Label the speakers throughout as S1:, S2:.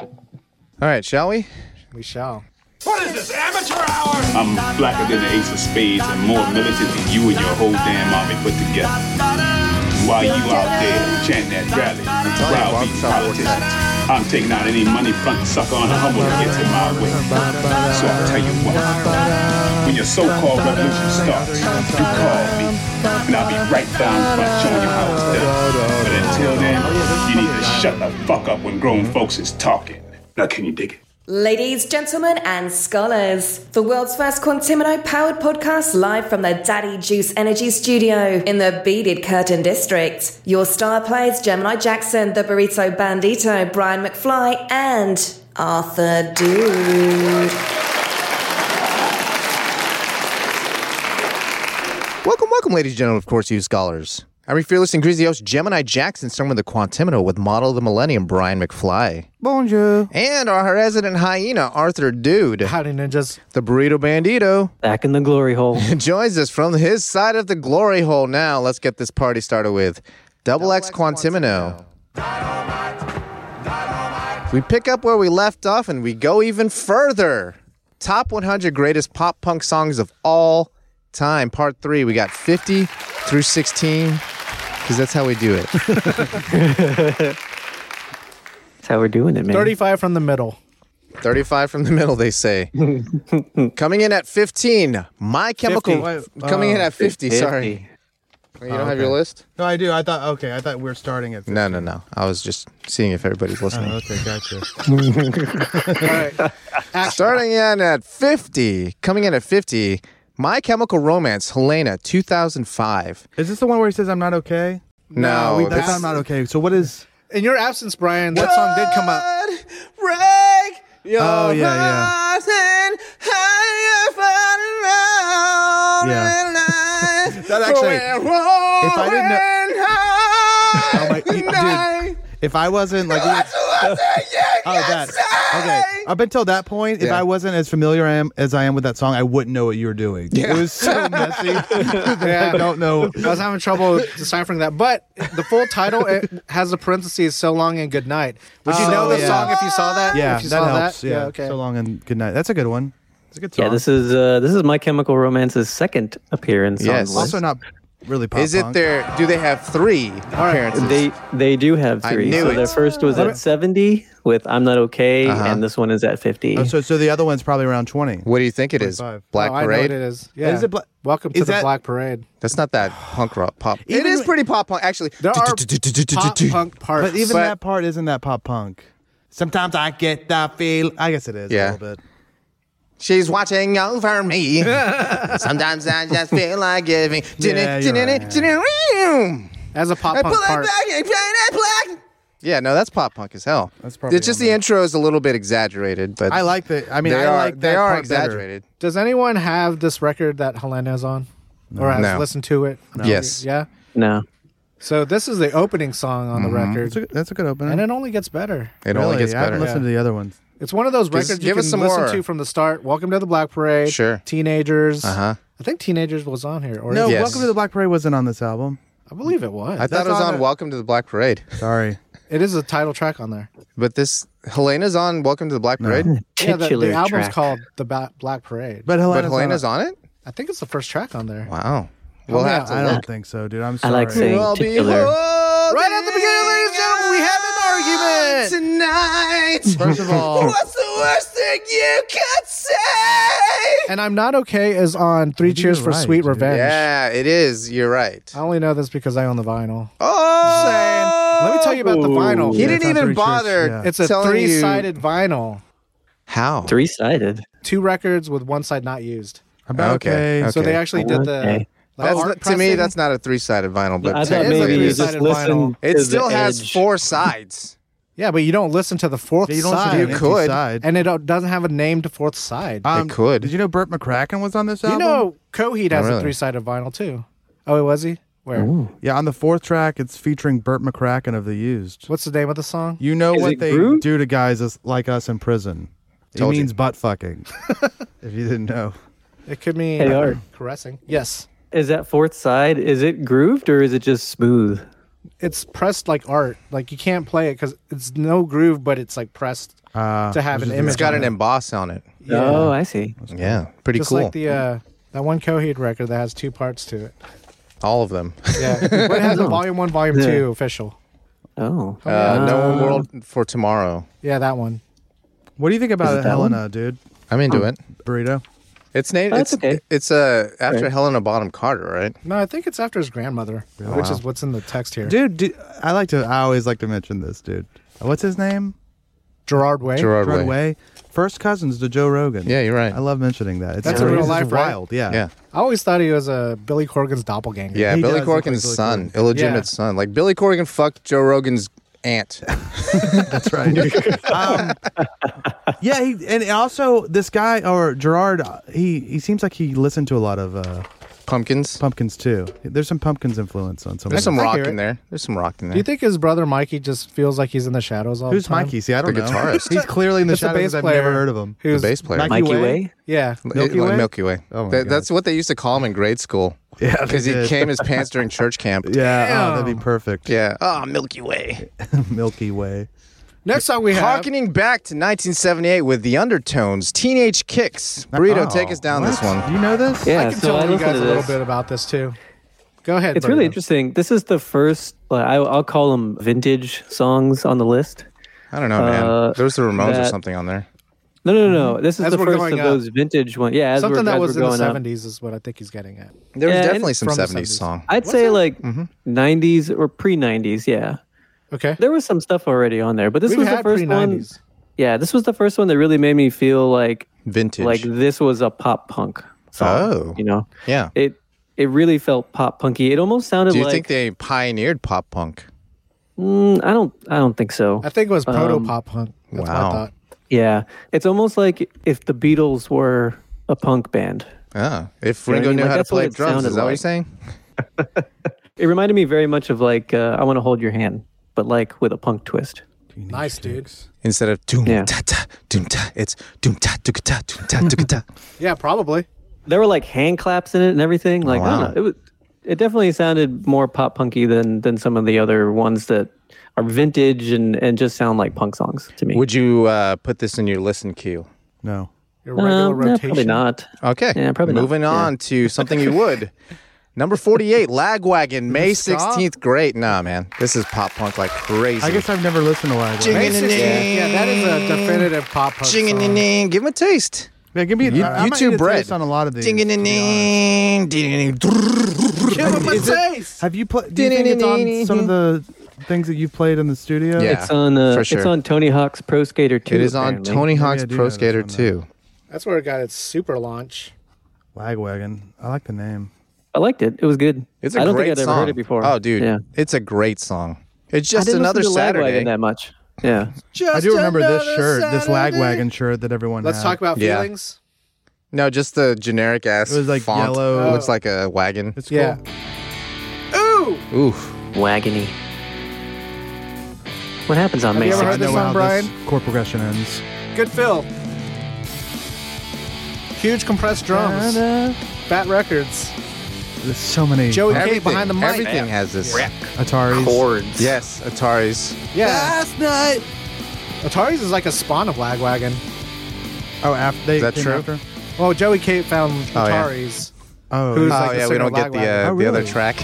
S1: All right, shall we?
S2: We shall.
S3: What is this, amateur hour?
S4: I'm blacker than the ace of spades and more militant than you and your whole damn army put together. While you out there chanting that rally,
S1: telling you, Bob,
S4: browbeating
S1: it's not working
S4: politics, I'm taking out any money front sucker on a humble that gets in my way. So I tell you what, when your so-called revolution starts, you call me, and I'll be right down front showing you how it's done. But until then, you need to shut the fuck up when grown folks is talking. Now can you dig it?
S5: Ladies, gentlemen, and scholars, the world's first Quantimino powered podcast live from the Daddy Juice Energy Studio in the Beaded Curtain District. Your star players Gemini Jackson, the Burrito Bandito, Brian McFly, and Arthur Dude.
S1: Welcome, welcome, ladies and gentlemen, of course, you scholars. I'm your fearless and greasy host, Gemini Jackson, starting with the Quantimino with model of the millennium, Brian McFly.
S2: Bonjour.
S1: And our resident hyena, Arthur Dude,
S2: Howdy ninjas.
S1: the burrito bandito,
S6: Back in the glory hole.
S1: joins us from his side of the glory hole. Now, let's get this party started with Double X Quantimino. We pick up where we left off and we go even further. Top 100 greatest pop punk songs of all time, part three. We got 50 through 16, because that's how we do it.
S6: That's how we're doing it, man.
S2: 35 from the middle.
S1: 35 from the middle, they say. coming in at 15, My Chemical.
S7: 50. Wait,
S1: coming in at 50,
S6: 50.
S1: sorry. Wait, you don't have your list?
S7: No, I do. I thought okay. I thought we were starting at.
S1: No, no, no. I was just seeing if everybody's listening.
S7: Okay, gotcha.
S1: Starting in at 50, coming in at 50, My Chemical Romance, Helena, 2005.
S7: Is this the one where he says I'm not okay?
S1: No,
S7: we,
S1: this-
S7: that's I'm not okay. So what is?
S2: In your absence, Brian, that song did come up.
S1: Break your
S7: Oh, yeah, yeah.
S1: heart and hide your fun around
S7: Yeah.
S1: and
S7: That
S1: I-
S7: actually-
S1: Forever
S7: if I didn't know-
S1: and high
S7: Oh my, dude,
S1: night.
S7: if I wasn't like, oh that. Okay, up until that point, if
S1: Yeah.
S7: I wasn't as familiar I am, as I am with that song, I wouldn't know what you were doing.
S1: Yeah.
S7: It was so messy.
S2: Yeah.
S7: I don't know.
S2: I was having trouble deciphering that, but the full title it has the parentheses "So long and good night." Would you
S7: Oh,
S2: know the
S7: yeah.
S2: song if you saw that?
S7: Yeah,
S2: if you
S7: that
S2: saw
S7: helps.
S2: that.
S7: Yeah.
S2: okay.
S7: So long and good night. That's a good one. It's a good song.
S6: Yeah, this is uh, this is My Chemical Romance's second appearance.
S1: Yes.
S6: on the list.
S7: also not really pop
S1: Is it
S7: punk.
S1: there? Do they have three appearances?
S6: They they do have
S1: I
S6: three.
S1: knew
S6: so
S1: it. Uh-huh.
S6: their first was at seventy with I'm Not Okay, and this one is at fifty.
S7: Oh, so so the other one's probably around twenty.
S1: what do you think it is?
S7: 25.
S1: Black
S2: oh, I know
S1: Parade?
S2: what it is. Yeah.
S7: Is it Bla-
S2: Welcome to
S7: Is
S2: the
S7: that-
S2: Black Parade.
S1: That's not that punk rock pop. it
S7: Even
S1: is
S7: when-
S1: pretty pop punk, actually.
S2: There are pop punk parts.
S7: But even
S1: But-
S7: that part isn't that pop punk. Sometimes I get that feel. I guess it is
S1: Yeah.
S7: a little bit.
S1: She's watching over me. Sometimes I just feel like giving.
S7: Yeah, you're right,
S2: as a pop
S1: I pull
S2: punk
S1: it
S2: part,
S1: back and play it black. Yeah, no, that's pop punk as hell.
S7: That's probably
S1: it's just
S7: on
S1: the intro is a little bit exaggerated, but
S7: I like the. I mean,
S1: they
S7: I
S1: are
S7: like that
S1: they are
S7: part better.
S1: exaggerated.
S2: does anyone have this record that Helena's on, or has
S1: No.
S2: listened to it?
S1: Yes.
S2: Yeah.
S6: no,
S2: So this is the opening song on the record,
S7: That's Mm-hmm. a, that's a good opener.
S2: and it only gets better.
S1: It only gets
S7: I haven't
S1: better.
S7: listened to the other ones.
S2: It's one of those records you
S1: give
S2: can
S1: us some
S2: listen
S1: more.
S2: to from the start. Welcome to the Black Parade.
S1: Sure.
S2: Teenagers. Uh
S1: Uh-huh.
S2: I think Teenagers was on here, or
S7: No,
S1: Yes.
S7: Welcome to the Black Parade wasn't on this album.
S2: I believe it was.
S1: I thought it was
S7: on
S1: on
S7: a-
S1: Welcome to the Black Parade,
S7: Sorry.
S2: it is a title track on there.
S1: but this Helena's on Welcome to the Black Parade.
S2: Yeah, the,
S6: titular
S2: the album's
S6: track.
S2: called The ba- Black Parade.
S7: But
S1: But
S7: Helena's,
S1: Helena's
S7: not
S1: on it.
S2: I think it's the first track on there.
S1: Wow, we'll have to
S7: I
S1: look.
S7: don't think so, dude. I'm
S6: I
S7: sorry.
S6: like saying
S1: I'll be
S6: titular.
S1: holding
S2: Right at the beginning, ladies and gentlemen, we had an
S1: tonight.
S7: First of all,
S1: What's the worst thing you could say?
S2: And I'm Not Okay is on Three
S7: Maybe you're
S2: Cheers for
S7: right,
S2: Sweet
S7: dude.
S2: Revenge.
S1: Yeah, it is. You're right.
S2: I only know this because I own the vinyl.
S1: Oh,
S2: Let me tell you about the vinyl.
S1: He
S7: Yeah,
S1: didn't
S7: it's on
S1: even
S7: three
S1: bother.
S7: shirts, yeah.
S2: It's a
S1: Oh. telling you-
S2: three-sided vinyl.
S1: How?
S6: Three sided.
S2: Two records with one side not used.
S7: about
S1: Okay.
S7: okay.
S1: Okay.
S2: So they actually did the
S6: Okay.
S2: like,
S1: That's
S2: art
S1: not- to me,
S2: pressing.
S1: that's not a three-sided vinyl, but
S6: I thought
S2: It is a
S6: maybe
S1: technically
S6: you
S1: it is.
S6: just
S2: three-sided
S6: listen.
S2: vinyl.
S1: It
S6: to
S1: still
S6: the
S1: has
S6: edge.
S1: four sides.
S2: Yeah, but you don't listen to the fourth
S7: You don't listen
S2: side.
S7: to the
S1: You
S7: empty
S1: could.
S7: Side.
S2: and it don't- doesn't have a named fourth side.
S1: Uh,
S7: Um,
S1: could.
S7: Did you know Burt McCracken was on this
S2: you
S7: album?
S2: know, Coheed has
S1: really.
S2: a three-sided vinyl too. Oh, was he? Where?
S7: Yeah, on the fourth track, it's featuring Burt McCracken of the Used.
S2: What's the name of the song?
S7: You know
S6: Is
S7: what
S6: it
S7: they
S6: Groove?
S7: do to guys as- like us in prison. It
S1: Told you.
S7: means butt fucking. if you didn't know.
S2: It could mean
S6: Hey, Art.
S2: caressing. Yes.
S6: Is that fourth side? Is it grooved or is it just smooth?
S2: it's pressed like art. Like you can't play it because it's no groove, but it's like pressed
S7: Uh,
S2: to have an image.
S7: It's
S1: It's got
S2: on
S1: an
S2: it.
S1: emboss on it.
S6: Oh, I see.
S1: Yeah, pretty
S2: Just
S1: cool.
S2: like the uh, that one Coheed record that has two parts to it.
S1: All of them.
S2: Yeah, but it has a volume one, volume
S6: Yeah.
S2: two official.
S6: Oh,
S1: Uh, no world for tomorrow.
S2: Yeah, that one.
S7: What do you think
S6: Is
S7: about
S6: it that
S7: Helena, dude?
S1: I'm into it.
S7: Burrito.
S1: It's named.
S6: Oh,
S1: it's
S6: that's okay.
S1: it's uh after
S6: Right.
S1: Helena Bottom Carter, right?
S2: No, I think it's after his grandmother, which is what's in the text here.
S7: Dude, do, I like to. I always like to mention this, dude. What's his name?
S2: Gerard Way.
S1: Gerard
S7: Gerard
S1: Way.
S7: Way. First cousins to Joe Rogan.
S1: Yeah, you're right.
S7: I love mentioning that. It's
S2: That's a real
S7: it's
S2: life, right?
S7: wild. Yeah.
S1: Yeah,
S2: I always thought he was a Billy Corgan's doppelganger.
S1: yeah.
S7: He
S1: Billy
S7: does look like
S1: Corgan's
S7: Billy
S1: son,
S7: Corgan.
S1: illegitimate
S2: Yeah.
S1: son. Like Billy Corgan fucked Joe Rogan's aunt.
S7: That's right. um, yeah, he, and also this guy or Gerard, he he seems like he listened to a lot of uh,
S1: Pumpkins.
S7: pumpkins too. There's some pumpkins influence on some. of
S1: There's some
S7: this.
S1: rock
S2: hear
S1: in
S2: it.
S1: there. There's some rock in there.
S2: Do you think his brother Mikey just feels like he's in the shadows all
S7: Who's
S2: the time?
S7: Mikey? See, I don't
S1: The
S7: know.
S1: guitarist.
S7: He's clearly in the
S2: It's a
S7: shadows.
S2: bass
S7: I've
S2: player.
S7: never heard of him.
S1: the
S2: Who's
S1: bass player?
S7: Mikey
S6: Mikey
S7: Way?
S6: Way.
S2: Yeah,
S1: It-
S7: Milky
S1: like
S7: Way?
S1: Milky Way.
S7: Oh my
S1: That-
S7: God.
S1: that's what they used to call him in grade school.
S7: Yeah, they
S1: because he
S7: did.
S1: came as pants during church camp.
S7: Yeah, oh, that'd be perfect.
S1: yeah. Oh, Milky Way.
S7: Milky Way.
S2: Next song we have.
S1: Harkening back to 1978 with the Undertones, Teenage Kicks. Burrito,
S7: Oh,
S1: take us down this
S7: what?
S1: one.
S7: Do you know this?
S6: yeah.
S2: I can
S6: so I
S2: tell you
S6: listened
S2: guys
S6: to
S2: a little
S6: this.
S2: bit about this too. Go ahead.
S6: It's really
S2: Brandon.
S6: interesting. This is the first. Like, I, I'll call them vintage songs on the list.
S1: I don't know, man.
S6: Uh,
S1: There's the Ramones or
S6: that-
S1: something on there.
S6: No, no, no. This is
S2: Mm-hmm. As
S6: the
S2: we're
S6: first
S2: going
S6: of
S2: up.
S6: those vintage ones. Yeah, as
S2: Something
S6: we're,
S2: that
S6: as
S2: was
S6: we're
S2: in the
S6: going up.
S2: seventies is what I think he's getting at.
S1: There was
S6: Yeah, and
S1: definitely some
S2: from the
S1: 70s,
S2: 70s.
S1: song.
S6: I'd say like
S2: Mm-hmm.
S6: 90s or pre 90s. Yeah,
S2: Okay.
S6: there was some stuff already on there, but this
S2: We've
S6: was the
S2: had
S6: first
S2: pre
S6: one.
S2: nineties.
S6: Yeah, this was the first one that really made me feel like
S1: Vintage.
S6: like this was a pop punk song.
S1: Oh.
S6: you know,
S1: yeah.
S6: it it really felt pop punky. It almost sounded
S1: Do you
S6: like
S1: think they pioneered pop punk?
S6: Mm, I don't I don't think so.
S2: I think it was
S6: Um,
S2: proto pop punk. That's what
S1: wow.
S2: I thought.
S6: Yeah, it's almost like if the Beatles were a punk band.
S1: Oh, if
S6: You know what I
S1: Ringo
S6: mean?
S1: knew
S6: Like,
S1: how to
S6: that's what
S1: play
S6: it
S1: drums, is
S6: sounded
S1: that what you're
S6: like.
S1: saying?
S6: It reminded me very much of like uh, I want to hold your hand, but like with a punk twist.
S2: Nice dude.
S1: Instead of doom
S6: Yeah.
S1: ta ta doom ta, it's doom ta tuka ta doom ta tuka ta.
S2: Yeah, probably.
S6: There were like hand claps in it and everything. Like I
S1: Oh, wow.
S6: don't know, it was, it definitely sounded more pop punky than than some of the other ones that are vintage and and just sound like punk songs to me.
S1: Would you uh, put this in your listen queue?
S7: No.
S2: Your
S6: Um,
S2: regular
S6: nah,
S2: rotation.
S6: probably not.
S1: Okay.
S6: Yeah, probably not.
S1: Moving
S6: Yeah.
S1: on to something you would. Number 48, Lagwagon, May
S7: ska?
S1: 16th. Great. Nah, man. This is pop punk like crazy.
S7: I guess I've never listened to Live.
S1: Jing-
S7: Aid.
S2: Basic- Yeah, that is a definitive pop punk.
S1: Ding
S2: song.
S1: Give him a taste.
S7: Yeah, give me a, I might
S1: you
S7: need
S1: two
S7: a
S1: bread.
S7: taste on a lot of these.
S1: Ding
S7: to be honest.
S2: Give him a taste.
S7: Have you played? Do you think it's on some of the things that you've played in the studio?
S1: Yeah.
S6: It's on uh,
S1: for
S6: it's
S1: sure.
S6: on Tony Hawk's Pro Skater 2.
S1: It is on
S6: apparently.
S1: Tony
S7: I
S1: Hawk's
S7: do
S1: Pro
S7: know this
S1: Skater
S7: one, though.
S1: 2.
S2: That's where it got its super launch.
S7: Lagwagon. I like the name.
S6: I liked it. It was good.
S1: It's
S6: I
S1: a
S6: don't
S1: great
S6: think I'd
S1: song.
S6: ever heard it before.
S1: Oh, dude.
S6: Yeah.
S1: It's a great song. It's just
S6: I didn't
S1: another
S6: listen to Lagwagon
S1: Saturday.
S6: that much. Yeah.
S7: I do remember this shirt, this Lagwagon shirt that everyone.
S2: Let's
S7: had.
S2: talk about
S1: Yeah.
S2: feelings.
S1: No, just the generic ass.
S7: It was like
S1: font.
S7: yellow.
S1: It looks like a wagon.
S7: It's
S2: Yeah.
S7: cool.
S2: Ooh.
S1: Oof.
S6: Wagony. What happens on May
S2: you ever heard
S7: I
S6: 16th?
S2: this
S7: know
S2: one,
S7: how
S2: Brian?
S7: this chord progression ends.
S2: Good fill. Huge compressed drums. Fat records.
S7: There's so many
S2: Joey
S7: punk
S2: Cave behind the mic.
S1: Everything has this.
S7: Ataris.
S6: Chords.
S1: Yes, Atari's.
S7: Ah.
S2: Yeah.
S7: night.
S2: Atari's is like a spawn of Lagwagon.
S7: Oh, after they
S1: Is that
S7: came
S1: true?
S7: After?
S2: Well, Joey Cave found
S1: Oh, yeah.
S2: Atari's.
S7: Oh,
S2: Who's-
S7: yeah.
S1: Oh
S2: like the
S1: yeah, we
S2: singer
S1: don't get the
S2: Lagwagon.
S1: uh,
S7: Oh,
S1: the other
S7: really?
S1: track.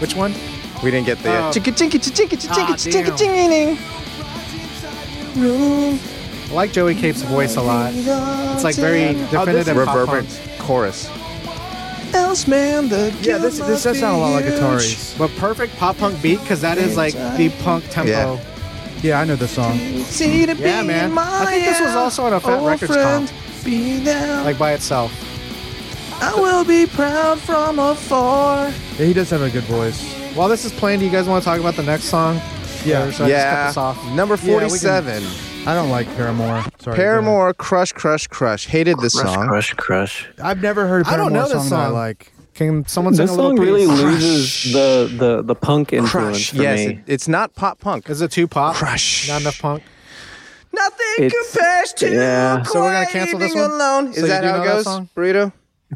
S2: Which one?
S1: We didn't get the
S2: Oh.
S1: uh, chicka chinka chicka
S2: Ah,
S1: chicka chicka
S2: damn.
S1: chicka ding.
S2: I like Joey Cape's voice a lot. It's like very definitive pop
S1: Oh, reverberant
S2: punk,
S1: chorus. Else man, the
S7: yeah. This this does sound a lot like Ataris.
S2: but perfect pop punk beat because that is like the punk tempo.
S1: Yeah.
S7: Yeah, I know this song.
S2: Yeah, man. I think this was also on a Fat Records comp,
S1: Be thou.
S2: like by itself.
S1: I will be proud from afar.
S7: Yeah, he does have a good voice.
S2: While this is playing, do you guys want to talk about the next song?
S7: Yeah.
S2: Or should I just cut this off?
S1: number
S2: Yeah, we can-
S1: forty-seven.
S7: I don't like Paramore. Sorry. go ahead.
S1: Paramore, crush, crush, crush. Hated this song.
S6: Crush, crush.
S7: I've never heard a
S2: I
S7: Paramore
S2: don't know
S7: song,
S2: this
S7: that I
S2: song.
S7: like.
S2: Can someone sing
S6: This
S2: a little
S6: song
S2: piece?
S6: really loses the, the, the punk influence
S1: Crush.
S6: for
S1: Yes,
S6: me.
S1: it- it's not pop punk.
S2: Is it too pop?
S1: Crush.
S2: Not enough punk.
S1: Nothing
S6: It's- compares to yeah.
S2: So we're gonna cancel this one?
S1: Alone.
S2: So
S1: Is
S2: you
S1: that
S2: do
S1: how
S2: know
S1: it
S2: that
S1: goes,
S2: song?
S1: burrito?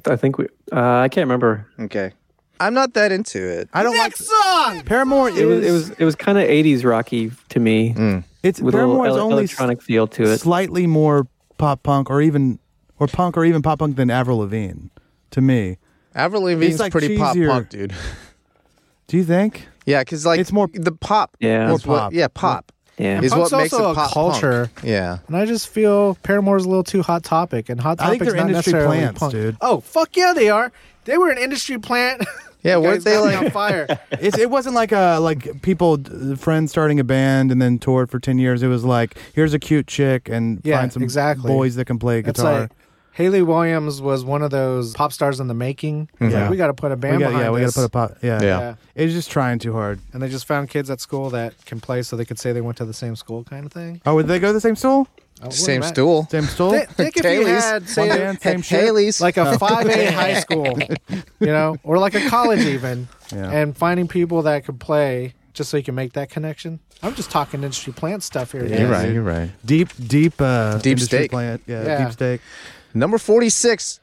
S6: I think we. Uh, I can't remember.
S1: Okay. I'm not that into it.
S7: I don't
S2: Next
S7: like
S2: song.
S7: Paramore.
S6: It was it was it was kind of '80s rocky to me,
S1: Mm.
S7: It's
S6: with a little
S7: Paramore's
S6: ele-
S7: only
S6: electronic feel to it.
S7: slightly more pop punk or even or punk or even pop punk than Avril Lavigne to me.
S1: Avril Lavigne's
S7: It's, like,
S1: pretty pop
S7: cheesier.
S1: punk, dude.
S7: Do you think?
S1: Yeah, because like
S7: It's more-
S1: the pop.
S6: Yeah.
S1: is
S7: More
S1: what-
S7: pop.
S1: yeah, pop.
S6: Yeah.
S1: Is
S2: Punk's
S1: what makes
S2: also
S1: it
S2: a
S1: pop
S2: culture.
S1: Punk. Yeah,
S2: And I just feel Paramore's a little too hot topic, and hot
S7: I
S2: topic's
S7: think they're
S2: not
S7: industry
S2: necessarily
S7: plants,
S2: punk.
S7: dude.
S2: Oh fuck yeah, they are. They were an industry plant.
S1: yeah.
S2: You
S1: Weren't
S2: guys
S1: they
S2: got me
S1: like?
S2: on fire?
S7: It's, it wasn't like a like people d- friends starting a band and then toured for ten years. It was like here's a cute chick and
S2: Yeah,
S7: find some
S2: exactly.
S7: boys that can play
S2: It's
S7: guitar.
S2: like Haley Williams was one of those pop stars in the making.
S7: Yeah.
S2: Like, we got to put a band
S7: Mm-hmm. we got,
S2: behind
S7: yeah, we got
S2: this.
S7: to put a pop. Yeah,
S1: Yeah.
S2: Yeah.
S7: It's just trying too hard.
S2: And they just found kids at school that can play, so they could say they went to the same school, kind of thing.
S7: Oh, would they go to the same stool?
S2: Oh,
S1: Same
S2: what a-
S1: stool.
S7: Same stool?
S2: Thi- think if you
S1: Tailies.
S2: had,
S7: One
S2: say,
S7: band, same shit.
S1: Haley's.
S2: like a 5A high school, you know, or like a college even,
S7: Yeah.
S2: and finding people that could play just so you can make that connection. I'm just talking industry plant stuff here.
S1: You're
S2: guys.
S1: right. You're right.
S7: deep, deep, uh,
S1: Deep
S7: industry
S1: steak.
S7: plant. Yeah,
S2: Yeah.
S7: deep steak.
S1: Number forty-six.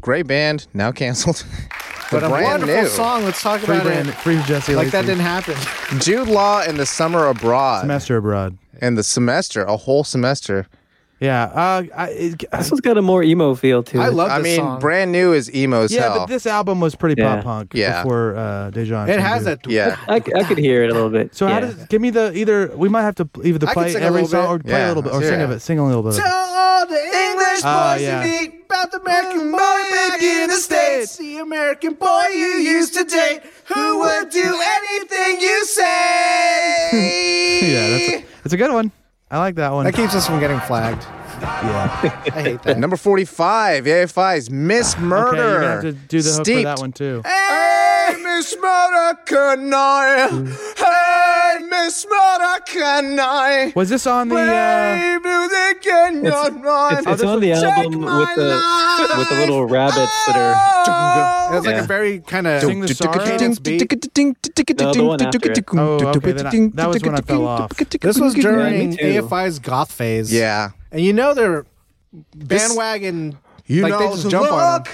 S1: Great band. Now canceled.
S2: But a
S1: brand
S2: wonderful
S1: new.
S2: song. Let's talk
S7: Free
S2: about
S7: brand,
S2: it.
S7: free Jesse.
S2: Like that
S7: Lacey.
S2: didn't happen.
S1: Jude Law and the Summer Abroad.
S7: semester abroad.
S1: And the semester, a whole semester.
S7: Yeah, uh, I, it,
S6: This one's got a more emo feel to
S2: I
S6: it.
S2: love.
S1: I
S2: this
S1: mean,
S2: song.
S1: brand new is emo as
S7: yeah,
S1: hell.
S7: but this album was pretty
S6: Yeah.
S7: pop punk.
S1: Yeah.
S7: before uh, Deja. and
S2: It has
S7: Shinju.
S2: that.
S1: yeah.
S6: I, c- I could hear it a little bit.
S7: So
S6: yeah.
S7: how does give me the either we might have to either
S2: I can
S7: play
S2: sing a
S7: every
S2: little
S7: song
S2: bit.
S7: or play
S1: Yeah,
S7: a little bit or
S1: let's
S7: sing
S1: hear
S7: a
S1: it.
S7: bit, sing a little bit. of it.
S2: Tell all Oh, the English boys
S7: Ah, yeah.
S2: you meet about the American boy back in the States. The American boy you used to date who would do anything you say.
S7: Yeah, that's a, that's a good one. I like that one.
S2: That keeps us from getting flagged.
S7: yeah,
S2: I hate that.
S1: Number 45, AFI's
S2: Ah,
S1: Miss Murder.
S7: okay, you're gonna have to do the hook
S1: Steeped.
S7: for that one too.
S1: Hey, Miss Murder, can
S2: Mm.
S1: I? Hey, Miss Murder, can I?
S7: Was this on the? Uh,
S1: Play music in your mind.
S6: it's, it's on the
S1: Take
S6: album
S1: my
S6: with the
S1: life.
S6: with the little rabbits that are.
S1: Oh.
S2: That's like
S6: Yeah.
S2: a very kind of.
S7: Sing the sorry?
S2: Cadence beat.
S6: No, the one after it.
S7: Oh, okay, then I- that was when I fell off.
S2: This was during
S6: me too.
S2: AFI's goth phase.
S1: Yeah.
S2: And you know they're bandwagon.
S1: You
S2: Like,
S1: know,
S2: they just jump on 'em.
S1: look,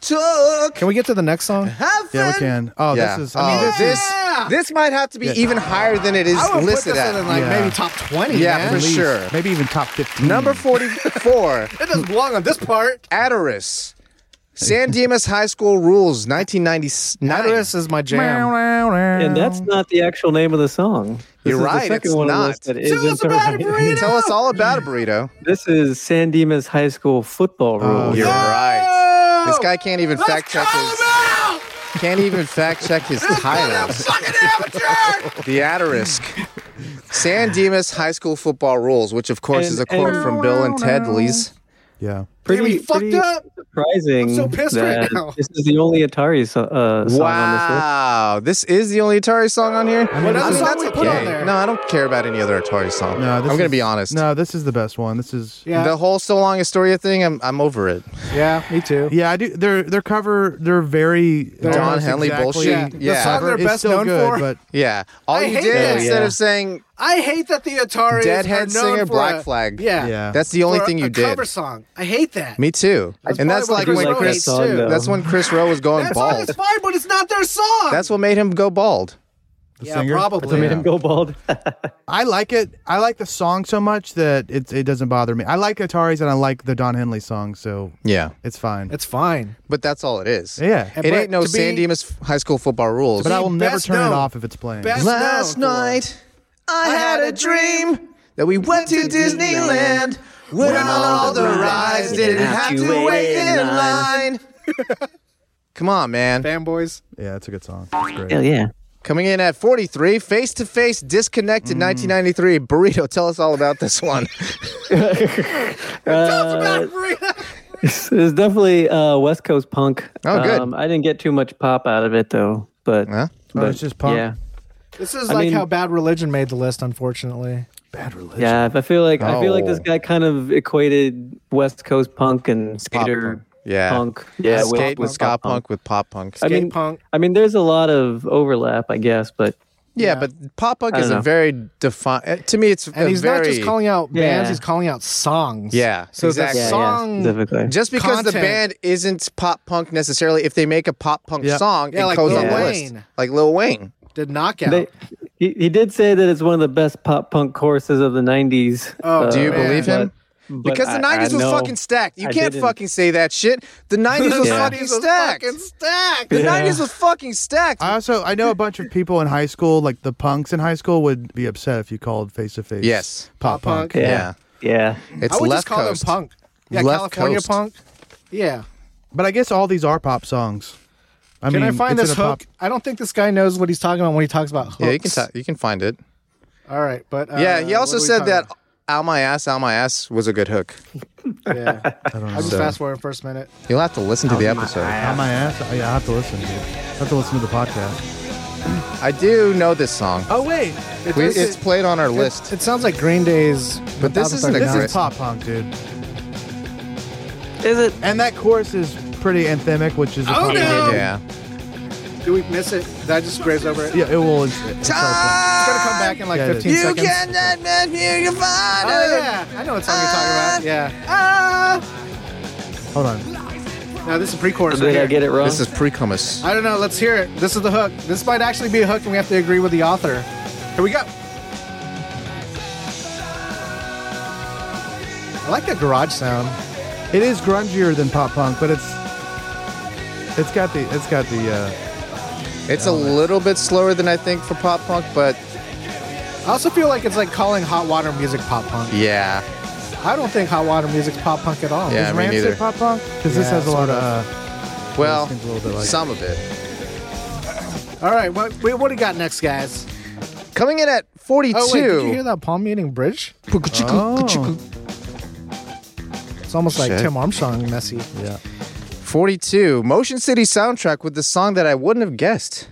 S1: took
S2: Can we get to the next song?
S7: yeah, we can. Oh,
S1: Yeah.
S7: this is. I mean,
S1: Oh,
S7: this is-
S1: this, this might have to be even higher than it is
S2: I would put
S1: listed
S2: this
S1: at.
S2: in like
S7: Yeah.
S2: maybe top 20.
S1: Yeah,
S2: man.
S1: for
S2: It
S1: sure.
S7: Maybe even top fifteen.
S1: Number 44,
S2: doesn't belong on this part.
S1: Adderus. San Dimas High School Rules, 1999.
S2: Notice is my jam.
S7: Oh.
S6: And that's not the actual name of the song. This
S1: You're
S6: is the
S1: right,
S6: second
S1: it's
S6: one
S1: not.
S6: On the list that isn't
S2: us about it,
S6: right.
S2: Marina.
S1: Tell us all about it, Burrito.
S6: This is San Dimas High School football rules.
S1: You're right. This guy can't even fact check his can't even fact check his titles. The Aderisk. San Dimas High School Football Rules, which of course
S6: And-
S1: is a quote
S6: and-
S1: from Bill and Ted Lee's.
S7: Yeah.
S2: Pretty,
S6: Pretty,
S2: fucked
S6: pretty
S2: up.
S6: surprising.
S2: I'm so pissed right
S6: that
S2: now.
S6: This is the only Atari so, uh, song on this list.
S1: Wow, this is the only Atari song on here.
S2: What other song
S1: that's
S2: we put on there?
S1: No, I don't care about any other Atari song.
S7: No,
S1: I'm
S7: this
S1: gonna
S7: is-
S1: be honest.
S7: No, this is the best one. This is.
S2: Yeah,
S1: The whole so long Astoria thing, I'm I'm over it.
S2: yeah, me too.
S7: Yeah, I do. Their their cover, they're very
S1: Don
S7: almost
S1: Henley
S7: exactly-
S1: bullshit.
S2: Yeah.
S1: Yeah,
S2: The song they're
S7: It's
S2: best
S7: still
S2: known
S7: good,
S2: for.
S7: but
S1: yeah. All
S2: I
S1: you
S2: hate
S1: did
S2: that.
S1: instead
S6: Yeah.
S1: of saying
S2: I hate that the Atari
S1: Deadhead
S2: are known
S1: singer
S2: for
S1: Black
S2: a-
S1: Flag.
S2: Yeah,
S7: Yeah.
S1: that's the only
S2: For
S1: thing
S2: a
S1: you did.
S2: Cover song. I hate that.
S1: Me too. and
S2: probably
S1: that's
S2: what
S1: like
S2: Chris
S1: when
S2: Rowe
S1: Chris.
S2: hates, too.
S6: though.
S1: That's when Chris Rowe was going
S2: that song
S1: bald.
S2: is fine, but it's not their song.
S1: That's what made him go bald.
S7: the
S2: yeah,
S7: singer.
S2: probably.
S6: That's what made him go bald.
S7: I like it. I like the song so much that it it doesn't bother me. I like Atari's and I like the Don Henley song, so
S1: Yeah,
S7: it's fine.
S2: It's fine.
S1: but that's all it is.
S7: Yeah.
S1: it
S2: But
S1: ain't no
S2: to be-
S1: San Dimas High School football rules.
S7: but I will never
S2: best
S7: turn
S2: known.
S7: it off if it's playing.
S2: Best-
S1: Last
S2: No, for-
S1: night I had a dream that we went to Disneyland. Went on all the rides, didn't have to wait in line. Come on, man.
S2: Fanboys.
S7: yeah, it's a good song. It's great.
S6: Hell yeah.
S1: Coming in at 43, Face to Face Disconnected 1993. Burrito, tell us all about this one.
S6: It's it's definitely uh, West Coast punk. Um,
S1: Oh, good.
S6: I didn't get too much pop out of it though, but,
S1: Huh?
S6: but
S7: it's just punk.
S6: Yeah,
S2: This is
S6: I
S2: like
S6: mean-
S2: how Bad Religion made the list, unfortunately.
S6: yeah. I feel like I feel like this
S1: Oh.
S6: guy kind of equated West Coast punk and skater
S1: punk. Yeah.
S6: punk. Yeah,
S1: skate with ska
S6: pop
S1: punk with pop punk.
S6: I
S2: Skate
S6: mean,
S2: punk.
S6: I mean, there's a lot of overlap, I guess, but
S1: Yeah, but pop punk is
S6: don't
S1: a
S6: know.
S1: very defined. To me, it's
S2: And
S1: a
S2: he's
S1: very,
S2: not just calling out bands;
S6: Yeah.
S2: he's calling out songs.
S1: Yeah,
S2: So
S1: exactly. Yeah,
S2: the
S1: yeah,
S2: song,
S6: specifically.
S1: just because the
S2: content.
S1: band isn't pop punk necessarily. If they make a pop punk
S7: Yeah.
S1: song,
S2: Yeah,
S1: it
S2: like
S1: goes
S2: Lil
S1: on the list.
S2: Wayne.
S1: Like Lil Wayne.
S2: did knockout.
S6: They, he, he did say that it's one of the best pop punk choruses of the 90s.
S2: Oh,
S1: Do you believe him?
S6: but- but
S1: Because the
S6: I- I
S1: '90s was
S6: know-
S1: fucking stacked. You
S6: I
S1: can't
S6: didn't.
S1: fucking say that shit. The '90s was
S6: Yeah.
S1: fucking stacked.
S2: stacked.
S1: The
S6: Yeah.
S1: '90s was fucking stacked.
S7: I also I know a bunch of people in high school, like the punks in high school, would be upset if you called face to face.
S1: Yes.
S7: pop punk.
S2: Pop punk.
S1: yeah,
S6: Yeah.
S1: it's
S2: I would
S1: left
S2: just call
S1: coast.
S2: them punk. Yeah,
S1: Left
S2: California
S1: Coast.
S2: punk. Yeah.
S7: But I guess all these are pop songs. I
S2: Can
S7: mean,
S2: I find
S7: it's
S2: this
S7: in a pop-
S2: hook? I don't think this guy knows what he's talking about when he talks about hooks.
S1: Yeah, you can t- you can find it.
S2: All right, but uh,
S1: Yeah, he also
S2: what are we
S1: said
S2: talking
S1: that
S2: about?
S1: "Out My Ass, Out My Ass" was a good hook.
S2: Yeah, I
S7: don't
S2: just
S1: know.
S2: fast forward first minute.
S1: You'll have to listen to the episode.
S7: On my ass. Oh, I, I have to listen. Dude. I have to listen to the podcast.
S1: I do know this song.
S7: Oh wait,
S2: It
S1: We,
S2: does-
S1: it's played on our
S2: it-
S1: list.
S2: It sounds like Green Day's.
S1: But this
S2: 1000
S1: isn't a
S7: this
S2: Thirty
S1: Chris.
S7: is pop punk, dude.
S6: Is it?
S7: And that chorus is pretty anthemic, which is a pop
S2: Oh, no!
S7: punk.
S1: Yeah.
S2: Nine. Do we miss it? Did I just graze over it?
S7: Yeah, it will. It's,
S2: It's
S7: it's okay.
S2: gonna come back in like
S7: Yeah, it
S2: 15
S7: is.
S2: seconds. Oh yeah, I know what song you're talking about. Yeah.
S7: Hold on.
S2: Now this is pre-chorus.
S6: Did I
S2: right here.
S6: get it wrong?
S1: This is pre-comus.
S2: I don't know. Let's hear it. This is the hook. This might actually be a hook, and we have to agree with the author. Here we go. I like that garage sound.
S7: It is grungier than pop punk, but it's it's got the it's got the uh,
S1: It's a little bit slower than I think for pop punk, but
S2: I also feel like it's like calling hot water music pop punk.
S1: yeah,
S2: I don't think hot water music's pop punk at all.
S1: Yeah,
S7: is
S1: me
S7: Rancid
S1: neither.
S7: pop punk because this
S2: Yeah,
S7: has a lot
S2: sort
S7: of.
S2: of.
S7: Uh,
S1: well,
S7: seems a little bit like-
S1: some of it.
S2: All right, what, wait, what do you got next, guys?
S1: Coming in at
S2: Oh, wait, did you hear
S1: 42.
S2: that palm meeting bridge?
S7: oh.
S2: It's almost like
S1: Shit.
S2: Tim Armstrong messy.
S7: Yeah.
S1: 42. Motion City soundtrack with the song that I wouldn't have guessed.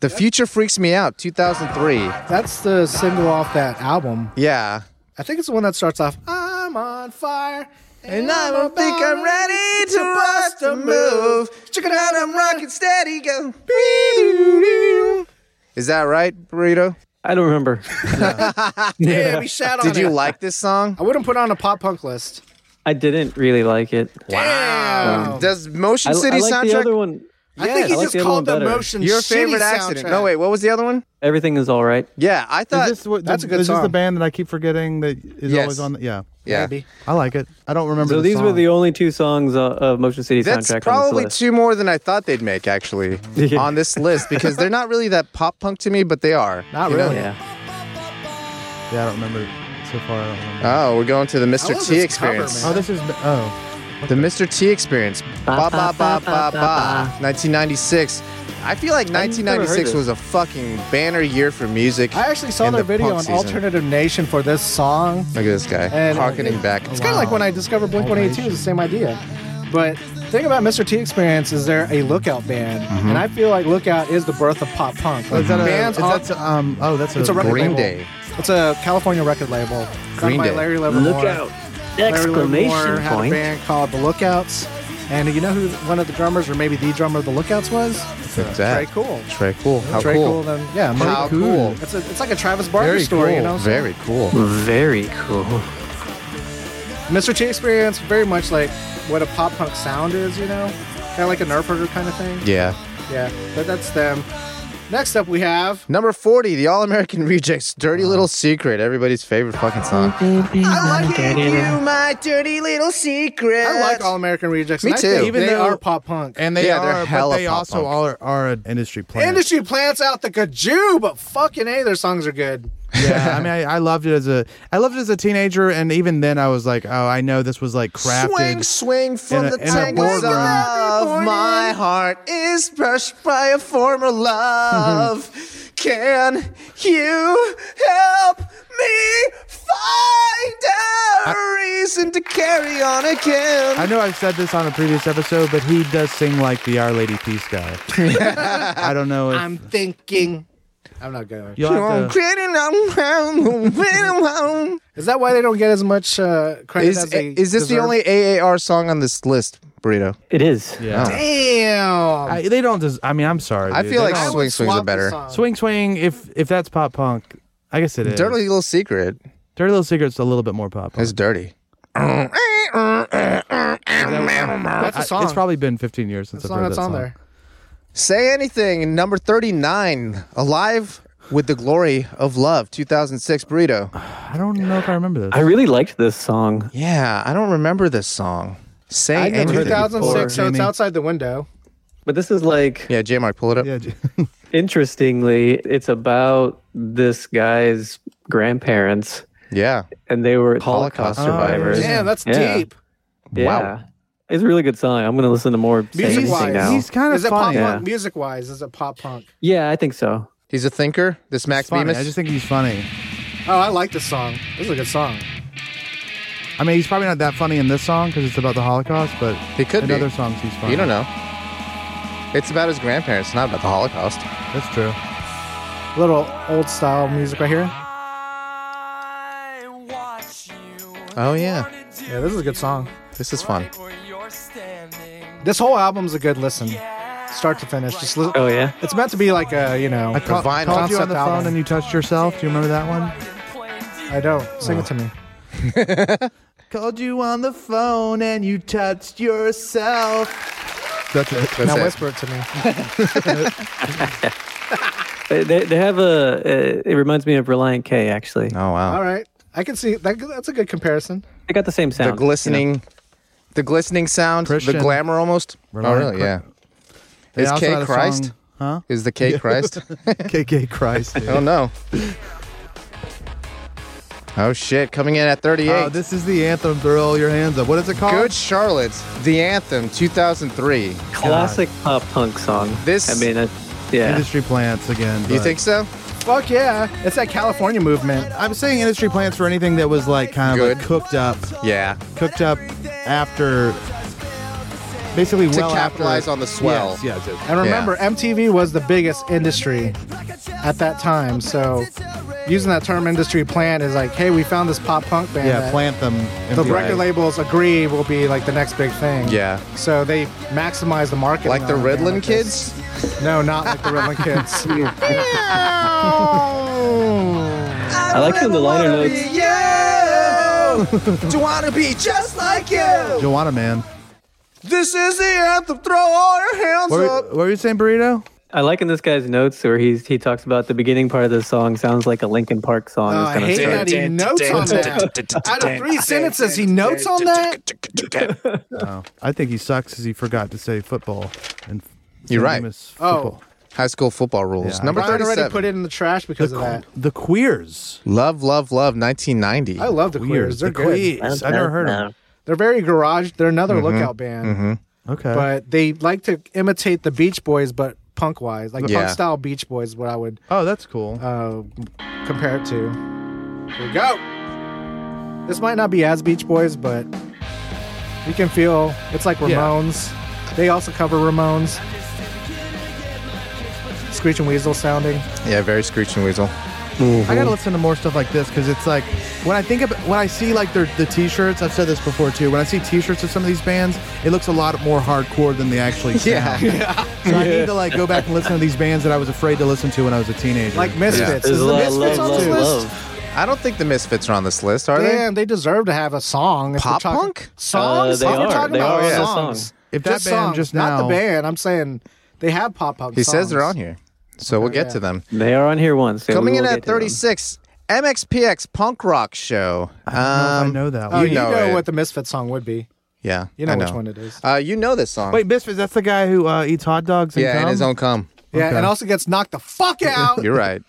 S1: The Future Freaks Me Out, 2003.
S2: That's the single off that album.
S1: Yeah.
S2: I think it's the one that starts off, I'm on fire.
S1: And I don't think I'm ready to bust a move. Check it out, I'm rocking steady. Go. Is that right, Burrito?
S6: I don't remember.
S2: Yeah, we shat on
S1: Did you
S2: it.
S1: like this song?
S2: I wouldn't put it on a pop punk list.
S6: I didn't really like it. Um,
S2: Damn.
S1: Does Motion
S6: I,
S1: City
S6: I like the
S1: soundtrack?
S6: other one.
S2: I think
S6: I
S2: he
S6: like
S2: just
S6: the other one
S2: called the
S6: better.
S2: motion
S1: Your
S2: shitty
S1: favorite accident.
S2: soundtrack.
S1: No, wait, what was the other one?
S6: Everything is all right.
S1: Yeah, I thought.
S7: Is this what,
S2: That's a good
S7: is this
S2: song.
S7: the band that I keep forgetting that is
S1: Yes.
S7: always on? The, yeah.
S1: yeah.
S2: Maybe.
S7: I like it. I don't remember.
S6: So
S7: the
S6: these were
S7: song.
S6: the only two songs uh, of Motion City
S1: That's
S6: soundtrack on
S1: probably
S6: this list.
S1: two more than I thought they'd make, actually,
S6: Yeah.
S1: on this list because they're not really that pop punk to me, but they are.
S2: Not
S1: you know?
S2: really.
S6: Yeah.
S7: Yeah, I don't remember so far. I don't remember.
S1: Oh, we're going to the
S2: I
S1: Mr.
S2: love
S1: T
S2: this
S1: experience.
S2: cover,
S7: oh, this is oh.
S1: the Mr. T experience. Ba ba ba ba ba. 1996. I feel like
S6: I've never heard
S1: 1996
S6: this.
S1: was a fucking banner year for music.
S2: I actually saw
S1: in
S2: their
S1: the
S2: video
S1: punk
S2: on
S1: season.
S2: Alternative Nation for this song.
S1: Look at this guy,
S2: And- uh,
S1: harkening back.
S2: It's kind of like when I discovered Blink 182 is the same idea. But the thing about Mr. T Experience is they're a lookout band.
S1: Mm-hmm.
S2: And I feel like Lookout is the birth of pop punk. Like
S7: Oh, Is that a,
S2: bands
S7: is
S2: on-
S7: that a- um? Oh, that's a,
S2: it's a record
S1: Green
S2: label.
S1: Day.
S2: It's a California record label. It's
S1: Green
S2: done by
S1: Day.
S2: Larry Livermore. Larry Livermore
S6: Exclamation
S2: had a
S6: point.
S2: band called The Lookouts. And you know who one of the drummers, or maybe the drummer of The Lookouts, was? Trey
S1: Exactly.
S2: Cool.
S1: Trey Cool. How
S2: Trey
S1: cool.
S2: Then, yeah,
S1: How
S2: Murray Cool.
S1: cool.
S2: It's, a, it's like a Travis Barker
S1: Very
S2: story,
S1: cool.
S2: you know? so-
S1: Very cool.
S6: Very cool.
S2: Mr. T experience very much like what a pop punk sound is, you know, kind of like a nerf herder kind of thing.
S1: Yeah.
S2: Yeah, but that's them. Next up, we have
S1: Number 40, the All American Rejects, Dirty Little Secret, everybody's favorite fucking song. I like you, my dirty little secret.
S2: I like All American Rejects.
S1: Me
S2: and I
S1: too.
S2: think
S1: Even
S2: they
S7: though-
S2: are pop punk.
S7: and they
S1: Yeah, they're
S7: are, but
S1: hella
S7: they
S1: pop
S7: also
S1: punk.
S7: are are an industry player.
S2: Industry plants out the kajou, but fucking a, their songs are good.
S7: yeah, I mean, I, I loved it as a I loved it as a teenager, and even then, I was like, oh, I know this was like crafted.
S1: Swing, swing from
S7: in a-
S1: the
S7: in a
S1: tangles
S7: boardroom.
S1: of my heart is brushed by a former love. Can you help me find a reason to carry on again?
S7: I know I've said this on a previous episode, but he does sing like the Our Lady Peace guy. I don't know. If,
S2: I'm thinking I'm not going.
S7: You'll have to,
S2: Is that why they don't get as much uh, credit
S1: Is,
S2: as they
S1: is this the
S2: deserve?
S1: only AAR song on this list, Burrito?
S6: It is.
S7: yeah.
S2: Damn.
S7: I, they don't. Des- I mean, I'm sorry.
S1: I
S7: dude.
S1: feel
S7: They
S1: like
S7: don't-
S1: Swing Swing's are
S2: Swap the
S1: better.
S2: song.
S7: swing swing. If if that's pop punk, I guess it is.
S1: Dirty Little Secret
S7: Dirty Little Secret's a little bit more pop. Punk.
S1: is dirty.
S2: That's a
S7: I-
S2: song.
S7: it's probably been 15 years since
S2: the
S7: I've
S2: song
S7: heard
S2: that's
S7: that
S2: on
S7: song.
S2: there.
S1: Say Anything, number 39, Alive with the Glory of Love, 2006 Burrito.
S7: I don't know if I remember this.
S6: I really liked this song.
S1: Yeah, I don't remember this song. Say
S2: I know
S1: Anything.
S2: 2006, so it's
S7: Jamie.
S2: outside the window.
S6: But this is like
S1: Yeah, J Mark, pull it up.
S7: yeah, j-
S6: interestingly, it's about this guy's grandparents
S1: Yeah.
S6: and they were
S1: Holocaust
S6: Holocaust,
S1: survivors.
S6: survivors.
S2: Damn, that's
S6: Yeah.
S2: deep.
S1: Wow.
S6: Yeah. It's a really good song. I'm gonna listen to more Say
S2: Music
S6: Anything
S2: wise,
S6: now.
S7: He's kind of
S2: is it pop
S7: funny.
S6: Yeah.
S2: punk? Music wise, is it pop punk?
S6: Yeah, I think so.
S1: He's a thinker, this Max
S7: He's funny.
S1: Bemis.
S7: I just think he's funny.
S2: Oh, I like this song. This is a good song.
S7: I mean, he's probably not that funny in this song because it's about the Holocaust, but
S1: He could
S7: in
S1: be.
S7: other songs he's funny.
S1: you don't know. It's about his grandparents, not about the Holocaust.
S7: That's true.
S2: Little old style music right here.
S1: Oh, yeah.
S2: Yeah, this is a good song.
S1: This is fun.
S2: This whole album's a good listen, start to finish. Just li-
S6: Oh yeah.
S2: it's meant to be like a you know.
S7: I ca-
S1: vinyl.
S7: called you on
S2: Concept
S7: the phone
S2: album.
S7: and you touched yourself. Do you remember that one?
S2: I don't sing it to me.
S7: Called you on the phone and you touched yourself. That's it.
S1: That's
S2: Now
S1: it.
S2: whisper it to me.
S6: They, they, they have a. Uh, it reminds me of Reliant K actually.
S1: Oh, wow.
S2: All right, I can see that. That's a good comparison.
S6: They got the same sound.
S1: The glistening, the glistening sound, the
S7: Christian.
S1: glamour almost.
S7: Reliant
S1: oh, really?
S7: Cri-
S1: Yeah.
S7: They
S1: Is
S7: also
S1: K
S7: had a
S1: Christ?
S7: Song,
S1: Is the K Christ?
S7: huh? KK Christ. dude.
S1: I don't know. Oh shit! Coming in at 38.
S7: Oh, this is the anthem. Throw all your hands up. What is it called?
S1: Good Charlotte, The Anthem, 2003.
S6: Classic pop punk song.
S1: This-
S6: I mean, I, yeah.
S7: Industry plants again.
S1: You
S7: but-
S1: think so?
S2: Fuck yeah, it's that California movement.
S7: I'm saying industry plants for anything that was like kind of
S1: Good.
S7: like cooked up,
S1: Yeah.
S7: cooked up after, basically
S1: To
S7: well
S1: capitalize
S7: after,
S1: on the swell.
S7: Yes, yes, yes.
S2: And remember, MTV was the biggest industry at that time. So using that term industry plant is like, hey, we found this pop punk band.
S7: yeah.
S2: that
S7: Plant them.
S2: The
S7: empty.
S2: record labels agree will be like the next big thing.
S1: Yeah.
S2: So they maximize the market.
S1: Like the
S7: Oh,
S1: Redland kids?
S2: No, not like the Redland kids.
S7: Oh.
S6: I like in the liner notes.
S1: Do wanna be just like you.
S7: Joanna man.
S1: This is the anthem. Throw all your hands
S7: What were,
S1: up.
S7: what were you saying, burrito?
S6: I like in this guy's notes where he's he talks about the beginning part of the song sounds like a Linkin Park song.
S2: Oh,
S6: is
S2: I
S6: gonna
S2: hate
S6: start.
S2: that he notes on that. Out of three sentences, he notes on that.
S7: I think he sucks because he forgot to say football. And
S1: You're right.
S7: famous
S2: Oh.
S7: Football.
S1: High school football rules.
S7: Yeah,
S1: Number
S2: Brian already
S1: 37.
S2: put it in the trash because of that.
S7: The Queers.
S1: love, love, love. 1990.
S2: I love the Queers.
S7: Queers.
S2: They're
S7: The
S2: good.
S7: Queers. I never heard of.
S2: They're very garage. They're another
S1: Mm-hmm.
S2: lookout band.
S7: them. Okay.
S2: but they like to imitate the Beach Boys, but punk wise, like
S1: Yeah.
S2: punk style Beach Boys, is what I would
S7: oh, that's cool.
S2: uh, compare it to. Here we go. This might not be as Beach Boys, but you can feel it's like
S7: Yeah.
S2: Ramones. They also cover Ramones. Screeching Weasel sounding.
S1: Yeah, very screeching weasel.
S7: I gotta listen to more stuff like this because it's like when I think about when I see like their the t-shirts. I've said this before too. When I see t-shirts of some of these bands, it looks a lot more hardcore than they actually
S1: Yeah.
S7: sound. So I need to like go back and listen to these bands that I was afraid to listen to when I was a teenager.
S2: Like Misfits.
S6: There's
S2: Is
S6: a
S2: the
S6: lot of
S2: Misfits
S6: love,
S2: on this
S6: love,
S2: list?
S6: love.
S1: I don't think the Misfits are on this list, are
S2: Damn, they deserve to have a song. if we're
S1: Pop
S2: talking-
S1: punk?
S2: Songs?
S6: Uh, they
S2: We're
S6: are.
S2: talking
S6: They
S2: about
S1: are on the
S2: songs.
S6: song.
S7: If that band
S2: songs,
S7: just
S2: not
S7: now-
S2: the band, I'm saying they have pop punk.
S1: they? He says they're on here. So we'll get
S2: yeah.
S1: to them.
S6: They are on here once. so we
S1: Coming in
S6: will
S1: at
S6: get to them.
S1: 36, MXPX Punk Rock Show.
S7: I
S1: Um,
S7: know that.
S2: Oh,
S7: One.
S2: you, know,
S1: it.
S2: what the Misfit song would be.
S1: Yeah.
S2: You know
S1: I
S2: which one it is.
S1: Uh, you know this song.
S7: Wait, Misfits. That's the guy who uh, eats hot dogs. And
S1: yeah,
S7: cum?
S1: and his own cum.
S2: Yeah,
S7: Okay.
S2: and also gets knocked the fuck out.
S1: You're right.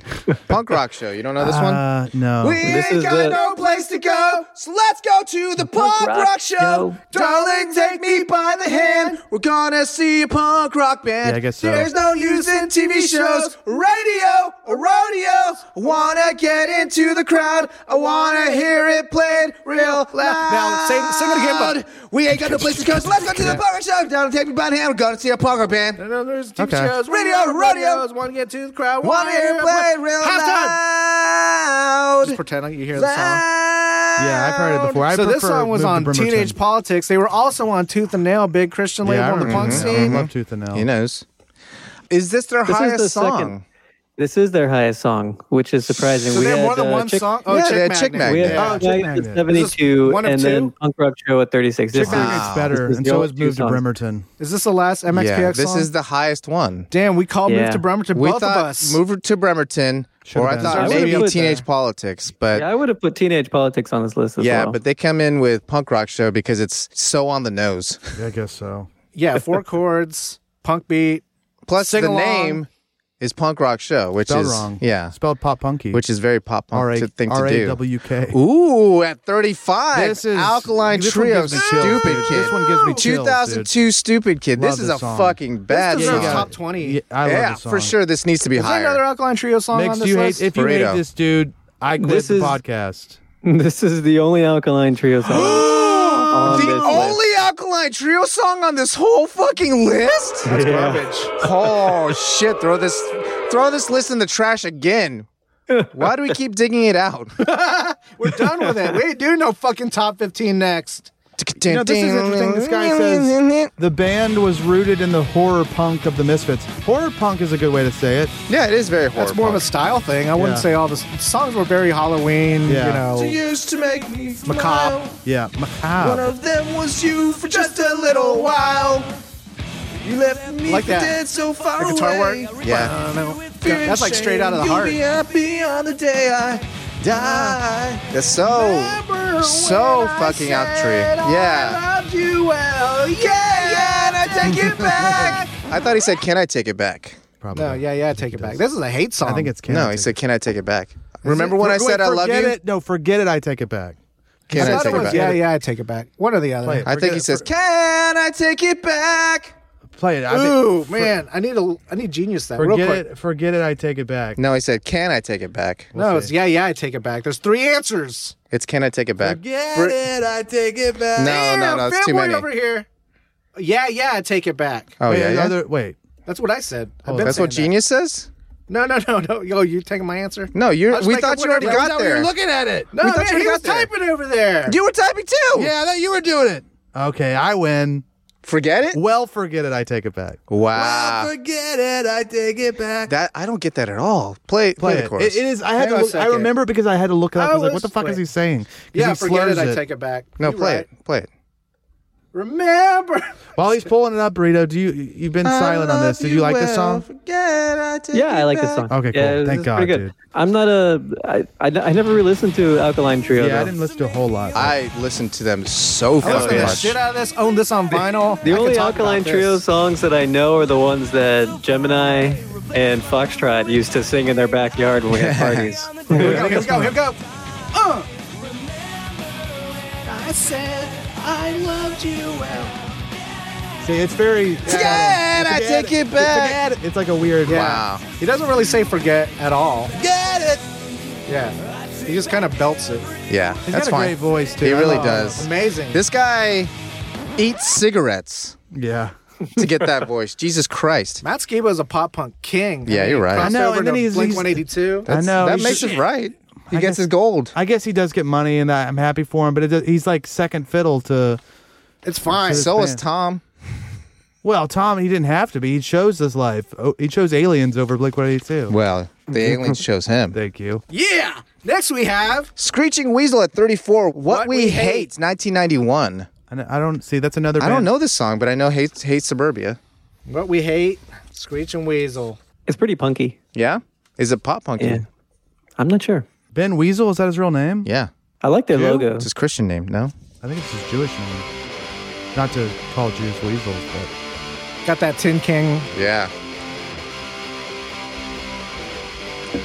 S1: Punk Rock Show. You don't know this one?
S7: Uh, no.
S6: This is the
S1: place to go, so let's go to the punk
S6: rock show.
S1: Darling, take me by the hand. We're gonna see a punk rock band.
S7: Yeah, I guess so.
S1: no use in TV shows, radio, or rodeos. I wanna get into the crowd. I wanna hear it played. real loud.
S2: Now, sing- sing it again, bud.
S1: We ain't got no place to go, so let's go to the poker show. Down and take me by the hand. We're going to see a poker band.
S2: There's TV
S7: Okay.
S2: shows,
S1: Radio,
S2: radio,
S1: rodeo.
S2: radios, one get to the crowd,
S1: One ear play real
S2: halftime.
S1: loud.
S2: Just pretend like you hear the song.
S1: Yeah,
S2: Ah.
S7: I've heard it before. I
S2: so this
S7: prefer
S2: song was
S7: Move to
S2: on
S7: Bremerton.
S2: Teenage Politics. They were also on Tooth and Nail, big Christian label
S7: Yeah, I
S2: on the punk
S7: remember. Mm-hmm.
S2: scene.
S7: I love Tooth and Nail.
S1: He knows. Is this their
S6: This is
S1: highest
S6: the
S1: song?
S6: second- This is their highest song, which is surprising.
S2: So
S6: we
S2: they have
S6: had
S2: more than
S6: uh,
S2: one
S6: Chick-
S2: song. Oh,
S1: Yeah,
S2: Chick
S1: they had
S2: Magnet.
S1: Chick
S6: We
S1: Magnet.
S6: had
S1: Yeah.
S2: Oh, Chick
S6: Magnet
S2: Magnet. Is this
S6: seventy-two,
S2: one of
S6: and
S2: two?
S6: then Punk Rock Show at thirty-six. This
S7: Chick Magnet
S6: is-
S7: gets better,
S6: this is
S7: and
S6: the
S7: so
S6: only
S7: is
S6: two
S7: Moved to
S6: songs.
S7: Bremerton.
S2: Is this the last MXPX
S1: yeah, this
S2: song?
S1: is the highest one.
S2: Damn, we called
S6: Yeah.
S2: Move to Bremerton,
S1: We
S2: both
S1: thought
S2: of us.
S1: Move to Bremerton,
S7: Should've
S1: or I
S7: been.
S1: thought
S6: I would've
S1: maybe
S6: put that.
S1: Teenage Politics, but
S6: Yeah,
S1: yeah,
S6: I would have put Teenage Politics on this list as well.
S1: but they come in with Punk Rock Show because it's so on the nose.
S7: Yeah, I guess so.
S2: yeah, four chords, punk beat.
S1: Plus,
S2: Sing
S1: the
S2: along.
S1: name is Punk Rock Show, which
S7: Spelled
S1: is
S7: wrong.
S1: yeah,
S7: Spelled pop punky.
S1: which is very pop punk
S7: R A
S1: to- thing
S7: R A
S1: to do.
S7: W K.
S1: Ooh, at 35,
S7: This is-
S1: Alkaline
S7: this one
S1: Trio,
S7: gives me chills,
S1: Stupid
S7: dude.
S1: Kid.
S7: This one gives me chills,
S1: 2002 Stupid Kid.
S7: Love
S1: this is
S7: this
S1: a
S7: song.
S1: fucking bad
S2: This
S7: you
S2: deserves
S7: got
S1: song.
S2: top twenty.
S7: Yeah, I love
S1: yeah,
S7: this song.
S1: for sure. This needs to be
S2: Is there
S1: higher.
S2: another Alkaline Trio song on
S7: Makes
S2: this
S7: you hate
S2: list?
S7: if you
S1: Burrito.
S7: hate this dude. I quit
S6: This
S7: the
S6: is-
S7: podcast.
S6: this is the only Alkaline Trio song. on
S1: the
S6: this
S1: only
S6: list.
S1: Alkaline Trio song on this whole fucking list. That's garbage. oh shit! Throw this, throw this list in the trash again. Why do we keep digging it out?
S2: We're done with it. We ain't doing no fucking top fifteen next.
S7: You know, this is interesting. This guy says the band was rooted in the horror punk of the Misfits. Horror punk is a good way to say it.
S1: Yeah, it is very horrible.
S2: That's more of a style thing. I wouldn't
S7: Yeah.
S2: say all the s- songs were very Halloween.
S7: Yeah.
S2: You know,
S1: used to make me smile.
S2: macabre.
S7: Yeah, ah, macabre.
S1: of them was you for just a little while. You left me
S2: Like that.
S1: so far
S2: The guitar work.
S1: Yeah.
S2: That's like straight out of the heart.
S1: happy on the day I die. That's so, so fucking out tree. Yeah.
S2: loved you well.
S1: Can I take it back? I thought he said, "Can I take it back?"
S7: Probably.
S2: No, yeah, yeah, take it back. This is a hate song.
S7: I think it's Can
S1: no,
S7: I
S1: he
S7: Take
S1: said,
S7: It
S1: "Can I take it back?" Remember when I
S7: Wait,
S1: said I love
S7: forget
S1: you?
S7: It. No, forget it. I take it back.
S1: Can I,
S2: I thought
S1: take
S2: it
S1: it
S2: was,
S1: back?
S2: yeah, yeah, I take it back. One or the other.
S7: Play it.
S1: I think he
S7: Forget-
S1: says, "Can I take it back?"
S7: Play it. I think-
S2: Ooh Oh, man, I need a I need genius that real
S7: forget
S2: quick.
S7: it. Forget it. I take it back.
S1: No, he said, "Can I take it back?"
S2: No, it's yeah, yeah, I take it back. There's three answers.
S1: It's "Can I take it back?"
S7: Forget
S1: Br-
S7: it. I take it back.
S1: No, no,
S2: Damn,
S1: no, it's too
S2: fanboy
S1: many.
S2: over here. Yeah, yeah, I take it back.
S1: Oh
S7: Wait,
S1: yeah, yeah.
S7: another- wait.
S2: That's what I said. I've
S7: Oh,
S2: been
S1: That's what
S2: saying
S1: genius says.
S2: that. No, no, no, no. Yo, you taking my answer?
S1: No, you.
S2: I was
S1: We
S2: making
S1: thought you
S2: one
S1: already
S2: up. Is that
S1: got
S2: what you're
S1: there.
S7: Looking at it.
S2: No,
S1: We thought
S2: man,
S1: you already
S2: he was
S1: got there.
S2: typing over there.
S1: You were typing too.
S7: Yeah, that you were doing it. Okay, I win.
S1: Forget it.
S7: Well, forget it. I take it back.
S1: Wow.
S7: forget it. I take it back.
S1: That I don't get that at all. Play play,
S7: Play
S1: the
S7: it.
S1: chorus.
S7: It- it is. I had
S2: Hang on a
S7: to look. I
S2: second.
S7: remember because I had to look it up. I
S2: I
S7: was like, "What
S2: was-
S7: the fuck is
S2: wait.
S7: he saying?" 'Cause
S2: yeah,
S7: he
S2: forget
S7: slurs
S2: it, I take it back.
S1: no,
S2: You're
S1: play
S2: right.
S1: it. Oh, Play it.
S2: Remember.
S7: While he's pulling it up, burrito. Do you? You've been silent on this. Did you like this song?
S1: Forget I take
S6: Yeah, I like this song. Yeah,
S7: Okay, cool.
S6: this
S7: Thank
S6: is
S7: God,
S6: pretty good.
S7: dude.
S6: I'm not a. I, I, I never re-listened to Alkaline Trio.
S7: Yeah, I
S6: though.
S7: didn't listen to a whole lot.
S1: I listened to them
S7: Oh,
S1: so
S2: I listened
S1: fucking
S2: to the
S1: much.
S2: shit out of this. Own this on vinyl. I
S6: The
S2: could
S6: only
S2: talk
S6: Alkaline
S2: about
S6: Trio
S2: this.
S6: songs that I know are the ones that Gemini and Foxtrot used to sing in their backyard when we had parties.
S2: Here we go. Here we go. Here we go. Uh. I said I loved you well.
S7: See, it's very.
S1: Forget it, I take it back.
S7: Forget it. It's like a weird.
S1: Wow.
S2: He doesn't really say forget at all.
S1: Get it.
S2: Yeah. He just kind of belts it.
S1: Yeah,
S7: He's
S1: that's
S7: got a
S1: fine.
S7: great voice too.
S1: He
S7: I
S1: really
S7: love-
S1: does.
S2: Amazing.
S1: This guy eats cigarettes
S7: Yeah.
S1: to get that voice. Jesus Christ.
S2: Matt Skiba is a pop punk king.
S1: Yeah, you're right.
S2: I know. And then he's Blink
S7: he's-
S2: 182.
S7: I know.
S1: That
S7: he's
S1: makes
S7: just-
S1: it right. He
S7: I
S1: gets
S7: guess-
S1: his gold.
S7: I guess he does get money, and I- I'm happy for him. But it does, he's like second fiddle to.
S2: It's fine.
S7: this
S1: So is
S7: band.
S1: Tom.
S7: Well, Tom, he didn't have to be. He chose this life. Oh, he chose aliens over Blink 182.
S1: Well, the aliens chose him.
S7: Thank you.
S2: yeah. Next we have
S1: Screeching Weasel at 34. What, we, hate, 1991.
S7: And I don't see. That's another.
S1: I
S7: band.
S1: don't know this song, but I know Hate Hate Suburbia.
S2: what we hate: Screech and Weasel.
S6: It's pretty punky.
S1: Yeah, is it pop punky?
S6: Yeah. I'm not sure.
S7: Ben Weasel is that his real name?
S1: Yeah.
S6: I like their logo.
S1: it's his Christian name. No,
S7: I think it's his Jewish name. Not to call Jews weasels, but
S2: Got that Tin King.
S1: yeah.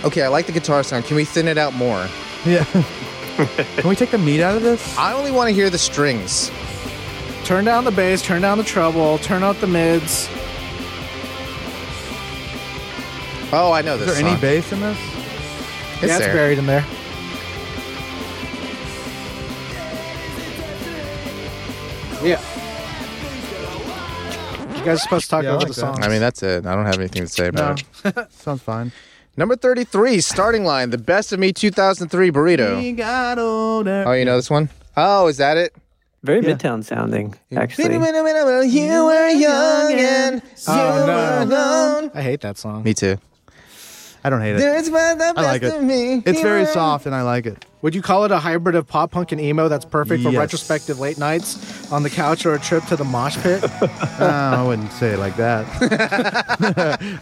S1: Okay, I like the guitar sound. Can we thin it out more?
S7: yeah. Can we take the meat out of this?
S1: I only want to hear the strings.
S2: Turn down the bass. Turn down the treble. Turn out the mids.
S1: Oh, I know this.
S7: Is there
S1: song.
S7: any bass in this?
S1: It's
S2: yeah, it's
S1: there.
S2: buried in there. Yeah. You guys are supposed to talk
S7: Yeah, I
S2: over
S7: like
S2: the
S7: that.
S2: songs.
S1: I mean, that's it. I don't have anything to say about it.
S7: Sounds fine.
S1: Number 33, starting line, the best of me 2003 burrito. Oh, you know this one? Oh, is that it?
S6: Very midtown sounding, actually.
S1: You were young and you
S2: Oh,
S1: were
S2: no.
S1: alone.
S2: I hate that song.
S1: Me too.
S7: I don't hate it.
S1: There's but the best
S7: I like
S1: of me.
S7: it. It's
S1: You
S7: very
S1: were-
S7: soft, and I like it.
S2: Would you call it a hybrid of pop punk and emo that's perfect for
S7: Yes.
S2: retrospective late nights on the couch or a trip to the mosh pit?
S7: No, I wouldn't say it like that.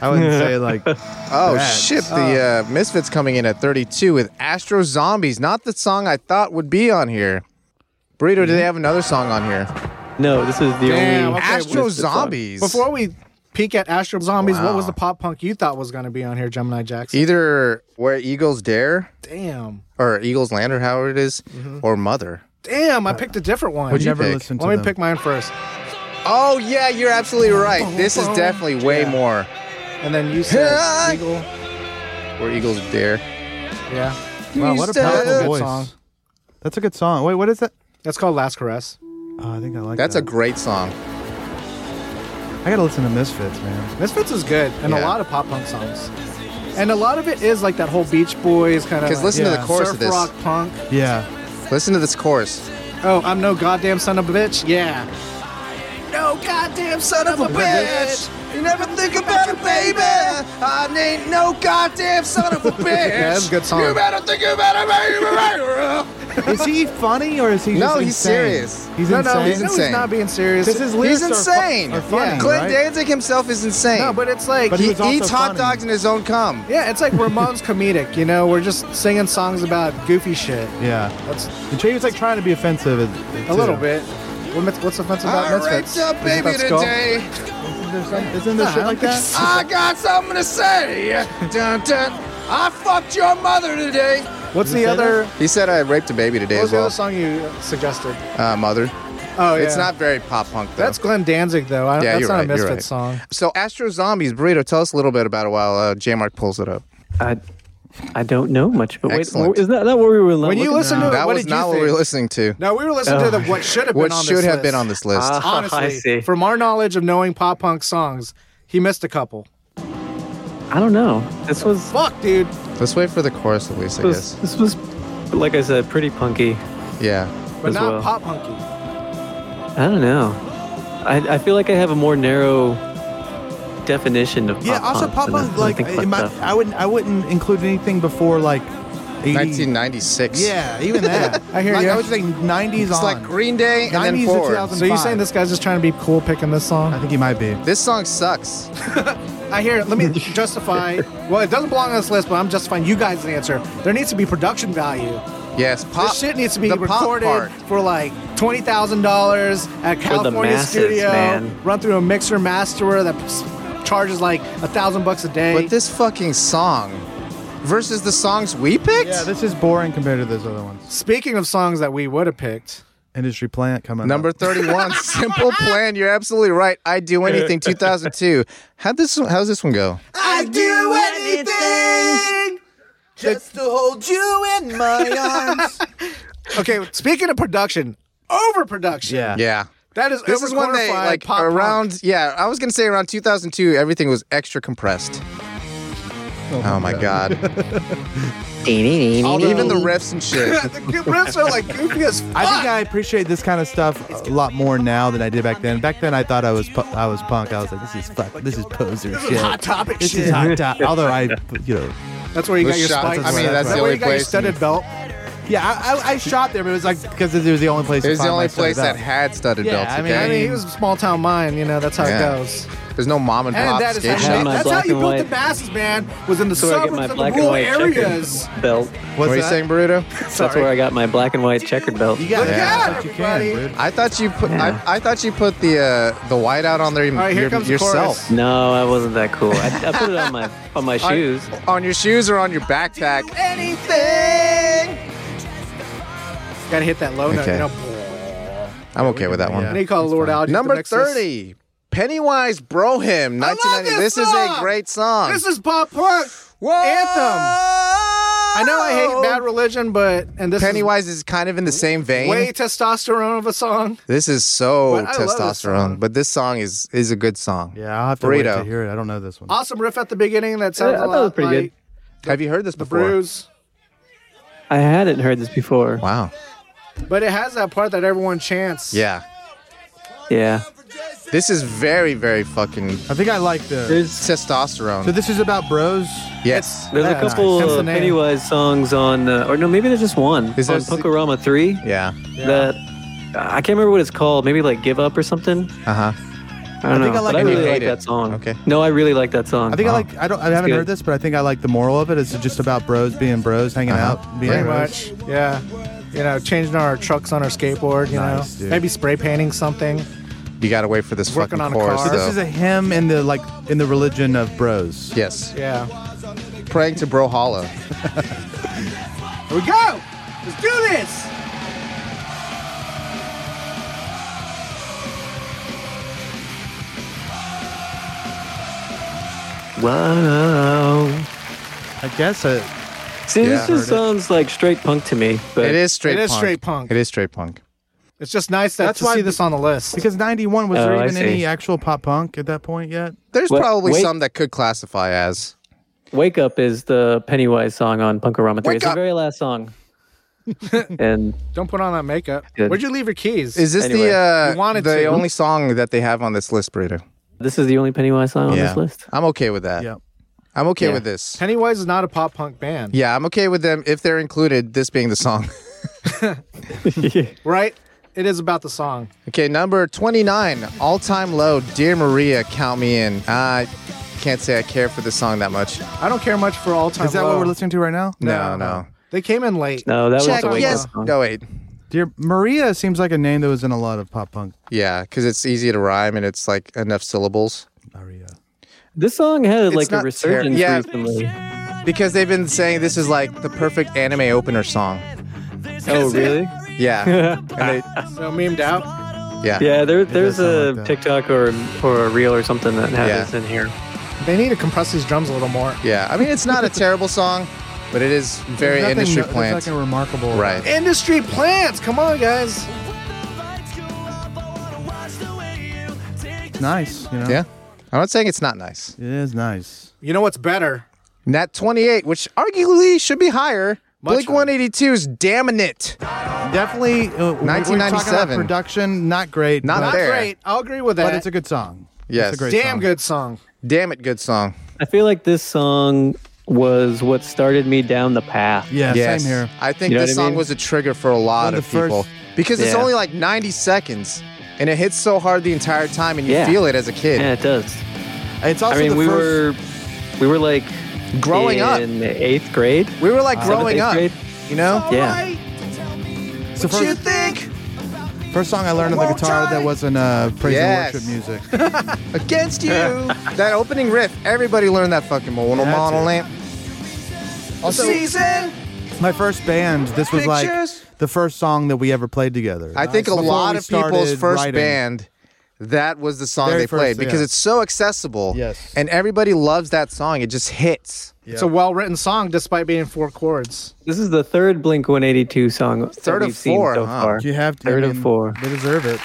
S7: I wouldn't say it like.
S1: Oh,
S7: that.
S1: shit. The uh, Misfits coming in at 32 with Astro Zombies. Not the song I thought would be on here. Burrito, do they have another song on here?
S6: No, this is the
S2: Damn,
S6: only
S2: okay,
S1: Astro
S6: Misfits song.
S1: Zombies.
S2: Before we peek at Astro Zombies, what
S1: Wow.
S2: was the pop punk you thought was going to be on here, Gemini Jackson?
S1: Either Where Eagles Dare
S2: Damn.
S1: or Eagles Land or however it is, or Mother.
S2: Damn, I picked a different one.
S1: Uh, What'd you
S7: never
S1: pick?
S7: listen to
S2: Let me
S7: them.
S2: pick mine first.
S1: Oh, yeah, you're absolutely right. This is definitely way more
S2: And then you said
S1: Yeah.
S2: Eagle.
S1: Where Eagles Dare.
S2: Yeah.
S7: Wow, what a
S1: That's a
S7: powerful
S1: good
S7: voice.
S2: song.
S7: That's a good song. Wait, what is that?
S2: That's called Last Caress.
S7: Oh, I think I like
S1: That's a
S7: that.
S1: great song.
S7: I gotta listen to Misfits, man.
S2: Misfits is good, and a
S1: Yeah.
S2: lot of pop punk songs. And a lot of it is like that whole Beach Boys kind of.
S1: 'Cause listen
S7: to the
S1: chorus
S2: surf
S1: of this.
S2: rock punk.
S7: Yeah.
S1: Listen to this chorus.
S2: Oh, I'm no goddamn son of a bitch. Yeah. No goddamn son of a bitch.
S1: You never think about it, baby. I ain't no goddamn son of a bitch.
S2: Yeah, that's a good song.
S1: You better think about it, baby.
S7: Is he funny or is he?
S1: No,
S7: just
S1: he's
S7: insane?
S1: serious.
S7: He's
S2: No,
S7: insane.
S2: no, he's,
S1: He's
S2: no, he's
S1: insane.
S2: not being serious.
S7: 'Cause his
S1: He's
S7: lyrics are fu-
S1: insane.
S7: are funny,
S2: Yeah.
S1: Clint
S7: right?
S1: Danzig himself is insane.
S2: no, but it's like.
S7: But
S1: he
S7: he was also
S1: eats hot
S7: funny.
S1: dogs in his own cum.
S2: yeah, it's like Ramon's comedic, you know? We're just singing songs about goofy shit.
S7: Yeah.
S2: That's
S7: And Jay was like trying to be offensive. A
S2: a little bit. What- What's offensive about
S1: I raped
S2: Misfits?
S1: a
S2: Isn't
S1: baby
S2: that Skull?
S1: today.
S7: Isn't there
S2: Nah, I
S7: shit
S2: don't
S7: like
S2: think
S7: that?
S2: so.
S1: I got something to say. dun, dun. I fucked your mother today.
S2: What's the
S7: say
S2: other?
S1: He said I raped a baby today
S2: What
S1: as
S2: was the other
S1: well.
S2: song you suggested?
S1: Uh, mother.
S2: Oh, yeah.
S1: It's not very pop punk though.
S2: That's Glenn Danzig, though. I,
S1: Yeah,
S2: that's
S1: you're
S2: not
S1: right, you're
S2: a Misfits
S1: right.
S2: song.
S1: So Astro Zombies, Burrito, tell us a little bit about it while uh, J Mark pulls it up.
S6: I, I don't know much, but wait,
S1: Excellent.
S6: isn't that, that what we were
S2: When you listen to it,
S1: that
S2: what
S1: was
S2: did
S1: not
S2: you
S1: what
S2: think?
S1: we were listening to.
S2: No, we were listening
S6: Oh.
S2: to the what should have
S1: What
S2: been on
S1: should
S2: this
S1: have
S2: list. Uh,
S1: been on this list?
S6: Ah.
S2: Honestly,
S6: I see.
S2: from our knowledge of knowing pop punk songs, he missed a couple.
S6: I don't know. This was
S2: Fuck, dude.
S1: Let's wait for the chorus at least, I
S6: this,
S1: guess.
S6: this was, like I said, pretty punky.
S1: Yeah.
S2: But
S6: As
S2: not
S6: well.
S2: pop punky.
S6: I don't know. I, I feel like I have a more narrow definition of
S7: Yeah.
S6: pop
S7: Also,
S6: punk
S7: pop
S6: than I-
S7: punk
S6: than I
S7: like
S6: think about
S7: it might-
S6: stuff.
S7: I wouldn't. I wouldn't include anything before like. 80,
S1: 1996.
S7: Yeah, even that.
S2: I hear
S7: like,
S2: you.
S7: I was thinking 90s
S1: It's
S7: on.
S1: like Green Day and then
S7: 90s to
S1: forward.
S7: 2000.
S2: So you saying this guy's just trying to be cool picking this
S7: I
S2: song?
S7: think he might be.
S1: This song sucks.
S2: I hear it. Let me justify. Well, it doesn't belong on this list, but I'm justifying you guys' answer. There needs to be production value.
S1: Yes, pop.
S2: this shit needs to be
S1: the pop
S2: recorded
S1: part.
S2: for like twenty thousand dollars at a
S6: the
S2: California
S6: masses,
S2: studio.
S6: man.
S2: Run through a mixer masterer that s- charges like a thousand bucks a day.
S1: But this fucking song versus the songs we picked?
S7: Yeah, this is boring compared to those other ones.
S2: Speaking of songs that we would have picked,
S7: Industry plant coming.
S1: Number
S7: up.
S1: 31, Simple Plan. You're absolutely right. I Do Anything 2002. How'd this, one- how's this one go?
S2: I do anything.
S7: just to hold you in my arms.
S2: Okay, speaking of production, overproduction.
S7: Yeah.
S1: Yeah.
S2: that is
S1: This is when they
S2: overqualified
S1: like
S2: pop
S1: around yeah, I was gonna say around 2002, everything was extra compressed. Oh, my god. Even the riffs and shit.
S2: punk. the riffs are like goofy as fuck.
S7: I think I appreciate this kind of stuff a lot more now than I did back then. Back then, I thought I was pu- I was punk. I was like, this is fuck. This is poser shit.
S2: Hot topic
S7: This
S2: shit.
S7: is hot top. Although I, you know,
S2: That's where you
S1: The
S2: got your
S1: shots,
S2: spikes.
S1: I
S7: mean, that's
S2: Is
S7: the
S2: that where
S1: only
S2: you got your
S1: place-
S2: studded belt.
S7: yeah, I, I, I shot there, but it was like because it was the only place.
S1: It
S7: to
S1: was the
S7: find
S1: only
S7: my stuff
S1: place that
S7: out.
S1: had studded
S7: Yeah,
S1: belts.
S7: I mean-
S1: okay?
S2: I mean, he was a small town mine. You know, that's how
S1: Yeah.
S2: it goes.
S1: There's no mom and
S2: And
S1: pop
S2: that is
S1: skate
S2: how,
S6: had
S1: shop.
S6: my
S2: that's how
S6: black
S2: you
S6: and
S2: built the
S6: white.
S2: masses, man. Was in the
S6: That's where I get
S2: suburbs
S6: my
S2: and the
S6: black and
S2: rural
S6: white
S2: areas.
S6: checkered belt.
S1: What
S7: What's
S1: are you
S7: that?
S1: saying, Burrito?
S6: That's where I got my black and white checkered belt.
S7: You got
S2: Look
S1: out,
S7: it. But you
S2: everybody.
S7: can, dude.
S1: I thought you put
S6: Yeah.
S1: I, I thought you put the uh, the whiteout on there
S2: right, here
S1: your-
S2: comes the
S1: yourself.
S2: chorus.
S6: No, I wasn't that cool. I, I put it on my on my shoes.
S1: On, on your shoes or on your backpack.
S2: Anything. Gotta hit that low note.
S1: Okay.
S2: You know,
S1: I'm okay with that one.
S2: and he called Lord Algae.
S1: Number 30, Pennywise Bro Him,
S2: I love
S1: 1990.
S2: this
S1: This, is a
S2: song!
S1: great song.
S2: This is pop punk.
S1: Whoa!
S2: Anthem. I know I hate Bad Religion, but and this
S1: Pennywise is kind of in the same
S2: is
S1: vein.
S2: way testosterone of a song.
S1: This is so
S2: But I love this song.
S1: testosterone, but this song is is a good song.
S7: Yeah, I'll have to wait
S1: Burrito.
S7: to hear it. I don't know this one.
S2: Awesome riff at the beginning that sounds
S6: Yeah, I thought
S2: a
S6: it was
S2: lot
S6: pretty
S2: like
S6: good.
S1: Have you heard this
S2: the
S1: before?
S2: Bruise,
S6: I hadn't heard this before.
S1: Wow.
S2: but it has that part that everyone chants.
S1: Yeah.
S6: Yeah.
S1: This is very very fucking
S7: I think I like this.
S6: There's
S1: testosterone.
S7: So this is about bros.
S1: yes.
S6: there's
S7: Yeah,
S6: a couple
S7: nice. Hence the
S6: of
S7: name.
S6: Pennywise songs on, uh, or no, maybe there's just one
S1: Is
S6: on
S1: there-
S6: Punkorama 3
S1: yeah.
S6: that uh, I can't remember what it's called. Maybe like Give Up or something.
S1: Uh huh.
S6: I don't
S7: I think
S6: know.
S7: I like
S6: but I
S7: it.
S6: really
S1: You
S6: like
S1: hate
S6: that
S1: it.
S6: song.
S1: Okay.
S6: No, I really like that song.
S7: I think I
S1: Wow.
S7: like. I don't. I haven't
S6: good.
S7: heard this, but I think I like the moral of it. It's just about bros being bros, hanging
S1: Uh-huh.
S7: out, being
S2: pretty
S7: bros.
S2: much. Yeah, you know, changing our trucks on our skateboard. You
S7: Nice,
S2: know,
S7: dude.
S2: maybe spray painting something.
S1: You gotta wait for this
S2: Working
S1: fucking
S2: on a
S1: chorus
S2: car.
S7: So
S1: though.
S7: this is a hymn in the like in the religion of bros.
S1: yes.
S2: Yeah,
S1: Praying to Bro Hollow.
S2: here we go. Let's do this.
S6: Wow.
S7: I guess uh, it.
S6: See,
S1: Yeah.
S6: this just sounds like straight punk to me. But
S1: It is straight.
S2: It is
S1: punk.
S2: straight punk.
S1: It is straight punk.
S2: It's just nice that
S7: That's
S2: to
S7: why
S2: see
S7: the-
S2: this on the list.
S7: Because '91 was
S6: Oh,
S7: there
S6: I
S7: even any
S6: see.
S7: actual pop punk at that point yet?
S1: There's
S6: Wait-
S1: probably
S6: wait.
S1: some that could classify as.
S6: Wake Up is the Pennywise song on Punkorama 3.
S1: Wake
S6: it's the
S1: Up!
S6: very last song. and
S2: Don't put on that makeup.
S6: Good.
S2: Where'd you leave your keys?
S1: Is this
S6: Anyway,
S1: the
S2: you
S1: uh,
S2: wanted
S1: the
S2: to.
S1: only song that they have on this list, Burrito?
S6: this is the only Pennywise song on this list.
S1: I'm okay with that.
S7: Yeah.
S1: I'm okay
S6: Yeah.
S1: with this.
S2: Pennywise is not a pop punk band,
S1: Yeah, I'm okay with them if they're included. This being the song.
S2: right? It is about the song.
S1: Okay, number 29, all time low, Dear Maria, Count Me In. I can't say I care for this song that much.
S2: I don't care much for all time.
S7: Is that what we're listening to right now?
S1: No, no.
S2: They came in late.
S6: No, that was
S1: Check,
S6: the Wake
S1: yes.
S6: Up song.
S1: No, wait.
S7: Dear Maria seems like a name that was in a lot of pop punk.
S1: Yeah, because it's easy to rhyme and it's like enough syllables.
S7: Maria.
S6: This song had like a
S1: not
S6: resurgence
S1: ter- yeah.
S6: recently.
S1: Because they've been saying this is like the perfect anime opener song.
S6: Oh, really?
S1: Yeah. and they,
S2: So memed out.
S1: yeah.
S6: Yeah, there, there's
S7: sound
S6: a
S7: like that.
S6: TikTok or or a reel or something that has
S1: Yeah.
S6: this in here.
S2: They need to compress these drums a little more.
S1: Yeah. I mean, it's not a terrible song, but it is very
S7: There's nothing-
S1: industry
S7: there's
S1: plant.
S7: Nothing remarkable. about
S1: Right.
S7: it.
S2: Industry plants. Come on, guys.
S7: It's nice. You know.
S1: Yeah. I'm not saying it's not nice.
S7: It is nice.
S2: You know what's better?
S1: Nat 28, which arguably should be higher.
S2: Much
S1: Blink 182's Damn It.
S7: Definitely. Uh, we- we're talking about
S1: 1997.
S7: production not great.
S1: Not
S7: but,
S2: Not
S1: Fair.
S2: great. I'll agree with that.
S7: but it's a good song.
S1: Yes.
S7: It's a great
S2: damn
S7: song.
S2: good song.
S1: Damn It, good song.
S6: I feel like this song was what started me down the path.
S7: Yeah.
S1: Yes.
S7: Same here.
S1: I think
S6: You know
S1: this
S6: what I
S1: song
S6: mean?
S1: was a trigger for a lot
S7: One
S1: of
S7: of the
S1: people
S7: first-
S1: because it's
S6: Yeah.
S1: only like 90 seconds and it hits so hard the entire time and you
S6: Yeah.
S1: feel it as a kid.
S6: Yeah, it does.
S7: It's also
S6: I mean,
S7: the
S6: we
S7: first.
S6: were we were like
S1: Growing
S6: in
S1: up.
S6: eighth grade.
S1: We were like growing
S6: Seventh,
S1: up,
S6: eighth grade.
S1: you know?
S6: Yeah,
S7: it's the first, first song I learned on the guitar that wasn't uh, praise
S1: Yes.
S7: and worship music.
S1: Against you. that opening riff, everybody learned that fucking mono
S7: That's
S1: mono
S7: it.
S1: lamp. Also,
S7: My first band. This was
S1: Pictures.
S7: like the first song that we ever played together.
S1: I think a
S7: Before
S1: lot
S7: we
S1: of people's
S7: started
S1: first
S7: writing.
S1: band, that was the song
S7: Very
S1: they played
S7: first,
S1: because
S7: yeah.
S1: it's so accessible.
S7: Yes.
S1: And everybody loves that song. It just hits.
S2: It's a well written song despite being four chords.
S6: this is the third Blink 182 song.
S1: Third
S6: that
S1: of
S6: we've seen
S1: four,
S6: so
S1: huh?
S6: far.
S7: You have to. I
S6: Third of
S7: mean,
S6: four.
S7: They deserve it.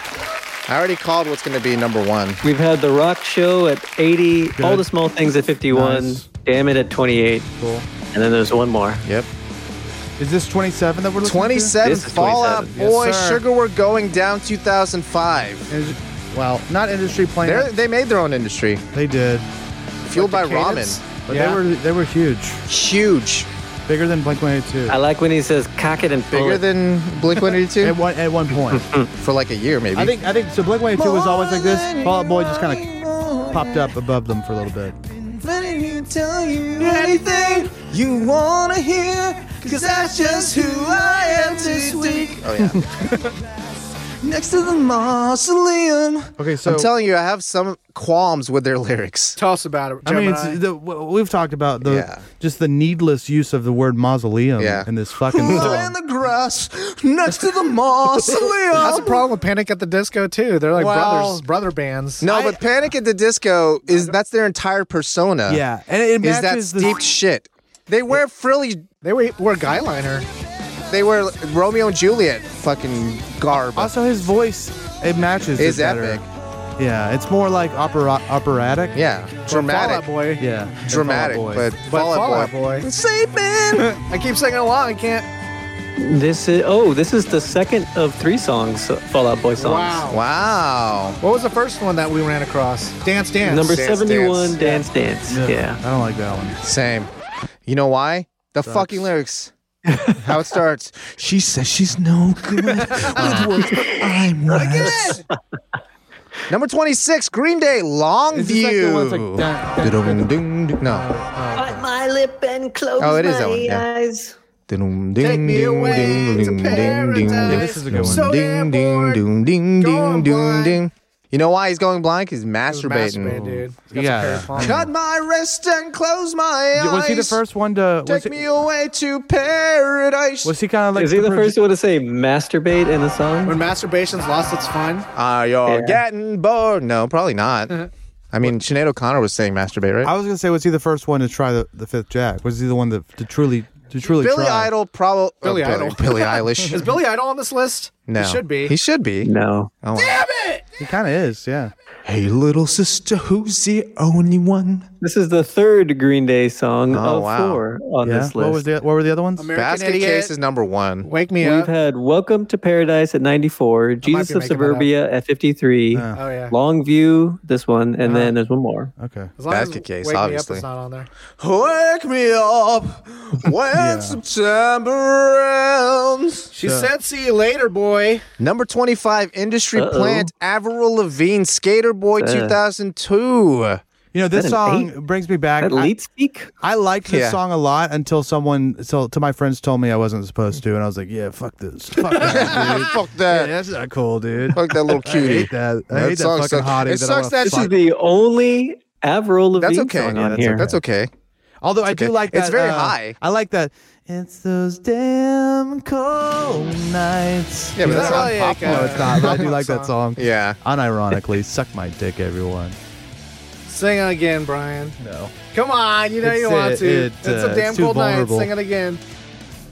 S1: I already called what's going to be number one.
S6: We've had the Rock Show at 80, all
S7: Good.
S6: the small things at 51,
S7: Nice.
S6: Damn It at 28,
S7: Cool.
S6: and then there's one more.
S1: Yep.
S7: Is this 27 that we're listening to?
S1: 27
S6: This is
S1: Fallout
S6: 27.
S1: Boy,
S7: Yes, sir.
S1: Sugar We're Going Down 2005.
S7: 27. Well, not industry playing.
S1: They're, they made their own industry,
S7: They did,
S1: fueled by
S2: Like the cadence?
S1: ramen.
S7: but
S2: Yeah.
S7: they were they were huge,
S1: Huge.
S7: bigger than Blink One Eight Two.
S6: I like when he says cock it and pull
S1: Bigger
S6: it.
S1: than Blink
S7: At
S1: 182
S7: one at one point,
S1: for like a year, maybe.
S7: I think I think so. Blink One Eight Two was always like this. Fall Out Boy just kind of popped up above them for a little bit.
S1: Let me tell you anything you wanna hear, cause that's just who I am this week. Oh yeah. Next to the mausoleum.
S7: Okay, so
S1: I'm telling you, I have some qualms with their lyrics.
S2: Tell us about it.
S7: I mean,
S2: Gemini.
S7: it's, the, w- we've talked about the
S1: Yeah.
S7: just the needless use of the word mausoleum
S1: Yeah.
S7: in this fucking
S1: In
S7: song.
S1: the grass, next to the mausoleum.
S2: that's the problem with Panic at the Disco too. They're like
S1: Well-
S2: brothers, brother bands.
S1: No, but Panic at the Disco is that's their entire persona.
S7: Yeah, and it
S1: is that
S7: matches the
S1: steeped shit. They wear frilly.
S2: They were, were guy liner.
S1: They wear Romeo and Juliet fucking garb.
S7: Also, his voice it matches.
S1: Is
S7: it better.
S1: epic.
S7: Yeah, it's more like opera operatic.
S1: Yeah,
S2: Fall
S1: dramatic.
S2: Out Boy.
S7: yeah, than
S1: Dramatic,
S7: Fall Out Boy.
S1: but
S2: But
S1: Fall
S2: Fall
S1: Out
S2: Out
S1: Boy.
S2: Boy.
S1: Saving.
S2: I keep singing along. I can't.
S6: This is oh, this is the second of three songs Fallout Boy songs.
S2: Wow.
S1: Wow.
S2: What was the first one that we ran across? Dance, dance.
S6: Number
S1: Dance,
S6: seventy-one, dance, dance. Yeah.
S7: I don't like that one.
S1: Same. You know why? The fucking lyrics. How it starts. She says she's no good with words, but I'm worse. Number 26, Green Day, Long
S7: Is this like the
S1: View.
S7: ones like that- that-
S1: No.
S5: Bite my lip and close
S1: Oh, it is that
S5: my
S1: one, yeah.
S5: eyes.
S1: Take
S2: me away to paradise.
S7: Yeah, this is a good one.
S2: So damn bored.
S1: ding,
S2: Going blind.
S1: You know why he's going blind? 'Cause He's
S2: Masturbating,
S1: masturbating.
S2: dude. He's got some
S7: Yeah.
S2: Paris Palmer.
S1: Cut my wrist and close my eyes.
S7: was he the first one to? Was
S1: Take
S7: he,
S1: me away to paradise.
S7: was he kind of like?
S6: Is he the
S7: pro-
S6: first one to say masturbate in the song?
S2: When masturbation's lost its fun.
S1: Are you are
S6: Yeah.
S1: getting bored? No, probably not.
S2: Uh-huh.
S1: I mean, Sinead O'Connor was saying masturbate, right?
S7: I was gonna say, was he the first one to try the, the fifth jack? Was he the one that to truly to truly
S1: Billy
S7: try?
S1: Idol, probably.
S2: Billy
S1: Billy,
S2: Idol.
S1: Billy
S2: Is
S1: Eilish.
S2: Billy Idol on this list?
S1: No,
S2: He should be.
S1: He should be.
S6: no.
S1: Oh, wow.
S7: He kind of is. Yeah.
S1: Hey, little sister, who's the only one?
S6: This is the third Green Day song
S1: Oh,
S6: of
S1: wow.
S6: four on
S7: yeah.
S6: this list.
S7: What was the What were the other ones?
S2: American
S1: Basket
S2: Idiot.
S1: Case is number one.
S2: Wake me
S6: We've
S2: up.
S6: had Welcome to Paradise at 94, Jesus of
S2: making that up.
S6: Suburbia at 53,
S2: oh yeah.
S6: Longview, this one, and then there's one more.
S7: Okay.
S2: As long as
S1: Basket Case,
S2: Wake Me Up
S1: obviously.
S2: is not on there.
S1: Wake me up when September ends.
S2: She said, "See you later, boy."
S1: Number 25, Industry
S6: Uh-oh.
S1: Plant, Avril Lavigne, Skater Boy
S6: Uh.
S1: 2002.
S7: You know, this
S6: Is that an
S7: song brings me back.
S6: That
S7: I-
S6: lead speak?
S7: I liked this
S1: Yeah.
S7: song a lot until someone, so to my friends told me I wasn't supposed to, and I was like, yeah, fuck this, fuck that, dude.
S1: Fuck that.
S7: Yeah, that's not cool, dude.
S1: Fuck that little
S7: I
S1: cutie.
S7: hate that. I
S1: That
S7: hate that
S1: song
S7: fucking
S1: sucks.
S7: hottie.
S1: It
S7: that I
S1: sucks
S7: wanna
S1: that
S6: This
S7: fuck.
S6: is the only Avril Lavigne
S1: That's okay.
S6: song
S1: Yeah,
S6: on
S1: that's,
S6: here.
S1: that's okay.
S7: Although I do
S1: okay.
S7: like that.
S1: It's very
S7: uh,
S1: high.
S7: I like that. It's those damn cold nights.
S1: Yeah, but
S7: You know,
S1: that's
S7: I'm
S1: not
S7: pop-
S2: like, uh,
S7: No, it's not. But I do
S2: pop
S7: like that song.
S1: Yeah.
S7: Unironically, suck my dick, everyone.
S2: Sing it again, Brian.
S7: No.
S2: Come on, you know
S7: It's
S2: you want
S7: it-
S2: to.
S7: it,
S2: it's
S7: uh,
S2: a damn
S7: it's too
S2: cold
S7: vulnerable.
S2: night. Sing it again.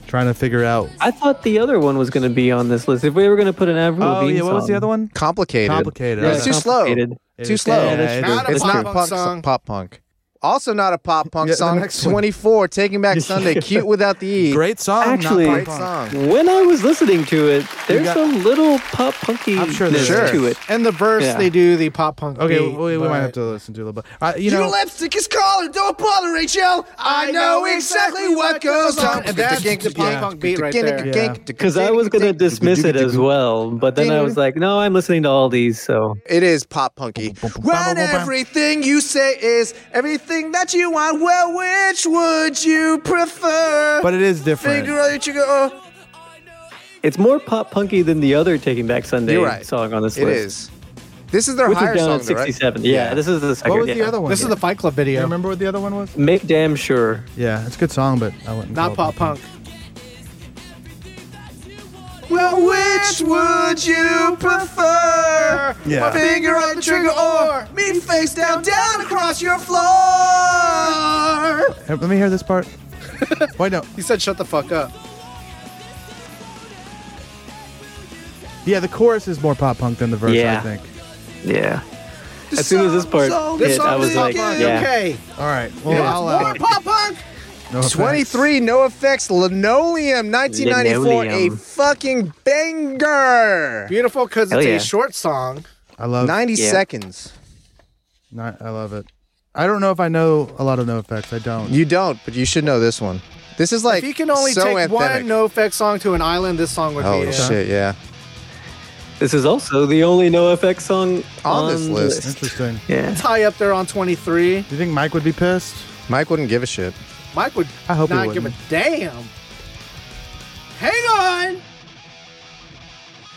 S7: Trying to figure out.
S6: I thought the other one was going to be on this list. If we were going to put an Avril
S7: Oh
S6: Lavigne
S7: yeah, what was
S6: song-
S7: the other one?
S1: Complicated.
S7: Complicated.
S1: Yeah, it's
S7: Yeah,
S1: too slow.
S6: complicated.
S7: It
S1: Too
S7: is-
S1: slow.
S7: yeah,
S6: that's
S7: it
S6: true.
S7: is.
S2: Not a
S1: It's
S2: pop
S1: not
S2: punk
S1: punk
S2: song.
S1: Pop punk. Also not a pop punk
S7: Yeah, the
S1: song.
S7: next one.
S1: 24, Taking Back Sunday, Cute Without the E.
S7: Great song. not
S6: Actually-
S7: pop
S1: Great
S7: punk.
S1: song.
S6: When I was listening to it, there's
S7: got-
S6: a little pop punky
S7: I'm sure there's-
S1: Sure.
S6: to it.
S2: And the verse,
S6: Yeah.
S2: they do the pop punk.
S7: Okay,
S2: beat,
S7: we, we might
S2: but-
S7: have to listen to it a little bit. Uh, you know,
S1: Your lipstick is calling, don't bother, Rachel. I know exactly what goes on.
S2: And that's the pop punk beat right there.
S6: Because I was going to dismiss it as well, but then I was like, no, I'm listening to all these, so.
S1: It is pop punky. When everything you say is everything that you want, well, which would you prefer?
S7: but it is different.
S1: Figure out that you go.
S6: It's more pop punky than the other Taking Back Sunday
S1: You're right.
S6: song on this
S1: It
S6: list.
S1: is. This is their
S6: Which
S1: higher
S6: is down
S1: song,
S6: at
S1: though, right?
S6: 67. Yeah, this is the second.
S7: What was
S6: yeah.
S7: the other one?
S2: This is the Fight Club
S7: Do you
S2: video,
S7: remember what the other one was?
S6: Make damn sure.
S7: Yeah, it's a good song, but I wouldn't.
S2: not
S7: call it
S2: pop punk.
S1: Well, which would you prefer?
S7: Yeah.
S1: Finger on the trigger or me face down, down across your floor?
S7: Hey, Let me hear this part. Wait, no.
S2: He said, "Shut the fuck up."
S7: Yeah, the chorus is more pop punk than the verse.
S6: Yeah.
S7: I think.
S6: Yeah. As soon as this part
S2: This
S6: hit, I
S2: song
S6: was
S2: is
S6: like,
S2: pop punk.
S6: yeah.
S2: Okay,
S7: All right. Well,
S2: Yeah.
S7: I'll. Uh,
S2: pop punk.
S7: no offense.
S1: 23 No Effects Linoleum 1994 a
S6: Linoleum.
S1: fucking banger.
S2: Beautiful because
S6: Hell
S2: it's
S6: yeah.
S2: a short song.
S7: I love.
S1: 90
S6: Yeah.
S1: seconds.
S7: ni- I love it. I don't know if I know a lot of No Effects. I don't.
S1: You don't, but you should know this one. This is like
S2: if you can only
S1: so
S2: take
S1: anthemic.
S2: one no effect song to an island, this song
S6: Oh,
S2: would
S1: Holy
S2: be it.
S1: shit, yeah.
S6: This is also the only NoFX song
S1: On
S6: on,
S1: this
S6: the
S1: list.
S7: Interesting.
S6: Yeah.
S2: It's high up there on 23.
S7: Do you think Mike would be pissed?
S1: Mike wouldn't give a shit.
S2: Mike would
S7: I hope he
S2: not give a
S7: wouldn't.
S2: damn. Hang on.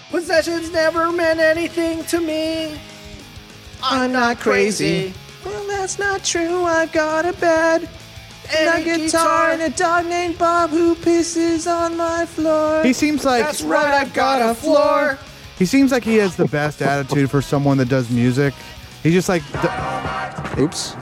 S2: Possessions never meant anything to me. I'm not crazy.
S1: Well, that's not true. I've got a bed
S2: And a guitar.
S1: a dog named Bob who pisses on my floor.
S7: He seems like
S2: That's right, I've got a floor.
S7: he seems like he has the best attitude for someone that does music. He's just like,
S1: Oops.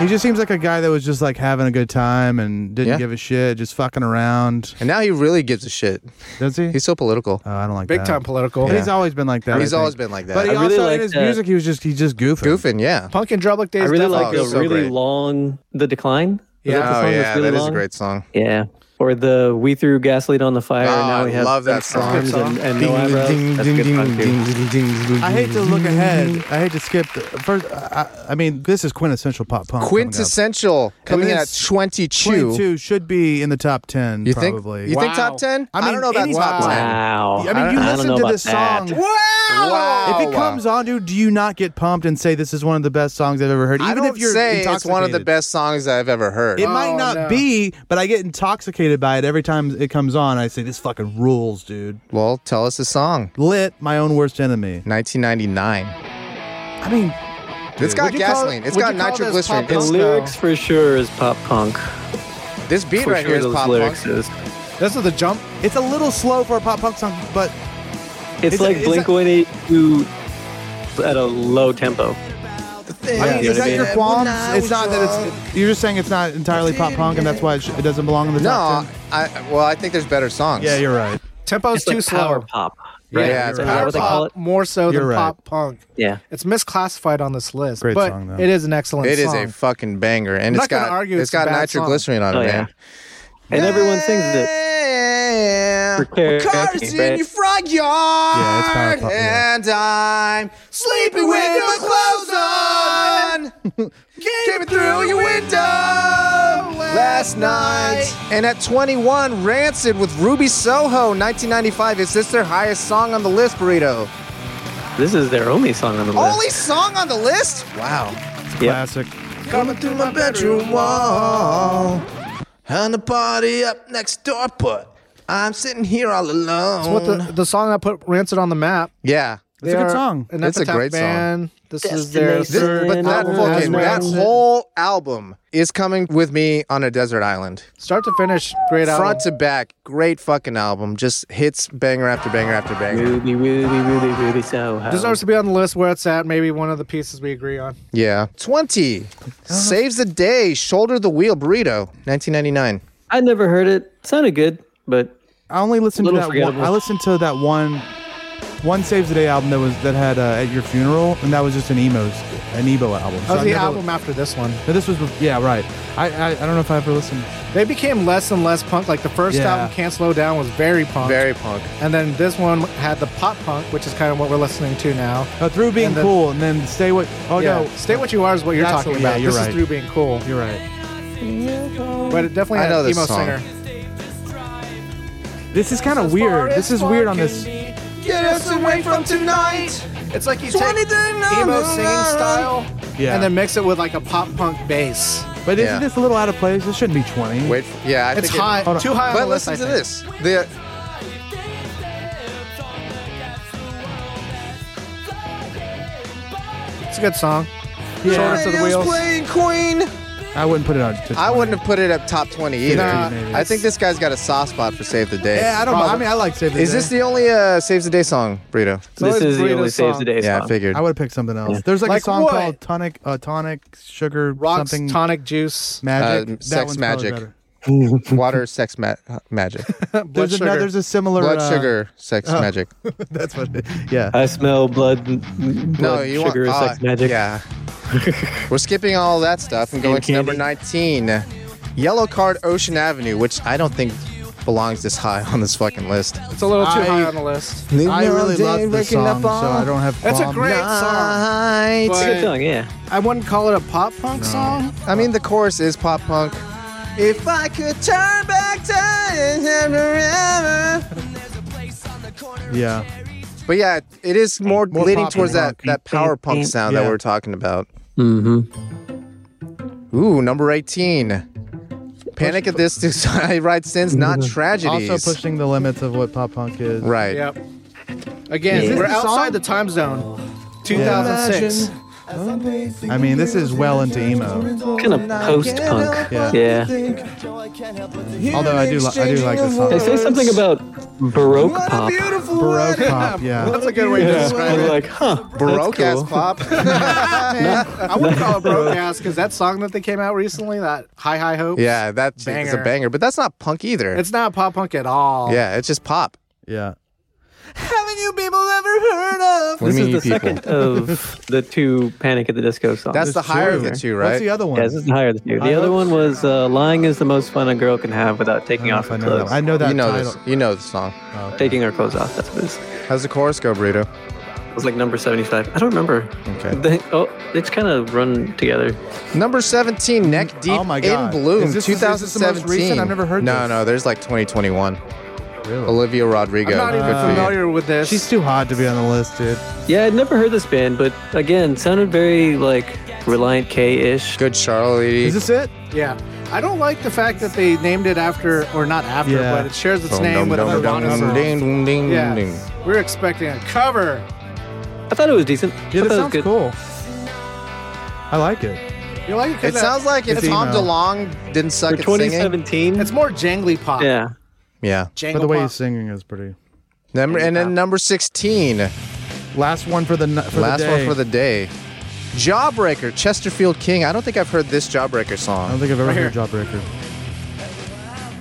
S7: He just seems like a guy that was just like having a good time and didn't
S1: Yeah.
S7: give a shit, just fucking around.
S1: And now he really gives a shit.
S7: Does he?
S1: He's so political.
S7: oh, I don't like
S2: Big
S7: that.
S2: time political.
S7: And He's always been like that. I
S1: He's
S7: think.
S1: always been like that.
S7: But he
S6: I really
S7: also in
S6: like
S7: his
S6: that-
S7: music, he was just he just goofing.
S1: Goofing, yeah.
S2: Punk and Drublick days.
S6: I really
S2: definitely
S6: like the
S1: Oh, so
S6: really
S1: great.
S6: long The Decline. Is
S2: Yeah.
S6: that the
S1: Oh
S6: song
S1: yeah,
S6: that's really
S1: that is
S6: long?
S1: a great song.
S6: Yeah. Or the We Threw Gasoline on the Fire.
S1: Oh,
S6: and now we
S1: I
S6: have
S1: love that
S6: some
S1: song.
S6: arms And, and no
S1: Ding,
S6: eyebrows.
S1: ding,
S6: That's a
S1: ding,
S6: good
S1: ding,
S6: song, too.
S1: ding, ding, ding, ding,
S7: I hate to
S1: ding.
S7: look ahead. I hate to skip. The, first, I, I mean, this is quintessential pop punk. coming up.
S1: Quintessential coming in at
S7: is
S1: 22.
S7: 22 should be in the top 10
S1: You think?
S7: probably.
S1: You think top
S2: Wow.
S1: 10?
S7: I
S1: I,
S7: mean,
S1: don't know about
S7: any-
S1: top
S2: Wow.
S1: 10.
S6: Wow.
S7: I mean,
S6: don't-
S7: you
S6: don't
S7: listen
S6: know
S7: to
S6: about
S7: this
S6: that.
S7: song.
S1: Oh, Wow.
S7: If it comes on, dude, do you not get pumped and say this is one of the best songs I've ever heard? Even
S1: I don't
S7: if you're
S1: say it's one of the
S7: intoxicated.
S1: best songs I've ever heard.
S7: It might
S2: Oh,
S7: not
S2: no.
S7: be, but I get intoxicated by it every time it comes on. I say this fucking rules, dude.
S1: well, tell us the song.
S7: Lit, my own worst enemy.
S1: 1999.
S7: I mean,
S1: It's got
S2: Would you call-
S1: gasoline. it's
S2: would
S1: got
S2: you call this
S1: nitroglycerin.
S2: pop
S6: The
S2: punk?
S1: It's,
S6: lyrics for sure is pop punk.
S1: this beat
S6: For
S1: right here
S6: sure
S1: is
S6: those
S1: pop
S6: lyrics
S1: punk.
S6: is.
S2: This is the jump.
S7: it's a little slow for a pop punk song, but
S6: It's
S7: Is it-
S6: like
S7: is
S6: Blink
S7: that-
S6: 182 at a low tempo.
S7: I mean,
S6: You know
S7: is
S6: what I
S7: that
S6: mean?
S7: your qualms? It's not that it's. You're just saying it's not entirely pop punk, and that's why it, sh- it doesn't belong in the top
S1: No,
S7: 10?
S1: I well, I think there's better songs.
S7: Yeah, you're right.
S2: Tempo's
S6: It's
S2: too
S6: like
S2: slow.
S6: power pop. Right?
S1: Yeah, it's
S6: is that
S1: power
S6: what they
S1: pop.
S6: call it?
S2: More so
S7: You're
S2: than
S7: right.
S2: pop punk.
S6: Yeah.
S2: It's misclassified on this list,
S7: Great
S2: but
S7: song, though.
S2: it is an excellent
S1: It is
S2: song.
S1: a fucking banger, and
S2: I'm
S1: it's
S2: not gonna
S1: got
S2: argue
S1: it's
S2: it's a
S1: got
S2: bad song.
S1: nitroglycerin on it,
S6: Oh, yeah.
S1: man.
S6: And everyone sings it.
S1: Yeah.
S6: Prepare
S1: Cars
S6: me,
S1: in
S6: babe.
S1: your front
S7: it's power
S1: yard,
S7: pop, yeah.
S1: and I'm sleeping with my clothes on. Came through your window last night. And at 21, Rancid with Ruby Soho, 1995. Is this their highest song on the list, Burrito?
S6: This is their only song on the list.
S1: Only song on the list? Wow.
S6: yeah.
S7: Classic.
S1: Coming through my bedroom wall. And the party up next door, but I'm sitting here all alone.
S2: It's what the, the song that put Rancid on the map.
S1: yeah.
S7: It's a good song.
S2: An
S1: It's a
S2: epitaph
S1: great song.
S2: band. This is their
S1: This, but
S6: Destination.
S1: that
S2: Album
S1: fucking that
S2: has Rancid.
S1: whole album is coming with me on a desert island.
S2: start to finish. Great album.
S1: Front to back, great fucking album. Just hits banger after banger after banger.
S6: Ruby, Ruby, Ruby, Ruby Soho.
S2: Deserves to be on the list where it's at. Maybe one of the pieces we agree on.
S1: Yeah. 20. Saves the day, shoulder the wheel burrito, 1999.
S6: I never heard it. Sounded good, but
S7: I only listened to
S6: Little
S7: that. One,
S6: forgettable.
S7: I listened to that one, one saves the day album that was that had uh, at your funeral, and that was just an emos, an ebo album.
S2: That was
S7: I
S2: Oh, the
S7: never-
S2: album after this one.
S7: No, this was yeah right. I, I I don't know if I ever listened.
S2: They became less and less punk. Like the first
S7: Yeah.
S2: album, Can't Slow Down, was very punk.
S1: Very punk.
S2: And then this one had the pop punk, which is kind of what we're listening to now.
S7: Uh, through being
S2: And then-
S7: cool, and then stay what? Oh
S2: yeah.
S7: no,
S2: Stay What You Are is what you're
S7: That's
S2: talking
S7: what- yeah,
S2: about.
S7: you're
S2: this
S7: right.
S2: is through being cool.
S7: you're right.
S2: But it definitely
S1: I
S2: had
S1: know
S2: an
S1: this
S2: emo
S1: song.
S2: singer.
S7: This is kind of weird. This is weird on this.
S1: Get us away from tonight.
S2: It's like you
S1: Twenty
S2: take
S1: day
S2: emo
S1: number
S2: singing
S1: nine.
S2: style
S7: Yeah.
S2: and then mix it with like a pop punk bass.
S7: But isn't
S1: Yeah.
S7: this a little out of place? This shouldn't be 20.
S1: Wait, yeah, I
S2: It's
S1: think it-
S2: high,
S7: hold on.
S2: too high. on
S1: But
S2: the list,
S1: listen to
S2: I think.
S1: this. The
S2: It's a good song.
S7: yeah,
S2: to the wheels.
S1: playing Queen.
S7: I wouldn't put it on. to
S1: I
S7: 20.
S1: wouldn't have put it up top 20 either.
S2: Nah,
S1: I think this guy's got a soft spot for Save the Day.
S7: Yeah, I don't know. I mean, I like Save the
S1: Is
S7: Day.
S1: this the only uh, Saves the Day song, Burrito?
S6: this
S2: always
S6: is the
S2: Burrito's
S6: only Saves the
S2: song.
S6: Day
S1: yeah,
S6: song.
S1: I figured.
S7: I would have picked something else. There's like,
S2: Like
S7: a song
S2: what?
S7: called Tonic, uh, Tonic Sugar
S2: Rocks,
S7: something
S2: tonic juice,
S7: magic.
S1: Uh,
S7: That
S1: Sex
S7: one's probably
S1: Magic.
S7: better.
S1: Water, sex, ma- uh, magic.
S2: blood
S7: There's,
S2: sugar.
S7: another, there's a similar
S1: Blood,
S7: uh,
S1: sugar, sex, magic.
S7: That's what. It, yeah.
S6: I smell blood, m- m- blood
S1: No, you
S6: sugar,
S1: want uh,
S6: sex, magic.
S1: Yeah. We're skipping all that stuff and going to number
S6: candy.
S1: 19, Yellow Card Ocean Avenue, which I don't think belongs this high on this fucking list.
S2: it's a little too
S7: I-
S2: high on the list.
S7: I really love this song, so I don't have.
S2: That's a
S7: qualms.
S2: great song.
S6: It's a
S2: But
S6: good song, yeah.
S2: I wouldn't call it a pop punk song.
S1: I mean, the chorus is pop punk. If I could turn back time forever.
S7: Yeah.
S1: But yeah, it is more,
S7: More
S1: leading
S7: pop
S1: towards that,
S7: punk.
S1: that power punk sound that
S7: Yeah.
S1: we we're talking about.
S6: Mm-hmm.
S1: Ooh, number 18. Panic at this Society Right Sins, Not Tragedies.
S7: Also pushing the limits of what pop punk is.
S1: Right.
S2: Yep. Again,
S6: Is this
S2: we're
S7: the song?
S2: outside the time zone. 2006.
S7: I mean, this is well into emo.
S6: Kind of post punk.
S7: Yeah.
S6: Yeah.
S7: Although I do, li- I do like this song.
S6: They say something about Baroque pop.
S7: Baroque pop. Yeah.
S1: That's a good way to
S6: I
S1: describe
S6: was
S1: it.
S6: like, huh.
S1: Baroque
S6: that's cool.
S1: ass pop.
S2: I wouldn't call it broke ass because that song that they came out recently, that High High Hope.
S1: yeah, that's a
S2: Banger.
S1: banger, but that's not punk either.
S2: It's not pop punk at all.
S1: yeah, it's just pop.
S7: Yeah.
S2: Haven't you people ever heard of?
S1: What
S6: This
S1: do you
S6: is
S1: mean,
S6: the
S1: you people?
S6: second of the two Panic at the Disco songs.
S1: That's the higher of the
S6: Sure.
S1: two,
S7: What's
S1: right?
S7: the other one?
S6: Yeah, this is the higher of the two.
S7: I
S6: The other
S7: hope-
S6: one was uh, "Lying is the most fun a girl can have without taking off
S7: I
S6: her
S7: know that.
S6: clothes."
S7: I know that
S1: you know
S7: title.
S1: this. You know the song.
S6: Taking her clothes off. That's what it is.
S1: How's the chorus go, Burrito?
S6: It was like number seventy-five. I don't remember.
S1: Okay.
S6: They- oh, it's kind of run together.
S1: Number 17, Neck Deep
S7: Oh my
S1: in
S7: God.
S1: Bloom,
S7: Is this- is this the
S1: 2017.
S7: most recent? I've never heard
S1: No,
S7: this.
S1: no, there's like 2021.
S7: Really?
S1: Olivia Rodrigo.
S2: I'm not even
S1: good for you.
S2: familiar with this.
S7: Uh, She's too hot to be on the list, dude.
S6: Yeah, I'd never heard this band, but again, sounded very like Reliant K-ish.
S1: Good Charlie.
S7: Is this it?
S2: yeah. I don't like the fact that they named it after, or not after,
S7: Yeah.
S2: but it shares its
S1: Dum,
S2: name
S1: dum,
S2: with
S1: dum,
S2: another
S1: dum,
S2: Nirvana
S1: dum,
S2: song.
S1: ding, ding, ding,
S2: Yeah.
S1: ding.
S2: We're expecting a cover.
S6: I thought it was decent.
S7: Yeah,
S6: I thought it
S7: that
S6: was
S7: sounds
S6: good.
S7: cool. I like it.
S2: You like it? 'cause
S1: It sounds like if
S7: It's
S1: Tom
S7: emo.
S1: DeLonge didn't
S6: For
S1: suck at singing.
S6: 2017.
S2: it's more jangly pop.
S6: yeah.
S1: Yeah.
S2: Jangle
S7: But the way
S2: pop.
S7: he's singing is pretty.
S1: Number, and then number 16,
S7: Last one for the n- for
S1: last
S7: the
S1: one
S7: day.
S1: for the day. Jawbreaker, Chesterfield King. I don't think I've heard this Jawbreaker
S7: I don't
S1: song.
S7: think I've ever
S2: Right
S7: heard Jawbreaker.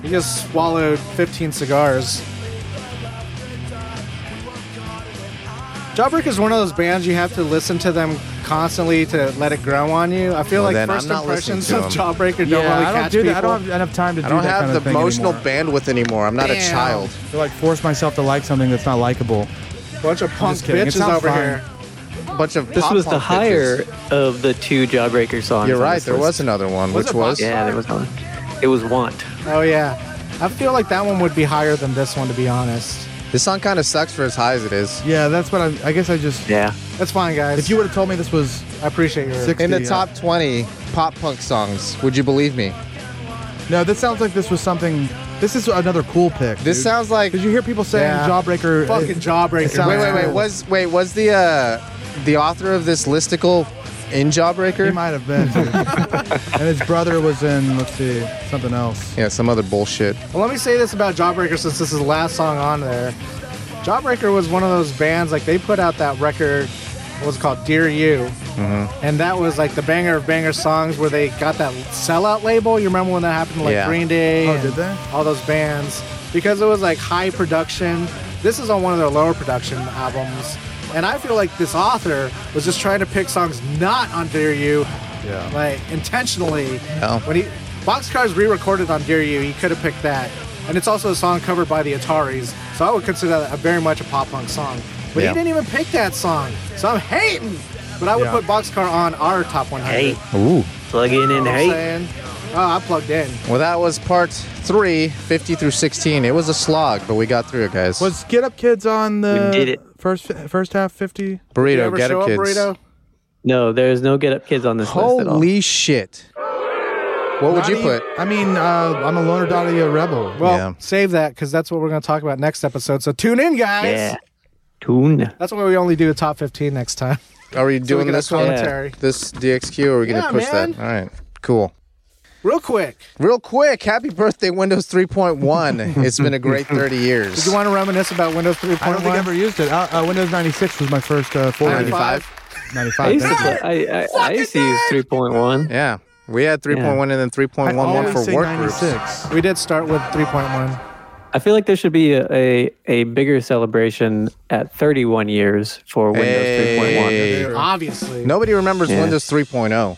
S2: He just swallowed 15 cigars. Jawbreaker is one of those bands you have to listen to them constantly to let it grow on you. I feel
S1: Well,
S2: like
S1: then,
S2: first
S1: I'm not listening
S2: impressions
S1: to
S2: of
S1: 'em.
S2: Jawbreaker don't
S7: yeah,
S2: really
S7: I don't
S2: catch
S7: do
S2: people.
S7: that. I don't have enough time to do
S1: I don't
S7: that
S1: have
S7: kind of
S1: the
S7: thing
S1: emotional
S7: anymore.
S1: bandwidth anymore. I'm not a
S2: Damn.
S1: child.
S7: I like force myself to like something that's not likable.
S2: Bunch of punk
S7: just kidding. It
S2: bitches
S7: sounds
S2: over
S7: fine.
S2: here.
S1: Bunch of
S6: This
S1: pop
S6: was the
S1: punk
S6: higher
S1: bitches.
S6: of the two Jawbreaker songs.
S1: You're
S6: on
S1: right.
S6: this
S1: There
S6: list.
S1: was another one,
S2: Was
S1: which
S2: it Bob
S1: was
S6: Yeah, there was one. It was Want.
S2: Oh yeah, I feel like that one would be higher than this one to be honest.
S1: this song kind of sucks for as high as it is.
S7: Yeah, that's what I. I guess I just.
S6: Yeah.
S2: That's fine, guys.
S7: If you would have told me this was
S2: I appreciate your.
S7: Six-
S1: In the
S7: Yeah.
S1: top 20 pop punk songs, would you believe me?
S7: no, this sounds like this was something. This is another cool pick.
S1: This
S7: dude.
S1: sounds like
S7: Because you hear people saying
S2: Yeah.
S7: Jawbreaker.
S2: Fucking Jawbreaker.
S7: it sounds
S1: Wait, wait, wait.
S7: cool.
S1: Was wait was the uh, the author of this listicle in
S7: He
S1: Jawbreaker?
S7: might have been. dude. and his brother was in. Let's see, something else.
S1: yeah, some other bullshit.
S2: Well, let me say this about Jawbreaker since this is the last song on there. Jawbreaker was one of those bands like they put out that record, what was it called Dear You, and that was like the banger of banger songs where they got that sellout label. You remember when that happened to like
S1: Yeah.
S2: Green Day?
S7: Oh,
S2: and
S7: did they?
S2: All those bands because it was like high production. This is on one of their lower production albums, and I feel like this author was just trying to pick songs not on Dear You,
S7: Yeah.
S2: like intentionally.
S1: Oh.
S2: When he Boxcars re-recorded on Dear You, he could have picked that, and it's also a song covered by the Ataris, so I would consider that a very much a pop punk song. But
S1: Yeah.
S2: he didn't even pick that song, so I'm hating. But I would
S7: Yeah.
S2: put Boxcar on our top 100.
S6: Hey.
S2: You know
S1: Ooh.
S6: Plugging in
S2: what I'm
S6: hate.
S2: saying? Oh, I plugged in.
S1: Well, that was part three, 50 through 16. It was a slog, but we got through it, guys.
S7: Was Get Up Kids on the
S6: We did it.
S7: first first half fifty?
S2: You
S1: burrito?
S2: ever
S1: Get
S2: show
S1: it,
S2: up,
S1: kids.
S2: burrito?
S6: No, there's no Get Up Kids on this list at all.
S1: Holy shit! What would you put?
S7: I mean, uh, I'm a loner daughter, a rebel.
S2: Well,
S1: Yeah.
S2: save that because that's what we're going to talk about next episode. So tune in, guys.
S6: Yeah. Eh, Tune.
S2: That's why we only do a top 15 next time.
S1: Are we
S2: So we
S1: doing
S2: get a
S1: this one?
S2: commentary.
S1: This DXQ? Or are we gonna
S2: Yeah,
S1: push
S2: man.
S1: that? All right. Cool.
S2: Real quick,
S1: Real quick, happy birthday, Windows 3.1. it's been a great 30 years.
S2: do you want to reminisce about Windows 3.1?
S7: I don't think I ever used it. Uh, uh, Windows 96 was my first uh, 495.
S1: 95?
S7: 95.
S6: I used to,
S7: thank you.
S6: play, I, I, I used to use 3.1.
S1: Yeah. We had 3.1 and then 3.11
S7: always
S1: for
S7: say
S1: work groups.
S7: 96.
S2: We did start with 3.1.
S6: I feel like there should be a, a, a bigger celebration at 31 years for Windows
S1: Hey.
S6: 3.1.
S2: Obviously.
S1: Nobody remembers
S6: Yeah.
S1: Windows 3.0.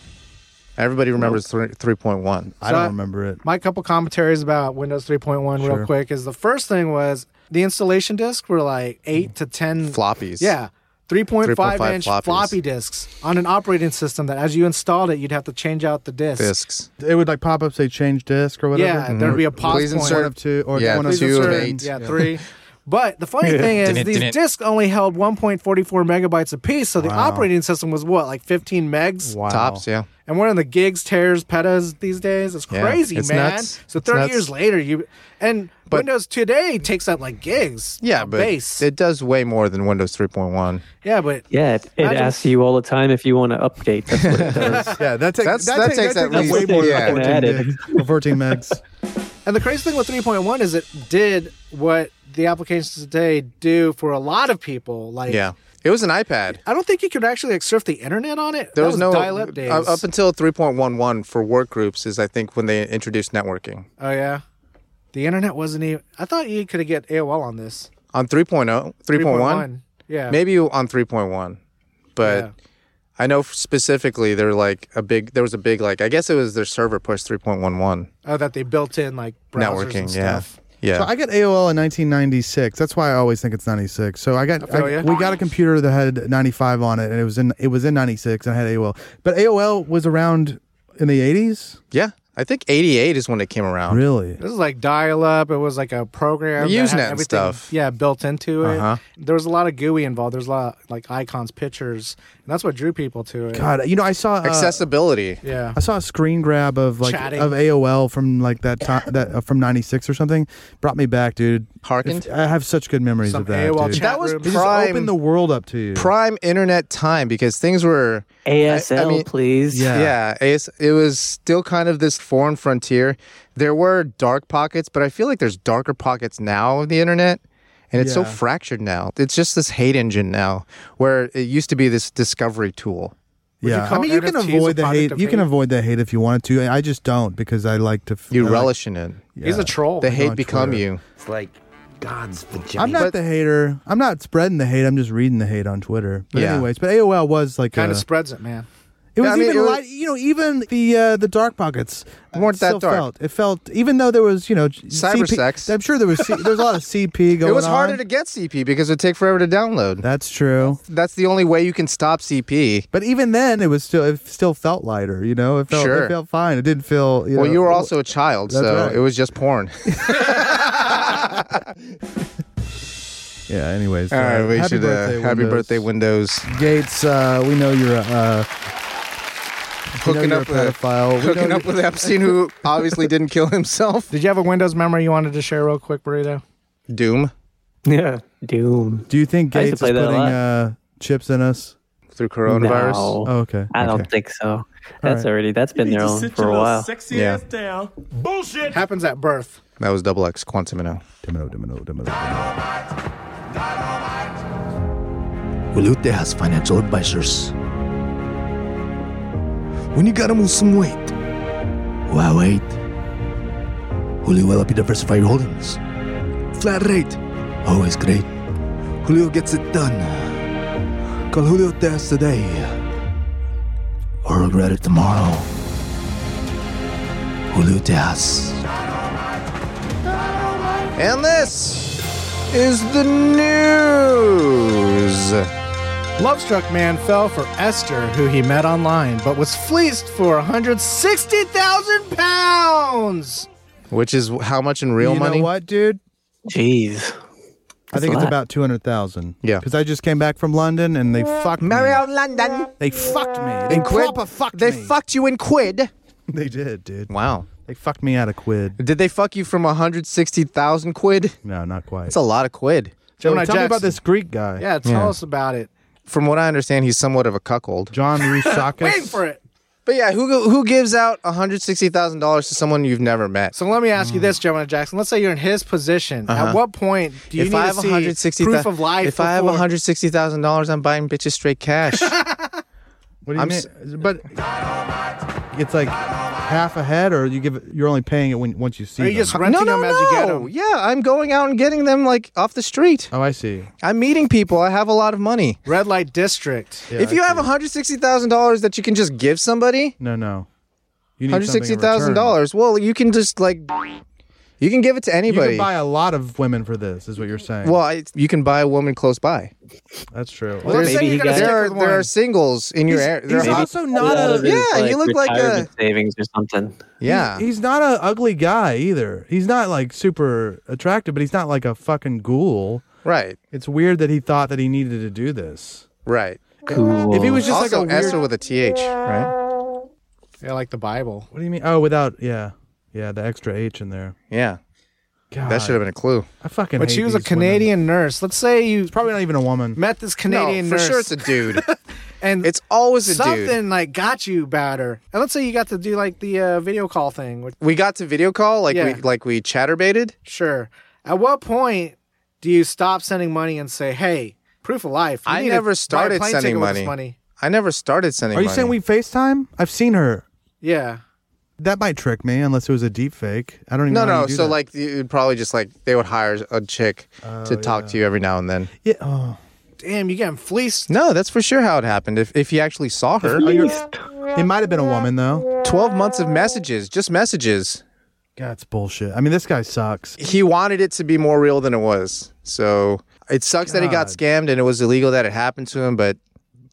S1: Everybody remembers three 3.1.
S7: I
S2: So-
S7: don't remember it.
S2: My couple commentaries about Windows 3.1 real
S7: Sure.
S2: quick is the first thing was the installation discs were like 8 to 10
S1: Floppies.
S2: Yeah. 3.5,
S1: 3.5
S2: inch
S1: floppies.
S2: floppy disks on an operating system that as you installed it, you'd have to change out the disc.
S1: Discs.
S7: It would like pop up say change disk or whatever.
S2: Yeah, there'd be a pause
S1: Please
S2: point.
S1: insert
S7: One of two or
S1: Yeah,
S7: one of
S1: please
S7: two
S1: insert
S7: of
S1: it.
S7: eight.
S2: Yeah, three. But the funny thing is, these discs only held 1.44 megabytes apiece, so the operating system was what, like 15 megs?
S7: Wow.
S1: Tops, yeah.
S2: And we're in the gigs, tears, petas these days. It's
S1: Yeah,
S2: crazy,
S1: it's
S2: man.
S1: nuts.
S2: So
S1: It's
S2: 30
S1: nuts.
S2: years later, you and
S1: But-
S2: Windows today takes up like gigs.
S1: Yeah,
S2: of
S1: but
S2: base.
S1: it does way more than Windows 3.1.
S2: yeah, but
S6: Yeah, it, it
S2: Imagine-
S6: asks you all the time if you want to update. That's what it does.
S7: Yeah, that, take,
S1: That's-
S7: that,
S1: that
S7: take-
S1: takes at
S7: that takes way
S1: least-
S7: more
S1: yeah.
S7: than 14
S6: Added.
S7: gigs. or 14 megs.
S2: And the crazy thing with 3.1 is it did what the applications today do for a lot of people. Like,
S1: Yeah. It was an iPad.
S2: I don't think you could actually like surf the internet on it.
S1: There
S2: that
S1: was, no
S2: dial-up days.
S1: uh, up until 3.11 for work groups is I think when they introduced networking.
S2: oh yeah, the internet wasn't even. I thought you could get AOL on this.
S1: On oh, 3.0, 3.1,
S2: Yeah.
S1: maybe on 3.1. But
S2: Yeah.
S1: I know specifically there like a big there was a big like I guess it was their server push 3.11
S2: Oh, that they built in like browsers
S1: networking,
S2: and
S1: yeah.
S2: stuff.
S1: Yeah.
S7: So I got AOL in 1996. That's why I always think it's 96. So I got
S2: feel
S7: I-
S2: ya.
S7: we got a computer that had 95 on it, and it was in it was in 96, and I had AOL. But AOL was around in the 80s.
S1: yeah. I think 88 is when it came around.
S7: Really?
S2: This is like dial up. It was like a program.
S1: The
S2: that had
S1: Usenet and
S2: everything,
S1: stuff.
S2: Yeah, built into it.
S1: Uh-huh.
S2: There was a lot of GUI involved. There's a lot of, like icons, pictures. And that's what drew people to it.
S7: God, you know I saw uh,
S1: Accessibility.
S2: Yeah.
S7: I saw a screen grab of like
S2: Chatting.
S7: of AOL from like that time that uh, from 96 or something. Brought me back, dude.
S1: Harkened?
S7: If- I have such good memories
S2: Some
S7: of that.
S2: AOL
S7: dude.
S2: chat
S1: That was
S2: room. oh,
S7: They just
S1: Prime-
S7: opened the world up to you.
S1: Prime internet time because things were
S6: ASL,
S1: mean-
S6: please.
S7: Yeah.
S1: Yeah, it's, it was still kind of this foreign frontier. There were dark pockets, but I feel like there's darker pockets now of the internet. And it's so
S7: Yeah.
S1: fractured now. It's just this hate engine now, where it used to be this discovery tool.
S7: yeah,
S2: call
S7: I mean you can
S2: NFTs a
S7: avoid the
S2: product
S7: hate.
S2: of
S7: You can
S2: hate?
S7: avoid the hate if you wanted to. I I just don't because I like to. f-
S1: You
S7: I like- "Oh,
S1: relish in it.
S2: He's a troll.
S1: The hate
S7: on
S1: become
S7: Twitter.
S1: you.
S8: It's like God's vagina.
S7: I'm not
S1: But-
S7: the hater. I'm not spreading the hate. I'm just reading the hate on Twitter. But
S1: Yeah.
S7: anyways, but AOL was like
S2: kind
S7: a-
S2: of spreads it, man.
S7: it was
S1: Yeah, I mean,
S7: even
S1: it was-
S7: light, you know even the uh, the dark pockets uh,
S1: Weren't that
S7: still
S1: dark.
S7: Felt, it felt even though there was you know j-
S1: Cyber
S7: CP
S1: sex.
S7: I'm sure there was C, there was a lot of CP going on.
S1: It was harder to get CP because it would take forever to download.
S7: That's true.
S1: That's the only way you can stop CP.
S7: But even then, it was still it still felt lighter. You know, it felt
S1: Sure.
S7: it felt fine. It didn't feel. You
S1: Well,
S7: know,
S1: you were also a child,
S7: That's
S1: so
S7: right.
S1: it was just porn.
S7: yeah. Anyways,
S1: All right, we should uh, happy birthday
S7: Windows.
S1: Windows.
S7: Gates. Uh, we know you're a uh, we know
S1: Hooking
S7: you're
S1: up
S7: a
S1: with a-
S7: pedophile. We know
S1: Hooking
S7: you're-
S1: up with Epstein, who obviously didn't kill himself.
S2: Did you have a Windows memory you wanted to share real quick, Burrito?
S1: Doom
S6: Yeah. Doom.
S7: Do you think
S6: I used to
S7: Gates is
S6: play that a
S7: putting
S6: lot.
S7: uh, chips in us?
S1: through coronavirus.
S6: No.
S7: Oh, okay.
S6: I don't
S7: Okay.
S6: think so. That's
S7: right.
S6: already that's been there on for a while.
S9: Sexy
S1: Yeah.
S9: ass down.
S2: It happens at birth.
S1: That was double X Quantum and
S7: Domino, domino, domino, domino.
S10: Walute has financial advisors. When you gotta move some weight, why wait? Julio will help you diversify your holdings. Flat rate, always great. Julio gets it done. Call Julio Test today, or regret it tomorrow. Julio Test.
S1: And this is the news.
S2: Lovestruck man fell for Esther, who he met online, but was fleeced for 160,000 pounds.
S1: Which is how much in real
S7: you
S1: money?
S7: know what, dude?
S6: Jeez.
S7: I think
S6: a
S7: it's
S6: lot.
S7: about two hundred thousand.
S1: Yeah.
S7: because I just came back from London and they fucked me.
S1: London.
S7: They fucked me. They
S1: quid.
S7: proper fucked
S1: They
S7: me.
S1: fucked you in quid.
S7: They did, dude.
S1: Wow.
S7: They fucked me out of quid.
S1: Did they fuck you from 160,000 quid?
S7: No, not quite.
S1: That's a lot of quid.
S7: Joey,
S2: Gemini
S7: tell me about
S2: Jackson.
S7: this Greek guy.
S2: Yeah, tell us about it.
S1: From what I understand, he's somewhat of a cuckold.
S7: John Rousakis.
S2: Waiting for it.
S1: But yeah, who who gives out $160,000 to someone you've never met?
S2: So let me ask you
S1: Mm.
S2: this, Gemini Jackson. Let's say you're in his position. At what point do you
S1: Uh-huh. if
S2: need
S1: I have
S2: to see
S1: 160
S2: proof of life?
S1: if I have
S2: before-
S1: $160,000, I'm buying bitches straight cash.
S7: What do you
S1: I'm
S7: mean? but it's like half a head, or you give. You're only paying it when once you see.
S2: Are you
S7: them.
S2: just renting them as you get them?
S1: Yeah, I'm going out and getting them like off the street.
S7: oh, I see.
S1: I'm meeting people. I have a lot of money.
S2: Red light district.
S7: Yeah,
S1: if you
S7: I
S1: have
S7: see.
S1: $160,000 that you can just give somebody,
S7: no, no, you need something in return.
S1: $160,000, well, you can just like You can give it to
S7: You
S1: anybody.
S7: can buy a lot of women for this, is what you're saying.
S1: well, I, you can buy a woman close by.
S7: that's true.
S2: Well,
S6: Maybe he got-
S1: There are there are singles in your area. There
S7: he's
S1: are-
S7: also not
S6: lot
S7: a.
S6: of his,
S1: yeah, you look like a-
S6: retirement savings or something.
S1: yeah.
S7: He's not a ugly guy either. He's not like super attractive, but he's not like a fucking ghoul.
S1: Right.
S7: It's weird that he thought that he needed to do this.
S1: Right.
S6: Cool.
S7: If he was just
S1: also,
S7: like a weird,
S1: Esther with a th, right?
S2: Yeah, like the Bible.
S7: what do you mean? Oh, without yeah, yeah, the extra H in there.
S1: Yeah.
S7: God,
S1: That should have been a clue.
S7: I fucking.
S2: But
S7: hate
S2: she was a
S7: these women.
S2: Canadian nurse. Let's say you
S7: Probably not even a woman.
S2: met this Canadian
S1: no, for
S2: nurse
S1: sure it's a dude.
S2: and
S1: it's always a
S2: something
S1: dude.
S2: like got you about her. And let's say you got to do like the uh, video call thing. Which,
S1: We got to video call like
S2: Yeah.
S1: we like we chatterbaited.
S2: sure. At what point do you stop sending money and say, "Hey, proof of life"? you
S1: I
S2: need to
S1: never
S2: buy a
S1: started
S2: plane
S1: sending
S2: ticket with this
S1: money. I never started sending.
S7: Are you
S1: money.
S7: saying we FaceTime? I've seen her.
S2: Yeah.
S7: That might trick me, unless it was a deep fake. I don't even.
S1: No,
S7: know how
S1: no.
S7: you do
S1: So
S7: that. Oh,
S1: like you'd probably just like they would hire a chick to talk to you every now and then.
S7: yeah. Oh.
S2: Damn, you getting fleeced?
S1: No, that's for sure how it happened. If if you actually saw her,
S7: It might have been a woman though.
S1: twelve months of messages, just messages.
S7: God, it's bullshit. I mean, this guy sucks.
S1: He wanted it to be more real than it was. So it sucks that he got
S7: God.
S1: scammed and it was illegal that it happened to him. But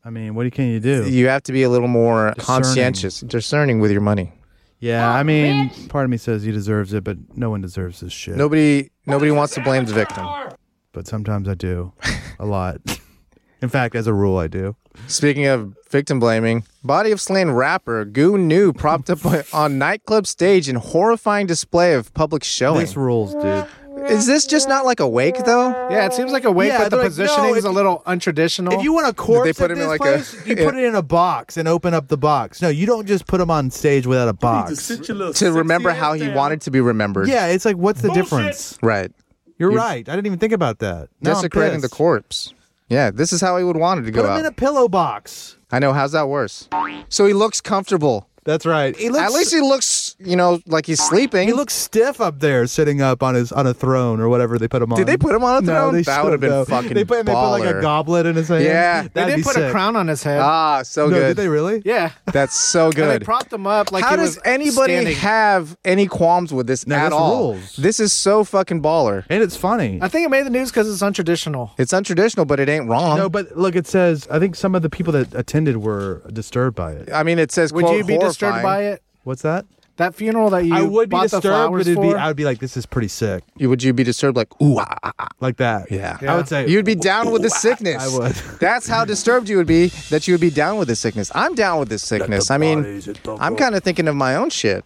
S7: I mean, what can you do?
S1: you have to be a little more
S7: Discerning.
S1: conscientious, discerning with your money.
S7: Yeah, I mean, part of me says he deserves it, but no one deserves this shit.
S1: Nobody nobody wants to blame the victim.
S7: But sometimes I do, a lot. In fact, as a rule, I do.
S1: Speaking of victim blaming, body of slain rapper Goo New propped up on nightclub stage in horrifying display of public showing.
S7: This rules, dude.
S1: Is this just not like awake though?
S2: Yeah, it seems like a wake,
S7: Yeah,
S2: but the
S7: they're like, no,
S2: positioning is
S7: if
S2: a
S7: you-
S2: little untraditional.
S7: If you want a corpse
S1: Did they put
S7: at
S1: him in
S7: this
S1: like
S7: place,
S1: a-
S7: you put it in a box and open up the box. No, you don't just put him on stage without a box.
S1: To remember how he wanted to be remembered.
S7: Yeah, it's like, what's the difference?
S1: Right.
S7: You're right. I didn't even think about that. Now I'm
S1: Desecrating the
S7: pissed.
S1: corpse. Yeah, this is how he would want it to
S7: Put
S1: go
S7: him
S1: out.
S7: in a pillow box.
S1: I know. How's that worse? So he looks comfortable.
S7: That's right. He looks,
S1: At least he looks, you know, like he's sleeping.
S7: he looks stiff up there, sitting up on his on a throne or whatever they put him on.
S1: Did they put him on a
S7: No,
S1: throne?
S7: they
S1: that would have
S7: should,
S1: been
S7: though.
S1: fucking
S7: They put, they put like a
S1: baller.
S7: goblet in his hand.
S1: Yeah. They
S2: they
S7: That'd
S2: did
S7: be
S2: put
S7: sick.
S2: a crown on his head.
S1: Ah, so
S7: No,
S1: good.
S7: did they really?
S2: yeah.
S1: That's so good.
S2: And they propped him up like
S1: How
S2: he
S1: does
S2: was
S1: anybody
S2: standing.
S1: have any qualms with this
S7: No,
S1: at
S7: this
S1: all?
S7: rules.
S1: This is so fucking baller.
S7: And it's funny.
S2: I think it made the news because it's untraditional.
S1: It's untraditional, but it ain't wrong.
S7: No, but look, it says I think some of the people that attended were disturbed by it.
S1: I mean, it says.
S2: Would
S1: quote,
S2: you be disturbed
S1: horrifying.
S2: by it?
S7: What's that?
S2: That funeral that you
S7: I would be
S2: bought the
S7: disturbed, but
S2: flowers
S7: it'd be
S2: for?
S7: I would be like, this is pretty sick,
S1: You- Would you be disturbed like ooh? Ah, ah, ah.
S7: like that.
S1: Yeah.
S7: I would say ah,
S1: You'd be down with the sickness.
S7: I would.
S1: That's how disturbed you would be that you would be down with this sickness. I'm down with this sickness. I mean, I'm kind of thinking of my own shit.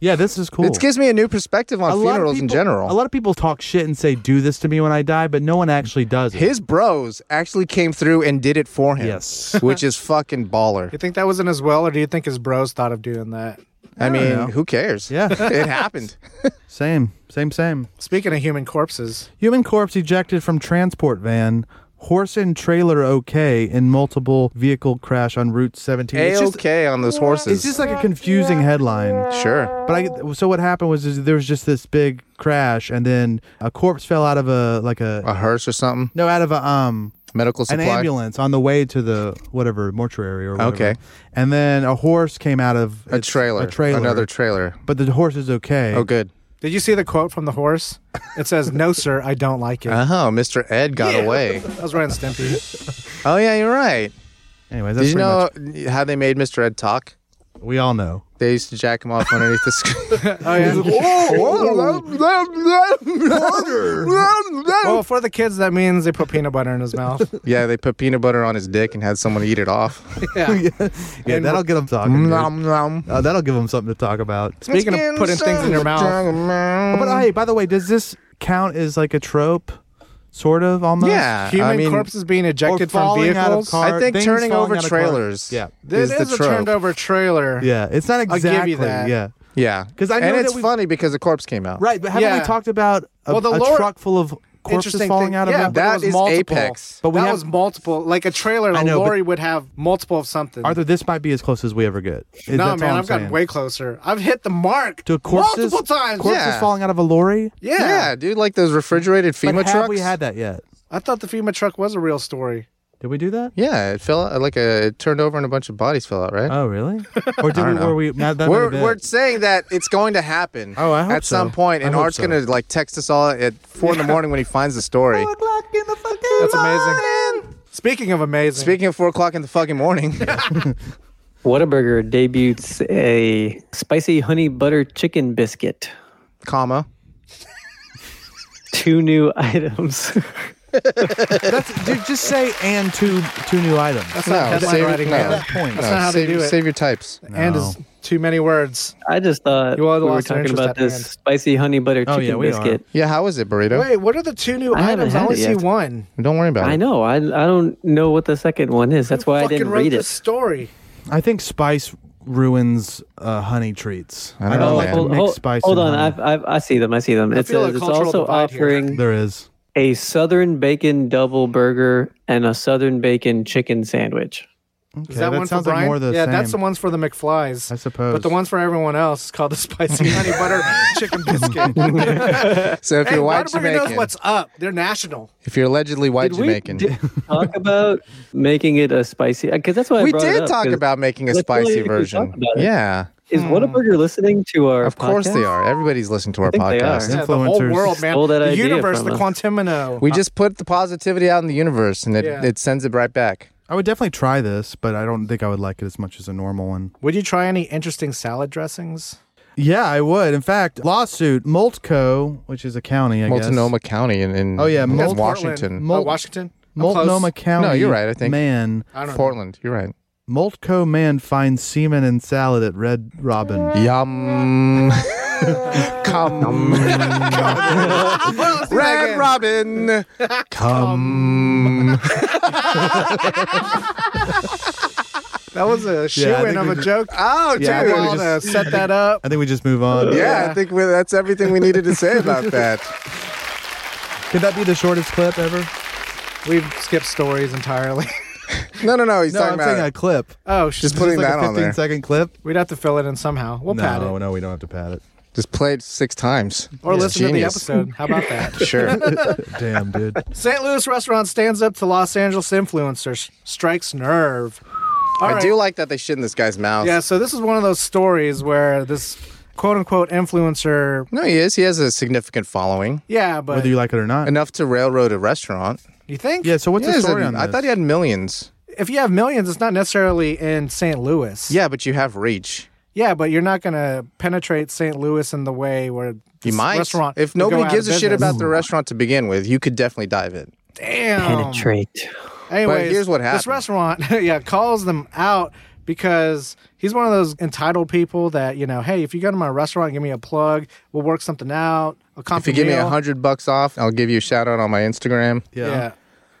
S7: Yeah, this is cool.
S1: It gives me a new perspective on
S7: A lot of
S1: funerals in
S7: people-
S1: general.
S7: A lot of people talk shit and say, "Do this to me when I die," but no one actually does it.
S1: His bros actually came through and did it for him.
S7: Yes.
S1: Which is fucking baller.
S2: You think that wasn't as well, or do you think his bros thought of doing that?
S1: I, mean, who cares?
S7: Yeah.
S1: it happened.
S7: same, same, same.
S2: Speaking of human corpses,
S7: Human corpse ejected from transport van. Horse and trailer okay in multiple vehicle crash on Route 17.
S1: A
S7: It's just,
S1: okay on those horses.
S7: it's just like a confusing headline.
S1: sure.
S7: But I so what happened was is there was just this big crash, and then a corpse fell out of a like a Uh.
S1: A hearse or something.
S7: no out of a um
S1: Medical
S7: an
S1: supply.
S7: ambulance on the way to the whatever mortuary or whatever.
S1: Okay.
S7: and then a horse came out of
S1: A
S7: its-
S1: trailer.
S7: a trailer,
S1: Another trailer.
S7: But the horse is okay.
S1: Oh, good.
S2: did you see the quote from the horse? It says, "No, sir, I don't like it."
S1: Uh huh. Mr. Ed got away.
S2: That was right on Stimpy.
S1: Oh, yeah, you're right.
S7: Anyways, that's
S1: Did you
S7: pretty
S1: know how they made Mr. Ed talk?
S7: much- we all know.
S1: They used to jack him off underneath the screen.
S2: Oh yeah. well, for the kids, that means they put peanut butter in his mouth.
S1: yeah, they put peanut butter on his dick and had someone eat it off.
S2: Yeah.
S7: Yeah,
S2: And
S7: that'll get them talking. dude.
S1: Nom, nom.
S7: Uh, that'll give them something to talk about.
S2: Speaking of putting things in your mouth,
S7: But uh, hey, by the way, does this count as like a trope? Sort of, almost.
S1: Yeah,
S2: human
S1: I mean,
S2: corpses being
S7: Or
S2: ejected from
S7: falling
S2: vehicles.
S7: out of car,
S1: I think
S7: things
S1: turning
S7: falling
S1: over
S7: out of car-
S1: trailers
S7: Yeah.
S2: This
S1: is the
S2: is, a
S1: trope.
S2: turned over trailer.
S7: Yeah, it's not
S2: I'll
S7: exactly.
S2: give you that.
S7: Yeah,
S1: Yeah,
S7: 'Cause I know
S1: and
S7: that
S1: it's
S7: we've-
S1: funny because the corpse came out.
S7: right. But haven't
S2: Yeah.
S7: we talked about a,
S2: Well, the
S7: a
S2: lore-
S7: truck full of corpses
S2: Interesting
S7: falling
S2: thing.
S7: out of
S2: yeah, but
S7: a-
S2: it
S1: That
S2: was
S1: is
S2: multiple.
S1: Apex.
S7: But we
S2: that
S7: have-
S2: was multiple. Like a trailer,
S7: I
S2: a
S7: know, but-
S2: lorry would have multiple of something.
S7: Arthur, this might be as close as we ever get. Is- that's
S2: no,
S7: all
S2: man,
S7: I'm
S2: I've gotten
S7: saying.
S2: way closer. I've hit the mark
S7: to corpses.
S2: multiple times.
S7: Corpses
S1: Yeah.
S7: falling out of a lorry.
S2: Yeah.
S1: Yeah, dude, like those refrigerated FEMA
S7: but have
S1: trucks.
S7: we had that yet?
S2: I thought the FEMA truck was a real story.
S9: Did we do that?
S1: Yeah, it fell out, like a, it turned over and a bunch of bodies fell out, right?
S7: Uh,
S9: Oh, really? Or did we,
S1: know.
S9: were we? That, that
S1: we're,
S9: might have
S1: we're
S9: been-
S1: saying that it's going to happen
S9: Oh, I hope
S1: at some
S9: so.
S1: point,
S9: I
S1: and
S9: hope
S1: Art's
S9: so.
S1: gonna like text us all at four in the morning when he finds the story.
S2: That's amazing. Speaking of amazing,
S1: Speaking of four o'clock in the fucking morning,
S6: Whataburger debuts a spicy honey butter chicken biscuit.
S1: comma.
S6: Two new items.
S7: That's dude, just say and two two new items.
S1: No,
S2: headline
S1: save,
S2: writing,
S1: no,
S2: man.
S1: no,
S7: That's point.
S2: not how they
S1: uh, save,
S2: do it.
S1: save your types.
S2: and is too many words.
S6: I just thought
S2: You
S6: we
S2: all
S6: were
S2: lost your
S6: talking
S2: interest
S6: about
S2: at the
S6: this
S2: end.
S6: spicy honey butter
S9: Oh,
S6: chicken
S9: yeah, we are.
S6: biscuit.
S1: Yeah, how is it, burrito?
S2: Wait, what are the two new
S6: I haven't
S2: items? I
S6: had
S2: only
S6: it
S2: see
S6: yet.
S2: one.
S1: Don't worry about
S6: I
S1: it.
S6: know. I I don't know what the second one is. That's why I
S2: Fucking
S6: didn't
S2: wrote
S6: read
S2: the
S6: it.
S2: story.
S7: I think spice ruins uh, honey treats.
S1: I don't know,
S7: like
S1: man.
S7: Oh, mixed
S6: Oh, hold,
S7: spice.
S6: hold
S7: and
S6: on,
S7: honey.
S6: I've, I've, I see them. I see them. It
S2: feel a
S6: says it's
S2: cultural
S6: also
S2: divide here.
S6: offering
S7: there is.
S6: a southern bacon double burger and a southern bacon chicken sandwich.
S7: Okay,
S2: Is that, one for
S7: sounds
S2: Brian?
S7: like more the
S2: yeah,
S7: same.
S2: that's the ones for the McFlies.
S7: I suppose.
S2: But the ones for everyone else is called the spicy honey butter chicken biscuit.
S1: So if
S2: hey,
S1: you're white
S2: Whataburger knows
S1: Jamaican,
S2: what's up. They're national.
S1: if you're allegedly white
S6: Did we-
S1: Jamaican,
S6: did- Talk about making it a spicy because that's why I
S1: we
S6: brought it
S1: did
S6: up,
S1: talk
S6: 'cause
S1: about making a
S6: let's really
S1: spicy
S6: talk
S1: version.
S6: about it.
S1: Yeah,
S6: Is Whataburger listening to our?
S1: of course they
S6: podcast?
S1: are. Everybody's listening to our
S6: think they
S1: podcast.
S6: are.
S2: Yeah, the whole
S7: Influencers.
S2: world, man.
S6: Stole that
S2: the
S6: idea
S2: universe,
S6: from
S2: the
S6: us.
S2: quantumino.
S1: We just put the positivity out in the universe, and it,
S2: Yeah.
S1: it sends it right back.
S7: I would definitely try this, but I don't think I would like it as much as a normal one.
S2: Would you try any interesting salad dressings?
S7: Yeah, I would. In fact, lawsuit Multco, which is a county, I
S1: Multnomah County in, in
S7: Oh, yeah,
S1: Mult-
S7: Mult-
S1: Washington,
S2: Portland.
S7: Mul-
S2: Oh, Washington. I'm
S7: guess. Multnomah
S2: close.
S7: County.
S1: No, you're right, I think.
S7: man,
S2: I don't know.
S1: Portland. You're right.
S7: Multco man finds semen in salad at Red Robin.
S1: Yum. Come. Red Robin. Come.
S2: That was a shoe
S7: I
S2: in
S7: think
S2: of
S7: we
S2: a
S7: could-
S2: joke.
S1: Oh, dude.
S7: Yeah, I
S2: I
S7: think
S1: Yeah,
S7: we
S2: want to set that up.
S7: I think we just move on.
S2: Yeah.
S1: I think we that's everything we needed to say about that.
S7: Could that be the shortest clip ever?
S2: We've skipped stories entirely.
S1: No, no, no. He's
S7: No,
S1: talking
S7: I'm
S1: about
S7: saying a clip.
S2: Oh, shit.
S1: just putting
S7: Just like
S1: that
S7: a
S1: on there.
S7: second clip.
S2: We'd have to fill it in somehow. We'll pat it.
S7: no, no, we don't have to pat it.
S1: Just play it six times.
S2: Or
S1: It's
S2: listen
S1: genius.
S2: to the episode. How about that?
S1: Sure.
S7: Damn, dude.
S2: St. Louis restaurant stands up to Los Angeles influencers. Strikes nerve. All
S1: I
S2: right.
S1: do like that they shit in this guy's mouth.
S2: Yeah, so this is one of those stories where this quote unquote influencer.
S1: No, he is. He has a significant following,
S2: Yeah, but
S7: Whether you like it or not.
S1: enough to railroad a restaurant.
S2: you think?
S7: yeah. So what's
S1: He
S7: the
S1: has
S7: story
S1: a-
S7: on this?
S1: I thought he had millions.
S2: If you have millions, it's not necessarily in St. Louis.
S1: Yeah, but you have reach.
S2: Yeah, but you're not going to penetrate St. Louis in the way where
S1: You
S2: this
S1: might.
S2: restaurant.
S1: if
S2: would go
S1: nobody
S2: out
S1: gives
S2: of
S1: a shit
S2: business.
S1: about the restaurant to begin with, you could definitely dive in.
S2: Damn.
S6: Penetrate.
S2: Anyways,
S1: here's what
S2: This
S1: happened.
S2: restaurant, yeah, calls them out because he's one of those entitled people that you know. Hey, if you go to my restaurant, give me a plug. We'll work something out. I'll come.
S1: If you give me a hundred bucks off, I'll give you a shout out on my Instagram.
S2: yeah.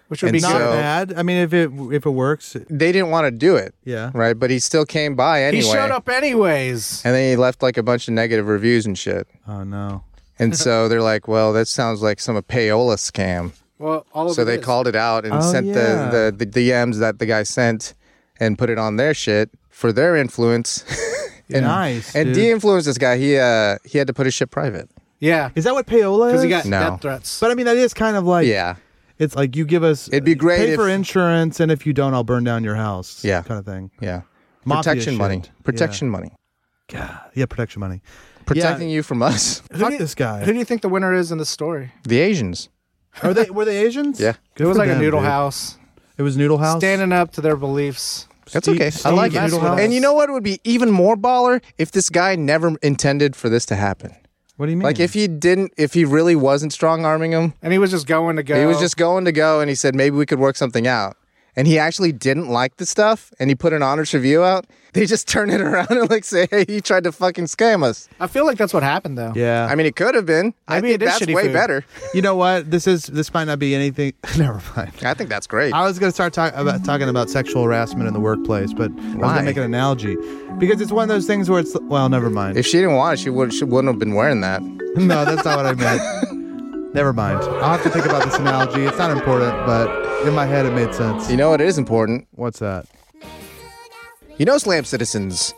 S2: which would
S1: And
S2: be
S1: so-
S7: Not
S2: good.
S7: bad. I mean, if it if it works,
S1: They didn't want to do it.
S7: Yeah.
S1: Right. But he still came by anyway.
S2: He showed up anyways.
S1: And then he left like a bunch of negative reviews and shit.
S7: oh no.
S1: And so they're like, well, that sounds like some payola scam.
S2: Well, all of
S1: So
S2: it
S1: they
S2: is.
S1: called it out and
S7: Oh,
S1: sent
S7: yeah.
S1: the, the, the DMs that the guy sent and put it on their shit for their influence. and
S7: nice.
S1: and
S7: dude.
S1: de influenced this guy. He uh he had to put his shit private.
S2: Yeah,
S7: is that what payola is?
S2: because he got
S1: No.
S2: death threats.
S7: but I mean, that is kind of like
S1: Yeah.
S7: It's like you give us.
S1: It'd be great
S7: Pay
S1: if-
S7: for insurance, and if you don't, I'll burn down your house.
S1: Yeah.
S7: kind of thing.
S1: Yeah.
S7: Mafia
S1: protection
S7: shit.
S1: money. Protection money.
S7: Yeah. yeah, protection money.
S1: Protecting you from us.
S7: Fuck
S2: do you-
S7: this guy.
S2: Who do you think the winner is in the story?
S1: The Asians.
S7: Are they? Were they Asians?
S1: Yeah.
S7: Good
S2: it was
S7: for
S2: like
S7: them,
S2: a noodle
S7: dude.
S2: house,
S7: It was noodle house.
S2: standing up to their beliefs.
S1: That's
S7: Steve-
S1: okay.
S7: Steve
S1: I like it.
S7: Noodle House.
S1: And you know what would be even more baller if this guy never intended for this to happen.
S7: What do you mean?
S1: Like if
S2: Hmm.
S1: he didn't, if he really wasn't strong arming him,
S2: And he was just going to go.
S1: he was just going to go, and he said maybe we could work something out. And he actually didn't like the stuff, and he put an honest review out. They just turn it around and like say, "Hey, you tried to fucking scam us."
S2: I feel like that's what happened though.
S7: Yeah.
S1: I mean, it could have been. I
S2: Uh. Maybe
S1: think
S2: it is
S1: that's
S2: shitty
S1: way
S2: food.
S1: better.
S7: you know what? This is. This might not be anything. Never mind.
S1: I think that's great.
S7: I was going to start talk about, talking about sexual harassment in the workplace, but I was going
S1: Why?
S7: to make an analogy because it's one of those things where it's well, never mind.
S1: if she didn't want it, she would she wouldn't have been wearing that.
S7: no, that's not what I meant. Never mind. I'll have to think about this analogy. It's not important, but in my head it made sense.
S1: You know what is important?
S7: What's that?
S1: You know, Slam Citizens,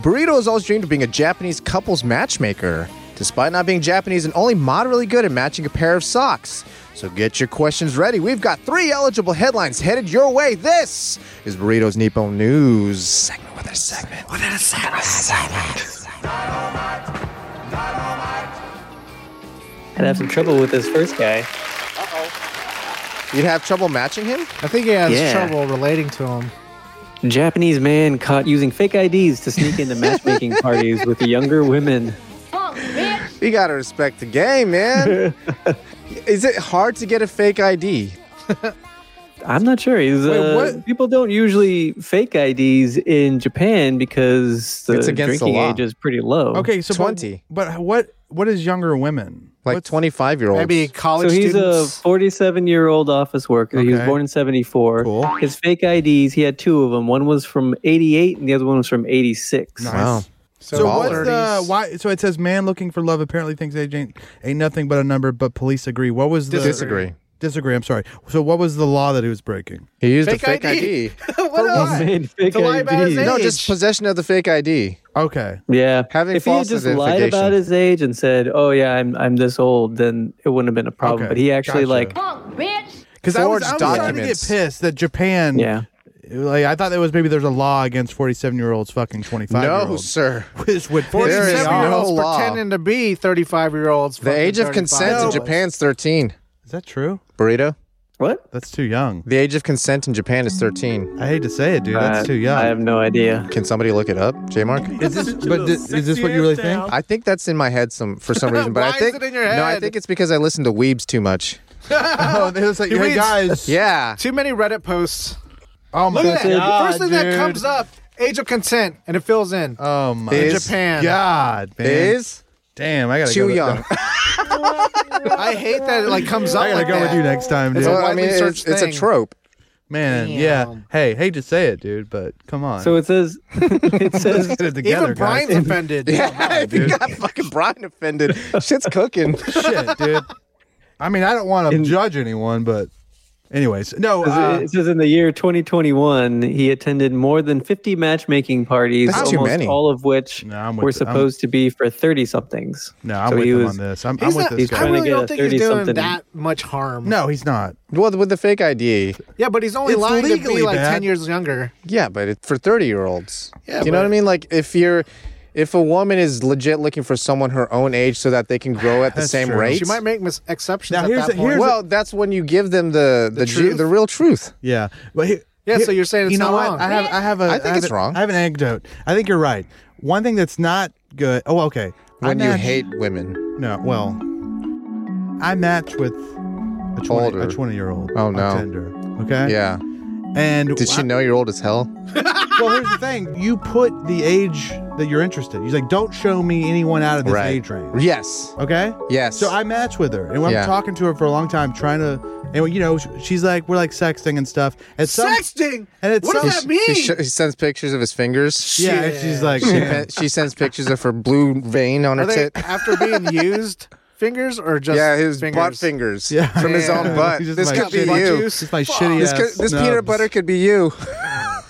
S1: Burrito has always dreamed of being a Japanese couples matchmaker. despite not being Japanese and only moderately good at matching a pair of socks. So get your questions ready. We've got three eligible headlines headed your way. This is Burritos Nippon News. Segment within a segment. Within a segment.
S6: I'd have some trouble with this first guy.
S1: You'd have trouble matching him?
S2: I think he has
S6: Yeah.
S2: trouble relating to him.
S6: Japanese man caught using fake IDs to sneak into matchmaking parties with younger women.
S1: You gotta respect the game, man. is it hard to get a fake ID?
S6: I'm not sure. He's,
S7: Wait,
S6: uh,
S7: what?
S6: People don't usually fake IDs in Japan because the
S1: It's against the
S6: drinking
S1: law.
S6: age is pretty low.
S7: Okay, so but-
S1: 20.
S7: But, what what is younger women?
S1: Like
S7: What's-
S1: twenty five year olds.
S2: Maybe college
S6: So he's a
S2: students.
S6: 47 year old office worker. He was
S7: Okay.
S6: born in 74.
S1: Cool.
S6: His fake IDs, he had two of them. One was from 88 and the other one was from 86.
S7: Nice.
S1: Wow.
S7: So
S1: Baller.
S7: what's the
S2: 30s.
S7: why? So it says man looking for love apparently thinks age ain't, ain't nothing but a number, but police agree. What was the
S1: Disagree.
S7: Disagree. I'm sorry. So what was the law that he was breaking?
S1: He used a
S2: Fake
S1: fake ID.
S2: what else?
S6: He made fake
S2: To lie about his
S6: IDs.
S1: No, just
S2: Age.
S1: possession of the fake ID.
S7: Okay.
S6: Yeah.
S1: Having
S6: if he had
S1: false
S6: just lied about
S1: identification.
S6: his age and said, "Oh yeah, I'm I'm this old," then it wouldn't have been a problem.
S7: Okay,
S6: But he actually
S7: gotcha.
S6: like,
S7: Because I was,
S1: Forged
S7: I was starting to get
S1: documents.
S7: pissed that Japan.
S6: yeah,
S7: Like I thought there was maybe there's a law against 47 year olds fucking 25 year
S1: No,
S7: olds.
S1: sir.
S7: Which would piss
S1: There
S7: me
S1: is
S2: 47
S7: off.
S2: year
S1: no
S2: olds
S1: law.
S2: pretending to be 35 year olds.
S1: The age of consent in Japan's thirteen.
S7: Is that true?
S1: Burrito.
S6: what?
S7: That's too young.
S1: The age of consent in Japan is thirteen.
S7: I hate to say it, dude. That's
S6: I-
S7: too young.
S6: Uh, I have no idea.
S1: Can somebody look it up, J Mark?
S7: is this, but di- is this what you really think?
S1: I think that's in my head some for some reason, but
S2: Why
S1: I
S2: is
S1: think
S2: it in your
S1: no, I
S2: head?
S1: think it's because I listen to Weebs too much.
S7: Oh, it was like,
S2: He
S7: hey
S2: reads-
S7: guys.
S1: Yeah,
S2: Too many Reddit posts.
S7: Oh my
S2: Look at that.
S6: it.
S2: The first thing that
S7: dude.
S2: comes up age of consent, and it fills in.
S1: Uh,
S7: Oh my
S1: Is-
S2: Japan.
S7: God, man.
S1: is
S7: Damn, I gotta
S1: too
S7: go with-
S1: young.
S2: I hate that it like comes up.
S7: I gotta
S2: like
S7: go with
S2: that.
S7: you next time, dude.
S1: So, I
S2: widely
S1: mean, it's,
S2: searched
S1: it's a
S2: thing.
S1: trope.
S7: Man, yeah. Hey, hate to say it, dude, but come on.
S6: So it says, it says,
S7: Get it together,
S2: Even
S7: guys.
S2: Brian's offended.
S1: Yeah, if you got fucking Brian offended, shit's cooking.
S7: Shit, dude. I mean, I don't want to
S6: In-
S7: judge anyone, but anyways, no. Uh,
S6: it says in the year 2021, he attended more than 50 matchmaking parties,
S1: That's
S6: almost
S1: too many.
S6: all of which
S7: No, I'm with
S6: were
S7: the- I'm-
S6: supposed to be for 30 somethings.
S7: no, I'm
S6: so
S7: with
S6: he
S7: him
S6: was-
S7: on this. I'm, I'm
S2: He's
S7: with
S2: not, I
S7: this guy.
S6: trying to
S2: really
S6: get
S2: don't
S6: a
S2: think he's doing
S6: 30-something.
S2: that much harm.
S7: no, he's not.
S1: Well, with the fake ID,
S2: Yeah, but he's only
S7: It's
S2: lying to
S7: legally
S2: be like
S7: bad.
S2: 10 years younger.
S1: yeah, but it, for thirty-year-olds,
S2: Yeah,
S1: do you know
S2: but-
S1: what I mean? Like if you're, if a woman is legit looking for someone her own age so that they can grow at the
S7: That's
S1: same
S7: true.
S1: rate,
S2: She might make mis- exceptions
S7: Now,
S2: at
S7: here's
S2: that
S7: the-
S2: point.
S7: here's
S1: well, that's when you give them the the the,
S2: truth?
S1: the real truth.
S7: Yeah, but he,
S2: Yeah,
S7: he-
S2: so you're saying it's
S7: you know
S2: not
S7: what?
S2: wrong.
S7: I have, I have a.
S1: I think
S7: have
S1: it's
S7: a-
S1: wrong.
S7: I have an anecdote. I think you're right. One thing that's not good. Oh, okay. I
S1: When you
S7: matched-
S1: hate women,
S7: No, well, I matched with a 20,
S1: Older.
S7: a 20 year old.
S1: Oh, no.
S7: On Tinder, okay.
S1: yeah.
S7: And
S1: Did she know you're old as hell?
S7: well, here's the thing. You put the age that you're interested. You're like, don't show me anyone out of this age range.
S1: Yes.
S7: Okay.
S1: Yes.
S7: So I match with her, and I'm
S1: Yeah.
S7: talking to her for a long time, trying to, and you know, sh- she's like, we're like sexting and stuff. At some-
S2: Sexting?
S7: And it's
S2: What does
S7: some-
S1: He-
S2: that mean?
S1: He, sh- he sends pictures of his fingers.
S7: Yeah, and she's like,
S1: She,
S7: "Man,
S1: pe- she sends pictures of her blue vein on her
S2: Are they
S1: tit.
S2: after being used fingers or just
S1: Yeah, his
S2: fingers?
S1: butt fingers.
S7: Yeah.
S1: From his own
S7: Yeah.
S1: butt.
S7: He's just
S1: This
S7: like,
S1: could be
S7: "Butt
S1: you.
S2: juice.
S7: This is my shitty
S1: This,
S7: ass
S1: could, this peanut
S7: nubs."
S1: butter could be you.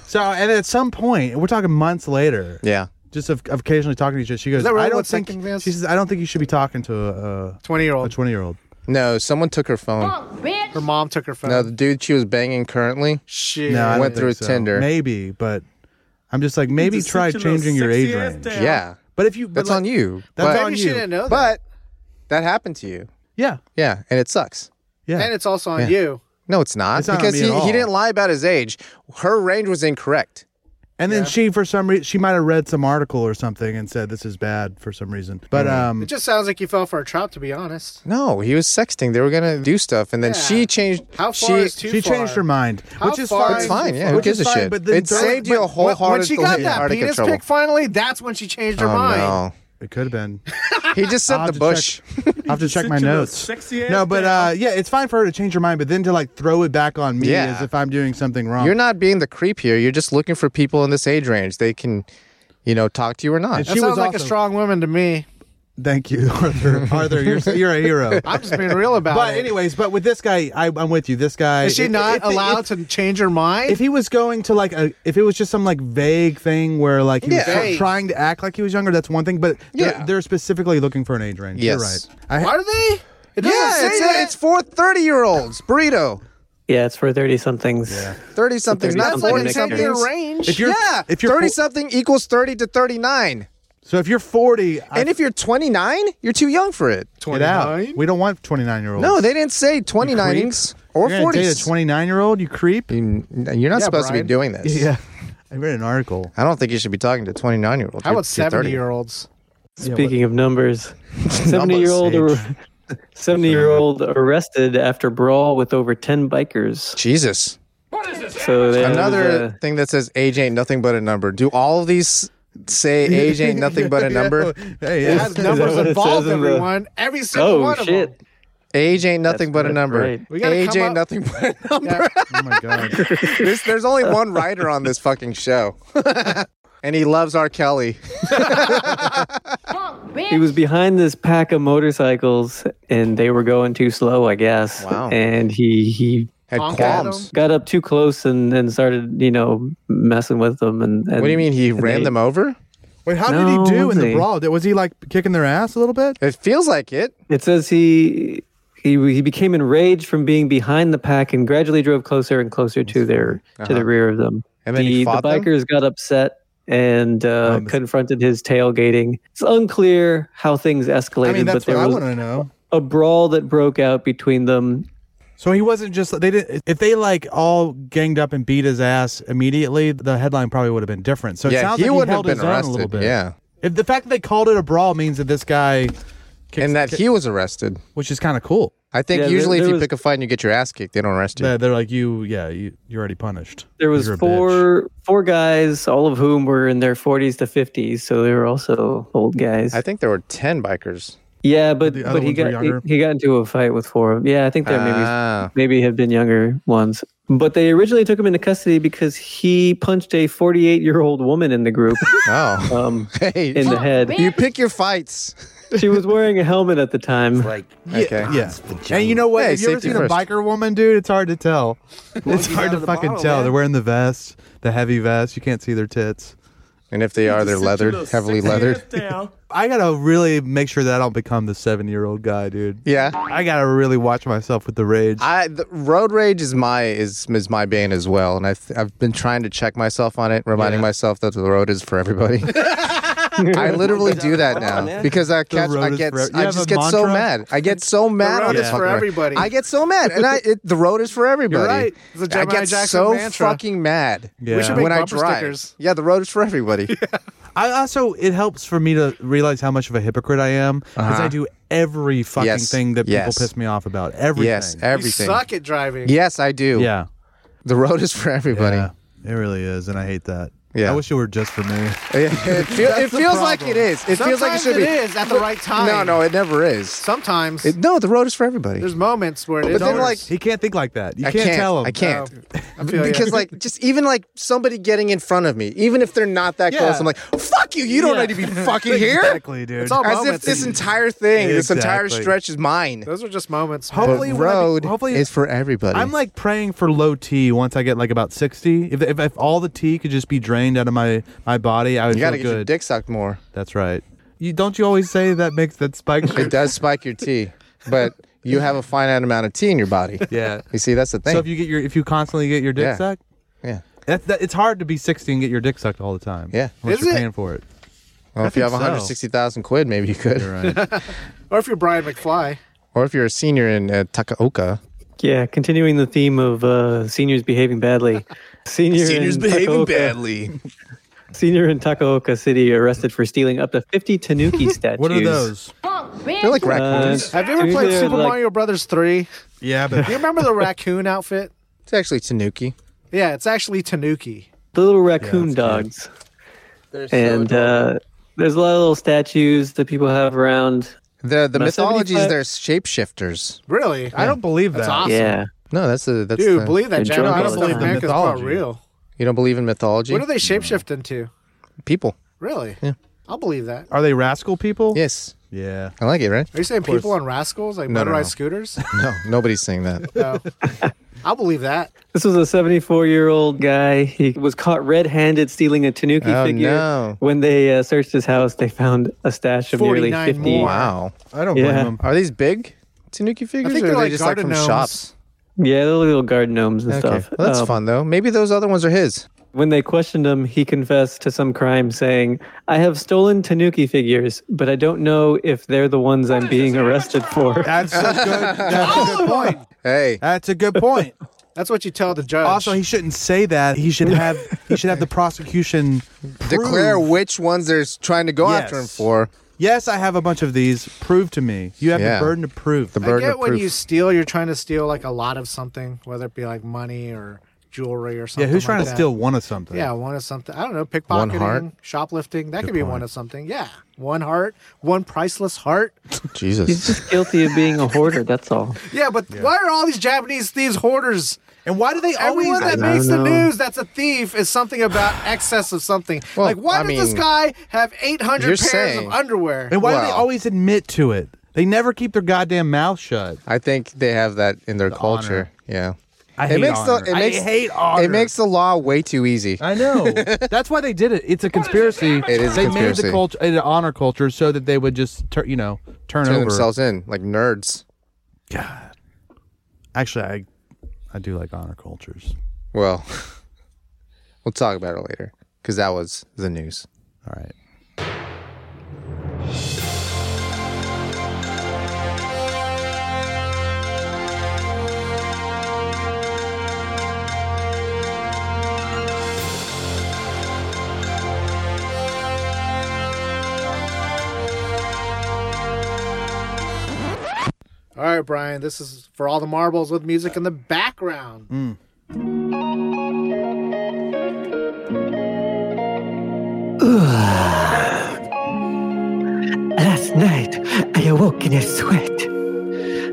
S7: So, and at some point, we're talking months later.
S1: Yeah.
S7: Just of, of occasionally talking to each other. She goes,
S2: that really
S7: I don't
S2: what
S7: think.
S2: sexting is?
S7: She says, I don't think you should be talking to a,
S2: Twenty year
S7: a, a
S2: old.
S7: 20 year old.
S1: No, someone took her phone.
S7: Oh.
S2: Her mom took her phone.
S1: No, the dude she was banging currently.
S2: Shit.
S7: No, I don't
S1: Went through
S7: think so.
S1: Tinder.
S7: Maybe, but I'm just like, maybe
S3: Just
S7: try
S3: sit your little
S7: changing your age
S3: sexy ass
S7: range.
S3: down.
S1: Yeah.
S7: But if you, but
S1: That's
S7: like-
S1: on you.
S7: That's
S1: but,
S7: on
S2: Maybe she
S7: you.
S2: didn't know that.
S1: but that happened to you.
S7: Yeah,
S1: Yeah, and it sucks.
S7: yeah.
S2: and it's also on you.
S1: No, it's not.
S7: It's not on
S1: because
S7: me
S1: he,
S7: at all.
S1: he didn't lie about his age. Her range was incorrect.
S7: And then she, for some reason, she might have read some article or something and said this is bad for some reason. But
S1: Mm-hmm.
S7: um,
S2: It just sounds like you fell for a trap, to be honest.
S1: No, he was sexting. They were gonna do stuff, and then
S2: Yeah.
S1: she changed.
S2: How far
S1: she,
S2: is too
S7: she
S2: far?
S7: changed her mind,
S2: How
S7: which is
S2: far
S7: fine.
S2: is
S1: It's fine.
S2: too
S1: Yeah,
S2: far?
S1: who
S7: Which
S1: gives a
S7: is fine,
S1: shit?
S7: But then
S1: It
S7: don't-
S1: saved you a whole
S2: When, when she got that
S1: heartache of
S2: penis
S1: trouble.
S2: pic finally, that's when she changed her mind.
S1: Oh
S7: It could have been.
S1: no, he just sent
S7: I'll
S1: the
S7: have to
S1: bush.
S7: check- I'll have to check
S3: Sit
S7: my
S3: your little
S7: notes.
S3: sexy ass
S7: no, but
S3: down.
S7: uh, yeah, it's fine for her to change her mind, but then to like throw it back on me
S1: Yeah.
S7: as if I'm doing something wrong.
S1: You're not being the creep here. You're just looking for people in this age range. They can, you know, talk to you or not.
S7: And
S2: That
S7: She
S2: sounds
S7: was
S2: like a
S7: also-
S2: strong woman to me.
S7: Thank you, Arthur. Arthur, you're you're a hero.
S2: I'm just being real about
S7: But
S2: it.
S7: anyways, but with this guy, I, I'm with you. This guy
S2: is she
S7: if-
S2: not
S7: if-
S2: allowed
S7: If,
S2: to change her mind?
S7: if he was going to like a, if it was just some like vague thing where like he was
S1: Yeah.
S7: tr- trying to act like he was younger, that's one thing. But they're,
S1: Yeah.
S7: they're specifically looking for an age range.
S1: Yes.
S7: You're right. I,
S2: Are they? It doesn't
S1: yeah,
S2: say
S1: it's,
S2: that.
S1: it's for 30 year olds. Burrito.
S6: Yeah, it's for thirty somethings.
S1: 30 somethings, not
S6: That's like
S1: 40
S6: a 10 year
S1: somethings.
S2: range.
S7: If you're-
S1: yeah,
S7: if you're
S1: 30
S7: fo-
S1: something equals 30 to 39.
S7: so if you're 40,
S1: and if you're 29, you're too young for it.
S7: I, get out.
S2: 29?
S7: We don't want 29 year olds.
S1: No, they didn't say 29s or
S7: you're gonna
S1: 40s.
S7: date a 29 year old. You creep.
S1: You- You're not supposed to
S2: Brian.
S1: be doing this.
S7: Yeah. I read an article.
S1: I don't think you should be talking to 29 year olds.
S2: How about 70 year olds?
S6: Speaking of numbers, seventy year old seventy year old arrested after brawl with over ten bikers.
S1: Jesus.
S3: What is this?
S6: So there was
S1: Another
S6: a-
S1: thing that says age ain't nothing but a number. Do all of these say age ain't nothing but a number?
S7: Hey,
S2: It
S7: yeah.
S2: has
S6: that
S2: numbers
S6: what it
S2: involved,
S6: says in the-
S2: everyone. Every single one
S6: oh
S2: of
S6: shit!
S2: them.
S1: Age ain't nothing but
S6: That's
S1: a
S6: right,
S1: number.
S6: right.
S2: We gotta
S1: Age
S2: come
S1: ain't
S2: up-
S1: nothing but a number.
S2: Yeah.
S7: oh my god.
S1: There's, there's only one writer on this fucking show. and he loves R. Kelly.
S6: He was behind this pack of motorcycles, and they were going too slow, I guess.
S1: Wow.
S6: And he he
S1: Had
S2: Honk at
S1: qualms.
S6: got up too close and and started you know messing with them. And, and
S1: What do you mean he
S6: and
S1: ran
S6: they-
S1: them over?
S7: Wait, how
S6: No,
S7: did he do in the
S6: they-
S7: brawl? Did- Was he like kicking their ass a little bit?
S1: It feels like it.
S6: It says he. He, he became enraged from being behind the pack and gradually drove closer and closer to their to the rear of them.
S1: Uh-huh. And then
S6: the,
S1: he
S6: the
S1: fought them?
S6: bikers got upset and uh,
S7: this-
S6: confronted his tailgating. It's unclear how things escalated,
S7: I mean,
S6: but
S7: that's what
S6: there
S7: I
S6: was
S7: want to know.
S6: a brawl that broke out between them.
S7: So he wasn't just they didn't if they like all ganged up and beat his ass immediately, the headline probably would have been different. So it
S1: Yeah,
S7: sounds
S1: he
S7: like
S1: wouldn't
S7: he
S1: have
S7: held
S1: been
S7: his own a little
S1: arrested.
S7: bit.
S1: Yeah.
S7: If the fact that they called it a brawl means that this guy, kicks,
S1: And that he was arrested.
S7: which is kind of cool.
S1: I think
S6: Yeah, there-
S1: usually
S6: there
S1: if you
S6: was-
S1: pick a fight and you get your ass kicked, they don't arrest you.
S7: That they're like you, yeah, you, you're already punished.
S6: There was
S7: You're a bitch.
S6: four four guys, all of whom were in their 40s to 50s, so they were also old guys.
S1: I think there were 10 bikers.
S6: yeah, but
S7: The other
S6: but he
S7: ones were
S6: got he,
S7: younger?
S6: he got into a fight with four. of Yeah, I think there
S1: Ah.
S6: maybe maybe have been younger ones. But they originally took him into custody because he punched a 48 year old woman in the group
S1: Oh.
S6: um,
S1: hey.
S6: in the head.
S1: you pick your fights.
S6: She was wearing a helmet at the time.
S8: Like,
S1: Okay.
S7: Yeah. And you know what?
S1: Hey,
S7: Have you ever
S1: safety
S7: seen
S1: first.
S7: a biker woman, dude? It's hard to tell. It's hard to fucking tell. They're wearing the vest, the heavy vest. You can't see their tits.
S1: And if they are, they're leathered, heavily leathered.
S7: I gotta really make sure that I don't become the seven year old guy, dude.
S1: Yeah.
S7: I gotta really watch myself with the rage.
S1: I the, road rage is my is is my bane as well, and I've I've been trying to check myself on it, reminding
S7: Yeah.
S1: myself that the road is for everybody. I literally do that now because I catch
S7: road
S1: I
S7: is
S1: get
S7: for ev- You
S1: I
S7: have
S1: just
S7: a
S1: get so
S7: mantra?
S1: mad. I get so mad
S2: road
S1: on this
S2: is
S1: fucking
S2: for
S1: road.
S2: everybody.
S1: I get so mad, and I it, the road is for everybody.
S2: right. It's a
S1: I
S2: Gemini
S1: get
S2: Jackson
S1: so
S2: mantra.
S1: fucking mad
S7: Yeah. We should
S2: make
S1: when I
S2: bumper
S1: drive.
S2: stickers.
S1: Yeah, the road is for everybody.
S7: I also it helps for me to realize how much of a hypocrite I am because I do every fucking
S1: Yes.
S7: thing that people
S1: Yes.
S7: piss me off about. Everything.
S1: yes,
S2: You
S1: everything.
S2: suck at driving.
S1: Yes, I do.
S7: yeah.
S1: The road is for everybody.
S7: Yeah. It really is, and I hate that.
S1: Yeah.
S7: I wish it were just for me.
S1: It, feel- it feels like it is. It feels like it
S2: Sometimes
S1: should be.
S2: it is at the right time.
S1: No, no, it never is.
S2: Sometimes
S1: It- no, the road is for everybody.
S2: there's moments where it is.
S1: But then,
S2: worse.
S1: like-
S7: He can't think like that. You
S1: I
S7: can't, tell him.
S1: I can't.
S2: I feel
S1: because
S2: ya.
S1: like just even like somebody getting in front of me, even if they're not that close,
S7: Yeah.
S1: I'm like, fuck you, you don't need to be fucking here.
S7: Exactly, dude.
S2: It's all
S1: As if
S2: moments.
S1: this entire thing, this entire
S7: Exactly.
S1: stretch is mine.
S2: those are just moments. man.
S7: Hopefully-
S1: The
S7: when I be-
S1: road
S7: hopefully-
S1: is for everybody.
S7: I'm like praying for low T once I get like about sixty. If, if, if all the T could just be drained out of my, my body, I would
S1: you gotta
S7: feel
S1: get
S7: good.
S1: your dick sucked more.
S7: That's right. You don't you always say that makes that spike?
S1: It does spike your T, but you have a finite amount of T in your body.
S7: yeah.
S1: You see, that's the thing.
S7: So if you get your if you constantly get your dick
S1: Yeah.
S7: sucked,
S1: yeah.
S7: that's that, it's hard to be sixty and get your dick sucked all the time.
S1: Yeah.
S7: unless
S2: Is
S7: you're
S2: it?
S7: paying for it.
S1: Well, if you have
S7: think so.
S1: 160,000 quid, maybe you could.
S2: or if you're Brian McFly,
S1: Or if you're a senior in uh, Takaoka.
S6: Yeah, continuing the theme of uh, seniors behaving badly. Senior in Takaoka-
S1: badly.
S6: Senior in Takaoka City arrested for stealing up to 50 Tanuki statues.
S7: What are those?
S1: They're like raccoons.
S2: have you ever played
S6: They're
S2: Super
S6: like-
S2: Mario Brothers three?
S7: Yeah, but
S2: Do you remember the raccoon outfit?
S1: it's actually Tanuki.
S2: Yeah, it's actually Tanuki.
S6: The little raccoon dogs. and uh, there's a lot of little statues that people have around.
S1: The the
S6: My
S1: mythology is
S6: 75
S1: they're shapeshifters.
S2: Really?
S7: I don't believe
S2: That's
S7: that.
S2: awesome.
S6: Yeah.
S1: No, that's the that's
S2: Dude,
S1: the-
S2: believe that,
S6: They're
S2: Jack.
S6: drunk
S2: I
S6: all
S2: don't
S6: the
S2: believe
S6: time.
S2: America's not
S7: Mythology.
S2: real.
S1: you don't believe in mythology.
S2: What do they shapeshift into?
S1: People,
S2: Really?
S1: Yeah.
S2: I'll believe that.
S7: Are they rascal people?
S1: yes,
S7: Yeah.
S1: I like it, right?
S2: Are you saying people on rascals like
S1: No, no,
S2: motorized
S1: no.
S2: scooters?
S1: No, nobody's saying that.
S2: No. I'll believe that.
S6: This was a 74 year old guy. He was caught red handed stealing a Tanuki
S1: Oh,
S6: figure.
S1: no.
S6: When they uh, searched his house, they found a stash of nearly
S2: 49
S6: 50.
S2: more.
S1: Wow.
S7: I don't
S6: Yeah.
S7: blame him.
S1: Are these big Tanuki
S2: I
S1: figures
S2: think
S1: or
S2: they're
S1: are they
S2: like
S1: just like
S2: garden
S1: from
S2: gnomes.
S1: shops?
S6: Yeah, the little garden gnomes and
S1: Okay.
S6: stuff.
S1: Well, that's
S6: Um,
S1: fun though. Maybe those other ones are his.
S6: When they questioned him, he confessed to some crime, saying, I have stolen Tanuki figures, but I don't know if they're the ones I'm being arrested for.
S7: That's a good. That's a good point.
S1: Hey.
S7: That's a good point.
S2: That's what you tell the judge.
S7: Also, he shouldn't say that. He should have. He should have the prosecution prove-
S1: Declare which ones they're trying to go after him
S7: Yes.
S1: for.
S7: Yes, I have a bunch of these. Prove to me. You have
S1: Yeah.
S7: the burden to prove.
S1: The
S2: I
S1: burden
S2: get
S1: of
S2: when
S1: proof.
S2: you steal, you're trying to steal like a lot of something, whether it be like money or jewelry or
S7: yeah,
S2: something.
S7: who's trying
S2: like
S7: to
S2: that.
S7: steal one of something?
S2: Oh Yeah, one of something. I don't know,
S1: One heart?
S2: pickpocketing, shoplifting. That could be one of something. Yeah, one heart, one priceless heart.
S6: He's
S1: Jesus.
S6: just guilty of being a hoarder, that's all.
S2: Yeah, but why are all these Japanese thieves hoarders?
S7: And why do they always?
S2: Everyone that
S6: I
S2: makes the
S6: don't know.
S2: news that's a thief is something about excess of something.
S1: Well,
S2: like, why
S1: I
S2: does this
S1: mean,
S2: guy have 800
S1: you're
S2: pairs
S1: saying-
S2: of underwear?
S7: and why do they
S1: Wow.
S7: always admit to it? They never keep their goddamn mouth shut.
S1: I think they have that in their culture.
S7: honor.
S1: Yeah.
S7: I
S1: It
S7: hate
S1: makes the-
S7: honor.
S1: it makes-
S7: I hate honor.
S1: It makes the law way too easy.
S7: I know. That's why they did it. It's a conspiracy.
S1: It is a
S7: They made
S1: conspiracy.
S7: the culture, an honor culture, so that they would just, tur- you know, turn,
S1: Turn
S7: over.
S1: themselves in like nerds.
S7: Actually, I, I do like honor cultures.
S1: Well, we'll talk about it later because that was the news.
S7: All right.
S2: All right, Brian, this is for all the marbles with music in the background.
S9: Last night, I awoke in a sweat.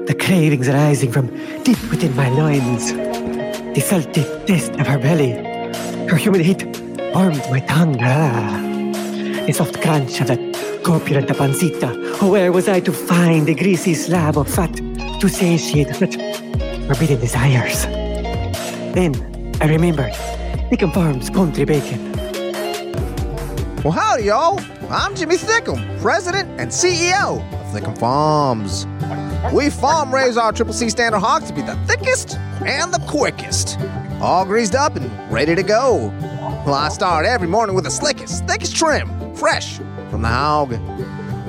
S9: The cravings arising from deep within my loins. The salty taste of her belly. Her humid heat warmed my tongue. Ah, the soft crunch of that corpulent pancita. Oh, where was I to find the greasy slab of fat to satiate such forbidden desires? Then I remembered Nickham Farms country bacon.
S1: Well, howdy, y'all. I'm Jimmy Thickum, president and CEO of Thickum Farms. We farm raise our Triple C standard hog to be the thickest and the quickest. All greased up and ready to go. Well, I start every morning with the slickest, thickest trim, fresh from the hog.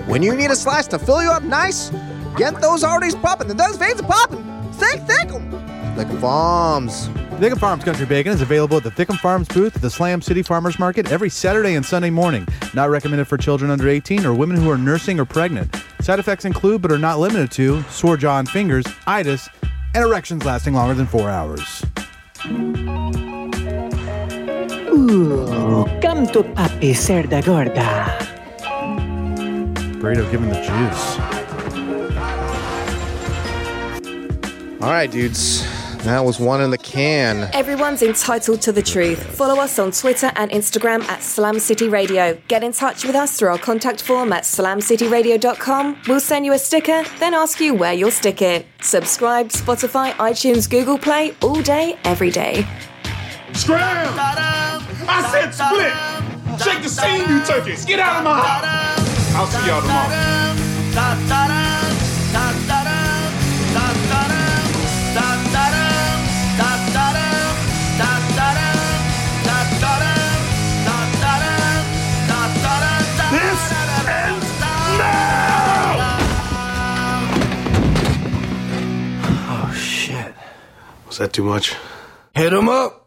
S1: When you need a slice to fill you up nice, get those arteries pumping and those veins popping. Thick Thickum. Thickum Farms.
S7: Thickum Farms Country Bacon is available at the Thickum Farms booth at the Slam City Farmers Market every Saturday and Sunday morning. Not recommended for children under 18 or women who are nursing or pregnant. Side effects include, but are not limited to, sore jaw and fingers, itis, and erections lasting longer than four hours.
S9: Ooh, come to Papi Cerda Gorda.
S7: Burrito giving the juice.
S1: All right, dudes. That was one in the can.
S5: Everyone's entitled to the truth. Follow us on Twitter and Instagram at Slam City Radio. Get in touch with us through our contact form at slamcityradio.com. We'll send you a sticker, then ask you where you'll stick it. Subscribe, Spotify, iTunes, Google Play, all day, every day.
S3: Scram! I said split! Shake the scene, you turkeys! Get out of my house! I'll see y'all tomorrow. This ends now!
S8: Was that too much? Hit him up!